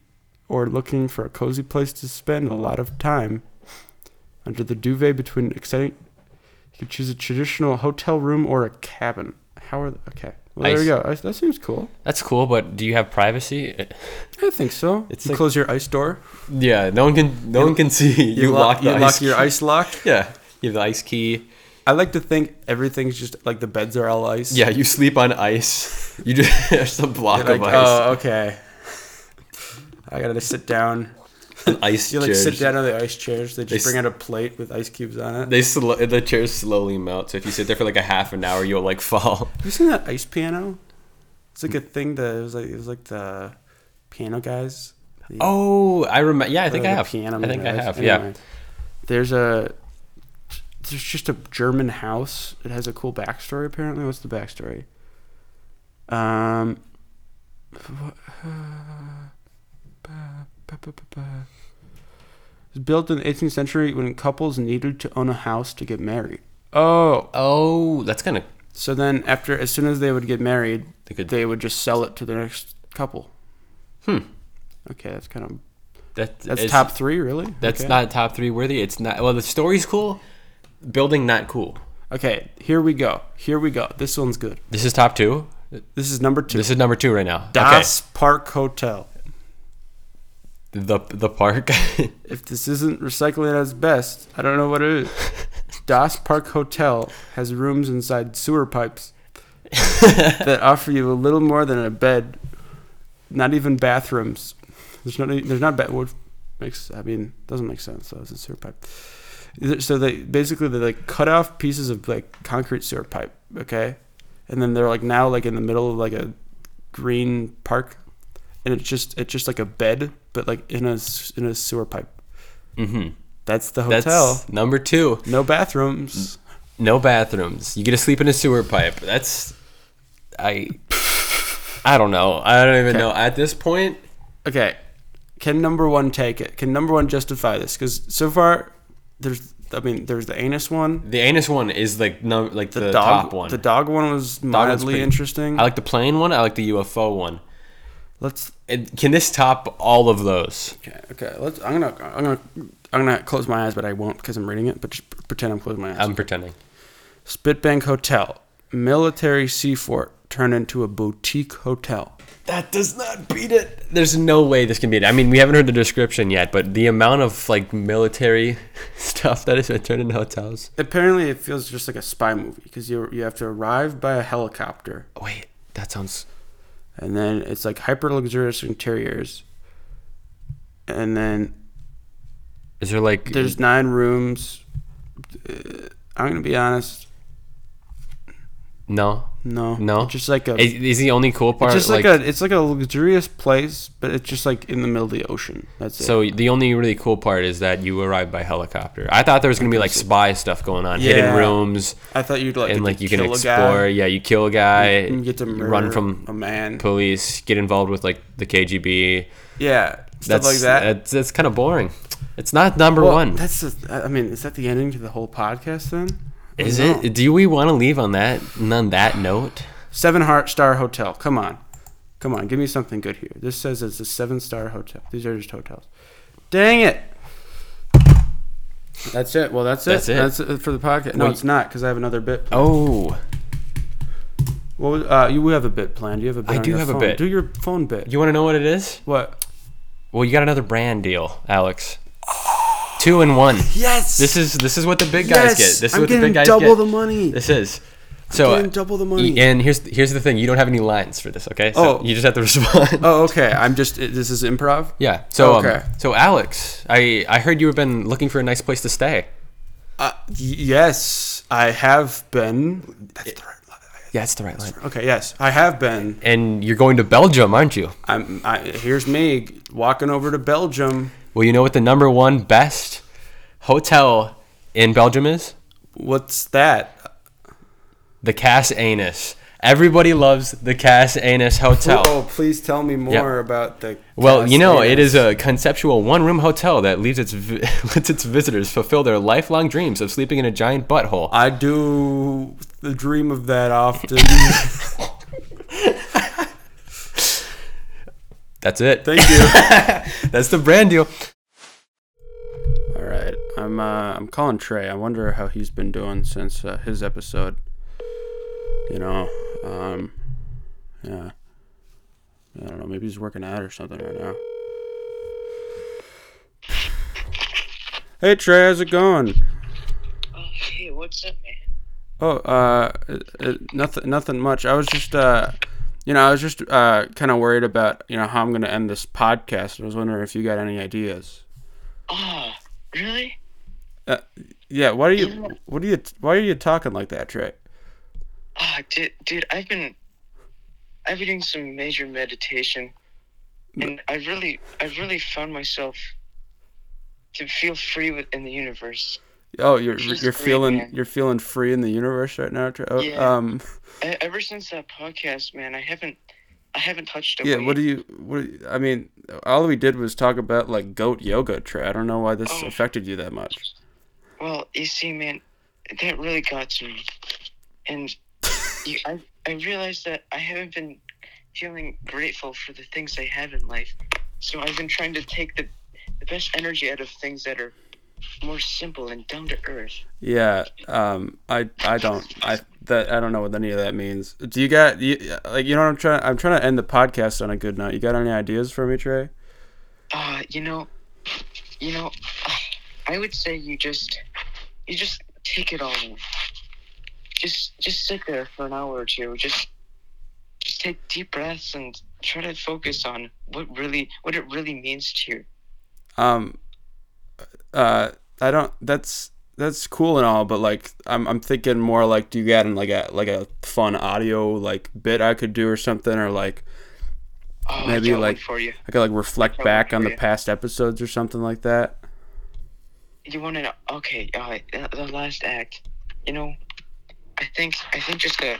Speaker 1: or looking for a cozy place to spend a lot of time under the duvet between exciting you can choose a traditional hotel room or a cabin how are the, okay well, there
Speaker 2: Ice.
Speaker 1: you go I, that seems cool
Speaker 2: That's cool, but do you have privacy?
Speaker 1: i think so
Speaker 2: It's
Speaker 1: you
Speaker 2: like-
Speaker 1: close your ice door
Speaker 2: Yeah. No one can. No one can see. You, lock, the
Speaker 1: you
Speaker 2: ice.
Speaker 1: lock your
Speaker 2: key.
Speaker 1: ice lock
Speaker 2: Yeah. You have the ice key.
Speaker 1: i like to think everything's just like the beds are all ice
Speaker 2: Yeah. You sleep on ice. You just there's a block
Speaker 1: like
Speaker 2: of ice.
Speaker 1: oh okay i gotta sit down
Speaker 2: an ice
Speaker 1: You like
Speaker 2: chair.
Speaker 1: sit
Speaker 2: just-
Speaker 1: down on the ice chairs. They just
Speaker 2: They
Speaker 1: bring
Speaker 2: s-
Speaker 1: out a plate with ice cubes on it.
Speaker 2: They sl- the chairs slowly melt. So if you sit there for like a half an hour, you'll like fall.
Speaker 1: you seen that ice piano? It's like a
Speaker 2: Mm.
Speaker 1: thing that it was like it was like the piano guys. The-
Speaker 2: Oh, I remember. Yeah, I think
Speaker 1: like
Speaker 2: I
Speaker 1: the
Speaker 2: have. I
Speaker 1: man
Speaker 2: think I
Speaker 1: guys.
Speaker 2: have.
Speaker 1: Anyway, There's a there's just a German house. It has a cool backstory. Apparently, what's the backstory? Um. wha- uh, ba- ba- ba- ba- ba. It was built in the 18th century when couples needed to own a house to get married. Oh,
Speaker 2: Yeah. Oh, that's kind of.
Speaker 1: So then, after as soon as they would get married,
Speaker 2: They
Speaker 1: they,
Speaker 2: could-
Speaker 1: would just sell it to the next couple. Hmm. Okay, that's kind of
Speaker 2: That,
Speaker 1: that's
Speaker 2: is-
Speaker 1: top three, really.
Speaker 2: That's
Speaker 1: Okay.
Speaker 2: not top three worthy. It's not. Well, the story's cool. Building not cool.
Speaker 1: Okay, here we go. Here we go. This one's good.
Speaker 2: This is top two.
Speaker 1: This is number two.
Speaker 2: This is number two right now.
Speaker 1: Das Park Hotel.
Speaker 2: Okay. The the park.
Speaker 1: If this isn't recycling at its best, I don't know what it is. das Park Hotel has rooms inside sewer pipes that offer you a little more than a bed. Not even bathrooms. There's not. any- There's not bed. What makes? I mean, doesn't make sense. though. It's a sewer pipe. Th- So they basically they like cut off pieces of like concrete sewer pipe. Okay, and then they're like now like in the middle of like a green park, and it's just it's just like a bed, but like in a s- in a sewer pipe.
Speaker 2: Mm-hmm.
Speaker 1: That's the
Speaker 2: That's
Speaker 1: hotel.
Speaker 2: number two.
Speaker 1: No bathrooms.
Speaker 2: No bathrooms. You get to sleep in a sewer pipe. That's I. I don't know. I don't even know. At this point,
Speaker 1: Okay, can number one take it? Can number one justify this? Because so far, there's I mean, there's the anus one,
Speaker 2: the anus one is like no, like the,
Speaker 1: the, dog
Speaker 2: top one.
Speaker 1: The dog one was
Speaker 2: one's
Speaker 1: mildly
Speaker 2: pretty-
Speaker 1: interesting.
Speaker 2: I like the plane one. I like the UFO one.
Speaker 1: Let's
Speaker 2: And can this top all of those?
Speaker 1: okay, okay. Let's. I'm gonna I'm gonna I'm gonna close my eyes, but I won't because I'm reading it. But just pretend I'm closing my eyes.
Speaker 2: I'm pretending.
Speaker 1: Spitbank Hotel, military seafort turned into a boutique hotel.
Speaker 2: That does not beat it. There's no way this can beat it. I mean, we haven't heard the description yet, but the amount of like military stuff that has been turned into hotels.
Speaker 1: Apparently, it feels just like a spy movie because you you have to arrive by a helicopter,
Speaker 2: Wait, that sounds.
Speaker 1: and then it's like hyper luxurious interiors, and then
Speaker 2: Is there like?
Speaker 1: there's nine rooms. Uh, I'm gonna be honest,
Speaker 2: no.
Speaker 1: no,
Speaker 2: No?
Speaker 1: just like a.
Speaker 2: Is, is the only cool part
Speaker 1: it's just
Speaker 2: like,
Speaker 1: like, a it's like a luxurious place, but it's just like in the middle of the ocean. That's it.
Speaker 2: so the only really cool part is that you arrive by helicopter. I thought there was gonna be like spy stuff going on, hidden
Speaker 1: Yeah.
Speaker 2: rooms,
Speaker 1: I thought you'd like
Speaker 2: and
Speaker 1: get
Speaker 2: like
Speaker 1: to
Speaker 2: you can
Speaker 1: kill a guy,
Speaker 2: explore. Yeah, you kill a guy,
Speaker 1: and get to
Speaker 2: run
Speaker 1: murder
Speaker 2: from
Speaker 1: a man.
Speaker 2: police, get involved with like the KGB.
Speaker 1: yeah, stuff
Speaker 2: That's
Speaker 1: like that.
Speaker 2: That's, that's kind of boring. It's not number
Speaker 1: Well,
Speaker 2: one.
Speaker 1: That's the, I mean, is that the ending to the whole podcast then? I
Speaker 2: Is
Speaker 1: don't know.
Speaker 2: it? Do we want to leave on that and on that note?
Speaker 1: Seven heart star hotel. Come on, come on, give me something good here. This says it's a seven star hotel. These are just hotels. Dang it. That's it. Well, that's it.
Speaker 2: That's it.
Speaker 1: That's it for the podcast. No,
Speaker 2: Well,
Speaker 1: it's not because I have another bit.
Speaker 2: Oh,
Speaker 1: Well, uh, you we have a bit planned. You have a bit.
Speaker 2: I
Speaker 1: on
Speaker 2: do
Speaker 1: your
Speaker 2: have a
Speaker 1: phone.
Speaker 2: bit.
Speaker 1: Do your phone bit.
Speaker 2: you want to know what it is?
Speaker 1: what?
Speaker 2: Well, you got another brand deal, Alex. Two and one.
Speaker 1: Yes.
Speaker 2: This is this is what the big
Speaker 1: yes.
Speaker 2: guys get. This is
Speaker 1: I'm
Speaker 2: what the
Speaker 1: getting
Speaker 2: big guys
Speaker 1: double
Speaker 2: get.
Speaker 1: the money.
Speaker 2: this is. So
Speaker 1: getting double the money.
Speaker 2: And here's here's the thing. You don't have any lines for this, okay? So
Speaker 1: Oh.
Speaker 2: You just have to respond.
Speaker 1: oh, okay. I'm just. This is improv.
Speaker 2: Yeah. So
Speaker 1: Okay.
Speaker 2: um, so Alex, I I heard you have been looking for a nice place to stay.
Speaker 1: Uh, y- yes, I have been. That's the right line.
Speaker 2: Yeah, that's the right line.
Speaker 1: Okay, yes, I have been.
Speaker 2: And you're going to Belgium, aren't you?
Speaker 1: I'm. I, here's me walking over to Belgium.
Speaker 2: Well, you know what the number one best hotel in Belgium is?
Speaker 1: What's that?
Speaker 2: The Cass Anus. Everybody loves the Cass Anus Hotel.
Speaker 1: Oh, please tell me more
Speaker 2: Yeah.
Speaker 1: about the.
Speaker 2: Well, you know, it
Speaker 1: Castanets.
Speaker 2: is a conceptual one-room hotel that leaves its vi- lets its visitors fulfill their lifelong dreams of sleeping in a giant butthole.
Speaker 1: I do the dream of that often.
Speaker 2: That's it.
Speaker 1: Thank you.
Speaker 2: That's the brand deal.
Speaker 1: All right, I'm. Uh, I'm calling Trey. I wonder how he's been doing since uh, his episode. You know, um, yeah. I don't know. Maybe he's working out or something right now. Hey Trey, how's it going?
Speaker 4: Oh, hey, what's up, man?
Speaker 1: Oh, uh, uh, nothing, nothing much. I was just, uh, you know, I was just uh, kind of worried about, you know, how I'm gonna end this podcast. I was wondering if you got any ideas.
Speaker 4: Oh, really?
Speaker 1: Yeah, why are you, what are you, why are you talking like that, Trey?
Speaker 4: Oh, dude, dude, I've been, I've been doing some major meditation, and I really, I really found myself to feel free within the universe.
Speaker 1: Oh, you're
Speaker 4: Just
Speaker 1: you're
Speaker 4: great,
Speaker 1: feeling
Speaker 4: man.
Speaker 1: you're feeling free in the universe right now, Trey. Oh,
Speaker 4: Yeah.
Speaker 1: Um,
Speaker 4: E- ever since that podcast, man, I haven't, I haven't touched a
Speaker 1: yeah.
Speaker 4: weight.
Speaker 1: What do you, what? do you- I mean, all we did was talk about like goat yoga, Trey. I don't know why this
Speaker 4: Oh.
Speaker 1: affected you that much.
Speaker 4: Well, you see, man, that really got to me, and you, I, I realized that I haven't been feeling grateful for the things I have in life. So I've been trying to take the, the best energy out of things that are more simple and down to earth.
Speaker 1: Yeah, um, I I don't I that I don't know what any of that means. Do you got you, like you know what I'm trying? I'm trying to end the podcast on a good note. You got any ideas for me, Trey?
Speaker 4: Uh, you know, you know, I would say you just, you just take it all in. Just, just sit there for an hour or two. Just, just take deep breaths and try to focus on what really, what it really means to you.
Speaker 1: Um, uh, I don't. That's that's cool and all, but like I'm I'm thinking more like, do you got in like a like a fun audio like bit I could do or something or like
Speaker 4: Oh, I
Speaker 5: Maybe,
Speaker 4: got one
Speaker 5: like-
Speaker 4: for you.
Speaker 5: I could like reflect
Speaker 4: Probably
Speaker 5: back on
Speaker 4: for
Speaker 5: the
Speaker 4: you.
Speaker 5: past episodes or something like that.
Speaker 4: You want to know? Okay, all right. The, the last act. You know, I think I think just the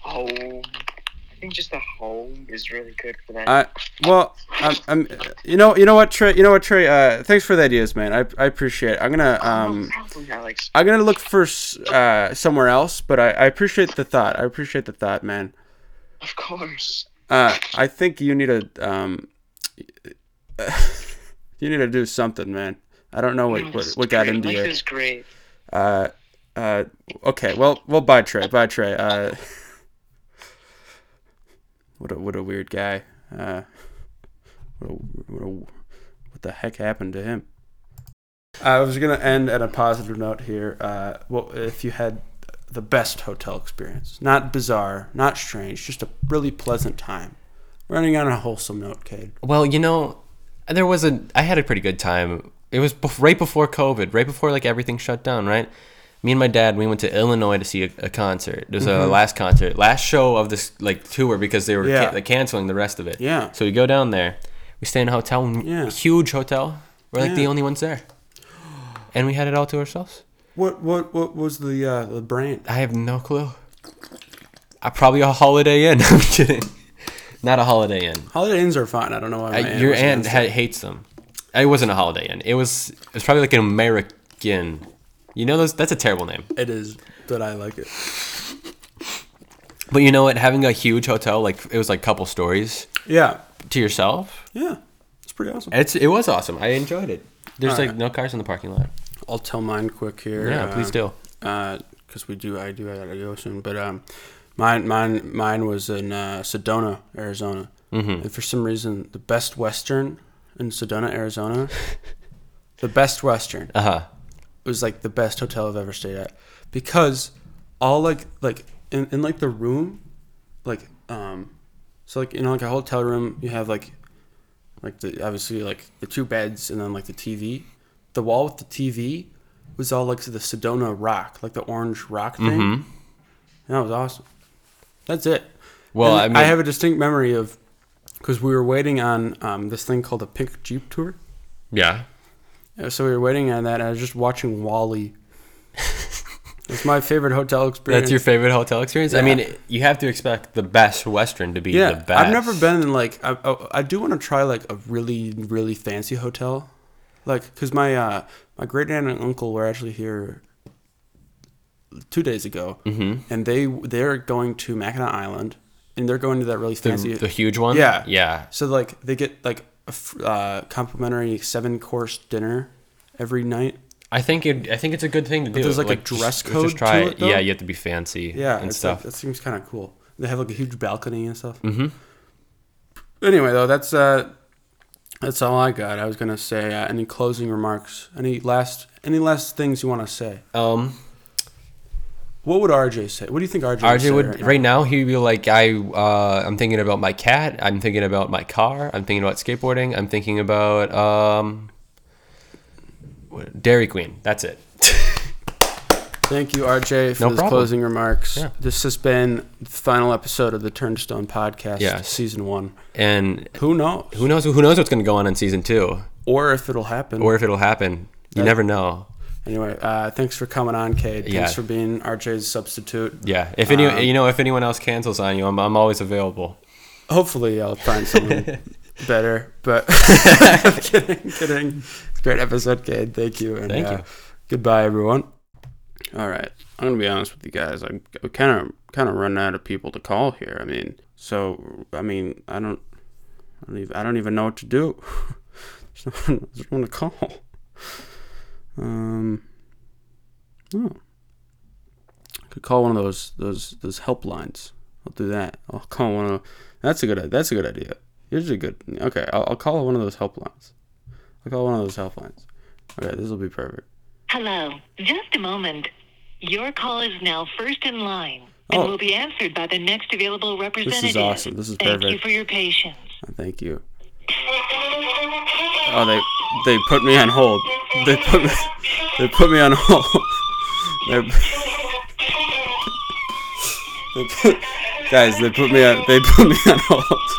Speaker 4: home. I think just the home is really good for that.
Speaker 5: I well, I'm, I'm you know you know what Trey you know what Trey uh, thanks for the ideas, man. I, I appreciate. it. I'm gonna
Speaker 4: um,
Speaker 5: um
Speaker 4: problem, Alex.
Speaker 5: I'm gonna look for s- uh somewhere else, but I, I appreciate the thought. I appreciate the thought, man.
Speaker 4: Of course.
Speaker 5: Uh, I think you need to um you need to do something, man. I don't know what
Speaker 4: No,
Speaker 5: what,
Speaker 4: it's
Speaker 5: what got
Speaker 4: great.
Speaker 5: into
Speaker 4: Life
Speaker 5: you.
Speaker 4: is great.
Speaker 5: Uh, uh, okay. Well, well, bye, Trey. Bye, Trey. Uh, what a what a weird guy. Uh, what a, what a, what the heck happened to him? I was gonna end at a positive note here. Uh, well, if you had the best hotel experience, not bizarre, not strange, just a really pleasant time. We're Running on a wholesome note, Cade.
Speaker 2: Well, you know, there was a. I had a pretty good time. It was bef- right before COVID, right before like everything shut down. Right, me and my dad we went to Illinois to see a, a concert. It was a last concert, last show of this like tour because they were ca-
Speaker 5: Mm-hmm. Yeah.
Speaker 2: like, canceling the rest of it.
Speaker 5: Yeah.
Speaker 2: So we go down there. We stay in a hotel, n-
Speaker 5: Yeah.
Speaker 2: huge hotel. We're like the
Speaker 5: Yeah.
Speaker 2: only ones there, and we had it all to ourselves.
Speaker 5: What what what was the uh, the brand?
Speaker 2: I have no clue. I probably a Holiday Inn. I'm kidding. Not a Holiday Inn.
Speaker 5: Holiday Inns are fine. I don't know why. my
Speaker 2: I- your
Speaker 5: was
Speaker 2: aunt
Speaker 5: against it.
Speaker 2: ha- hates them. It wasn't a Holiday Inn. It was it was probably like an American. You know those? That's a terrible name.
Speaker 5: It is, but I like it.
Speaker 2: But you know what? Having a huge hotel, like it was like couple stories
Speaker 5: Yeah,
Speaker 2: to yourself.
Speaker 5: yeah, it's pretty awesome.
Speaker 2: It's it was awesome. I enjoyed it. There's
Speaker 5: All
Speaker 2: like
Speaker 5: right.
Speaker 2: no cars in the parking lot.
Speaker 5: I'll tell mine quick here.
Speaker 2: Yeah,
Speaker 5: uh,
Speaker 2: please do.
Speaker 5: Because we do, I do I gotta go soon. But um, mine, mine, mine was in uh, Sedona, Arizona,
Speaker 2: Mm-hmm.
Speaker 5: and for some reason, the Best Western in Sedona, Arizona, the Best Western
Speaker 2: Uh huh.
Speaker 5: was like the best hotel I've ever stayed at because all like like in, in like the room, like um, so like you know like a hotel room you have like like the obviously like the two beds and then like the TV. The wall with the TV was all like the Sedona rock, like the orange rock thing.
Speaker 2: Mm-hmm.
Speaker 5: And that was awesome. That's it.
Speaker 2: Well,
Speaker 5: And
Speaker 2: I mean-
Speaker 5: I have a distinct memory of because we were waiting on um, this thing called the Pink Jeep Tour.
Speaker 2: Yeah.
Speaker 5: Uh, So we were waiting on that, and I was just watching Wally. it's my favorite hotel experience.
Speaker 2: That's your favorite hotel experience. I
Speaker 5: Yeah.
Speaker 2: mean, you have to expect the best Western to be
Speaker 5: yeah.
Speaker 2: the best.
Speaker 5: I've never been in like I, oh, I, I do want to try like a really really fancy hotel, like because my uh, my great aunt and uncle were actually here two days ago,
Speaker 2: Mm-hmm.
Speaker 5: and they they're going to Mackinac Island, and they're going to that really
Speaker 2: the,
Speaker 5: fancy
Speaker 2: the huge one.
Speaker 5: Yeah.
Speaker 2: Yeah.
Speaker 5: So like they get like a f- uh, complimentary seven course dinner every night.
Speaker 2: I think it. I think it's a good thing to do.
Speaker 5: there's, like, a dress
Speaker 2: just-
Speaker 5: code
Speaker 2: Just try
Speaker 5: to it, though?
Speaker 2: Yeah, you have to be fancy.
Speaker 5: Yeah,
Speaker 2: and
Speaker 5: it's like-
Speaker 2: stuff.
Speaker 5: that seems kind of cool. They have like a huge balcony and stuff. Mm-hmm. Anyway, though, that's uh, that's all I got. I was gonna say uh, any closing remarks, any last, any last things you want to say.
Speaker 2: um,
Speaker 5: What would RJ say? What do you think RJ? would, say
Speaker 2: RJ would
Speaker 5: right
Speaker 2: right,
Speaker 5: now?
Speaker 2: now he'd be like, I uh, I'm thinking about my cat. I'm thinking about my car. I'm thinking about skateboarding. I'm thinking about um, what- Dairy Queen. That's it.
Speaker 5: Thank you, RJ, for
Speaker 2: No
Speaker 5: those
Speaker 2: problem.
Speaker 5: closing remarks.
Speaker 2: Yeah.
Speaker 5: This has been the final episode of the Turnstone Podcast,
Speaker 2: Yes.
Speaker 5: season one.
Speaker 2: and
Speaker 5: Who knows?
Speaker 2: who knows? Who knows what's going to go on in season two,
Speaker 5: or if it'll happen.
Speaker 2: or if it'll happen? You
Speaker 5: That-
Speaker 2: never know.
Speaker 5: anyway, uh, thanks for coming on, Cade. Thanks
Speaker 2: Yeah.
Speaker 5: for being RJ's substitute.
Speaker 2: Yeah. If any,
Speaker 5: Um,
Speaker 2: you know, if anyone else cancels on you, I'm I'm always available.
Speaker 5: Hopefully, I'll find someone better. But I'm kidding, kidding. Great episode, Cade. Thank you. And, uh,
Speaker 2: Thank you.
Speaker 5: Goodbye, everyone. All right, I'm gonna be honest with you guys. I'm kind of kind of running out of people to call here. I mean, so I mean, I don't, I don't even, I don't even know what to do. there's, no one, there's no one to call. Um, oh, could call one of those those those helplines. I'll do that. I'll call one of. That's a good. That's a good idea. Here's a good. Okay, I'll, I'll call one of those helplines. I'll call one of those helplines. Okay, this will be perfect.
Speaker 6: Hello. Just a moment. Your call is now first in line and
Speaker 5: Oh.
Speaker 6: will be answered by the next available representative.
Speaker 5: awesome. This is
Speaker 6: Thank you
Speaker 5: perfect.
Speaker 6: for your patience.
Speaker 5: Uh, Thank you. Oh, they they put me on hold. They put me they put me on hold. they they put, guys, they put me on they put me on hold.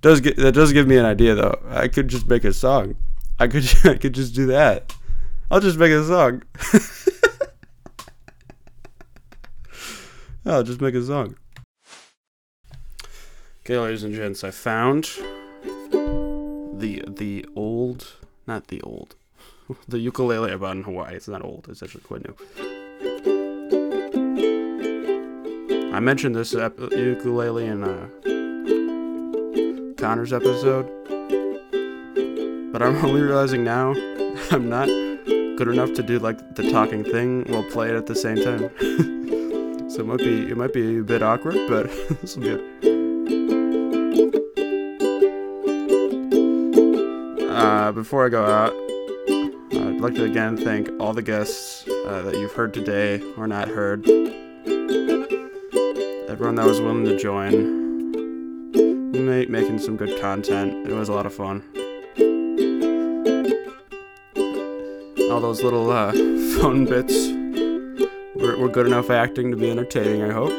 Speaker 5: does gi- that does give me an idea though. I could just make a song. I could I could just do that. I'll just make a song. I'll just make a song. Okay, ladies and gents, I found the the old, not the old, the ukulele I bought in Hawaii. It's not old. It's actually quite new. I mentioned this ep- ukulele in uh, Connor's episode, but I'm only realizing now I'm not good enough to do like the talking thing while play it at the same time. so it might be it might be a bit awkward, but this will be. it. Uh, before I go out, I'd like to again thank all the guests uh, that you've heard today or not heard everyone that was willing to join. Ma- making some good content. It was a lot of fun. All those little uh, phone bits were, were good enough acting to be entertaining, I hope.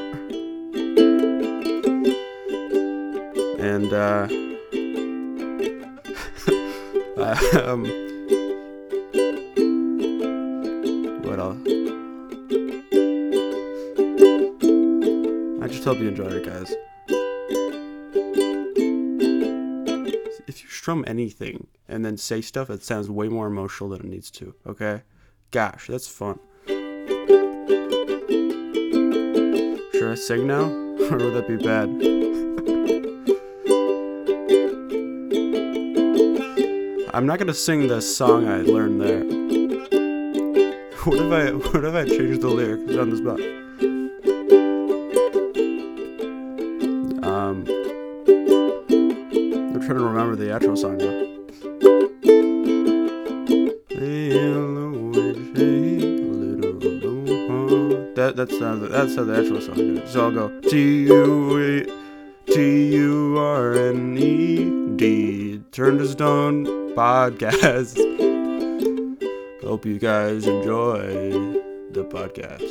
Speaker 5: And, uh, um, what else? I just hope you enjoyed it, guys. If you strum anything and then say stuff, it sounds way more emotional than it needs to, okay? Gosh, that's fun. Should I sing now? or would that be bad? I'm not gonna sing the song I learned there. What if I what if I change the lyrics on the spot? Um, I'm trying to remember the actual song now. That, that's not the, that's not the actual song. Dude. So I'll go T U E T U R N E D. Turn to Stone podcast. Hope you guys enjoy the podcast.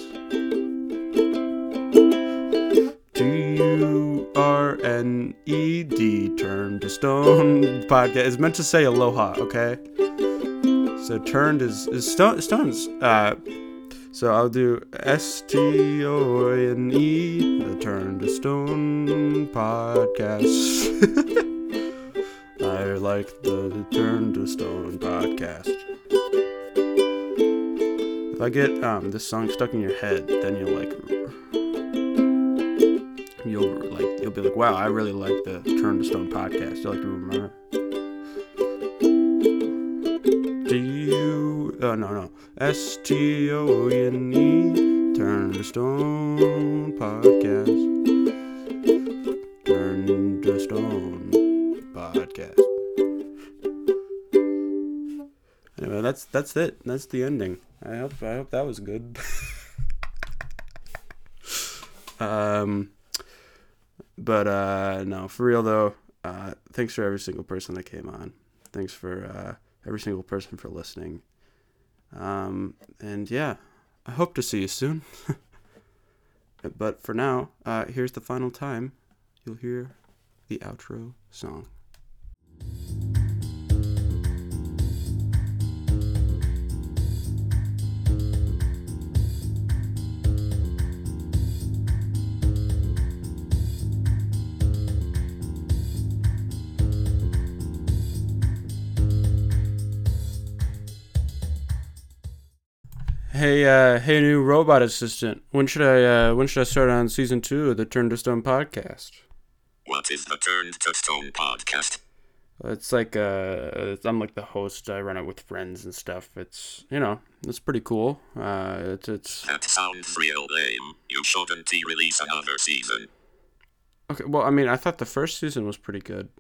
Speaker 5: T U R N E D, turn to stone podcast. It's meant to say aloha, okay? So turned is, is stone, stones. Uh, so I'll do S T O N E, the turn to stone podcast. I like the turn to stone podcast. If I get um, this song stuck in your head, then you'll like you'll like you'll be like, wow, I really like the Turn to Stone podcast. You like to remember? Do you? Oh no no. S T O N E Turn to Stone podcast. Turn to Stone podcast. Anyway, that's that's it. That's the ending. I hope I hope that was good. um. But uh, no, for real though, uh, thanks for every single person that came on. Thanks for uh, every single person for listening. Um, and yeah, I hope to see you soon. but for now, uh, here's the final time you'll hear the outro song. Hey, uh, hey, new robot assistant. When should I? Uh, when should I start on season two of the Turn to Stone podcast?
Speaker 3: What is the Turned to Stone podcast?
Speaker 5: It's like uh, I'm like the host. I run it with friends and stuff. It's you know, it's pretty cool. Uh, it's it's
Speaker 3: That sounds real lame. You shouldn't release another season.
Speaker 5: okay. Well, I mean, I thought the first season was pretty good.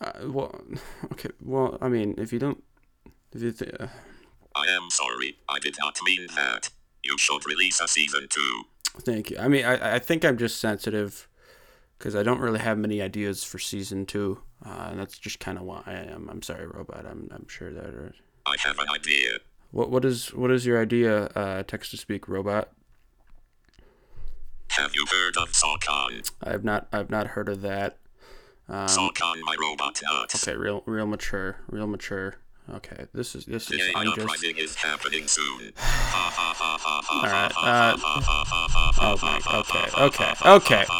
Speaker 5: Uh, well, okay. Well, I mean, if you don't, if you th- uh,
Speaker 3: I am sorry, I did not mean that. You should release a season 2.
Speaker 5: thank you. I mean, I I think I'm just sensitive because I don't really have many ideas for season two, uh, and that's just kind of why I am. I'm sorry, robot. I'm I'm sure that. Are...
Speaker 3: I have an idea.
Speaker 5: What what is what is your idea? Uh, text to speak robot.
Speaker 3: Have you heard of Sokon?
Speaker 5: I've not I've not heard of that. Um,
Speaker 7: So come my robot nuts.
Speaker 5: okay, real, real mature, real mature. Okay, this is this is.
Speaker 7: The
Speaker 5: I'm
Speaker 7: alien
Speaker 5: just.
Speaker 7: uprising is happening soon. Ha ha ha ha ha.
Speaker 5: All right. Uh, oh my. Okay. Okay. Okay.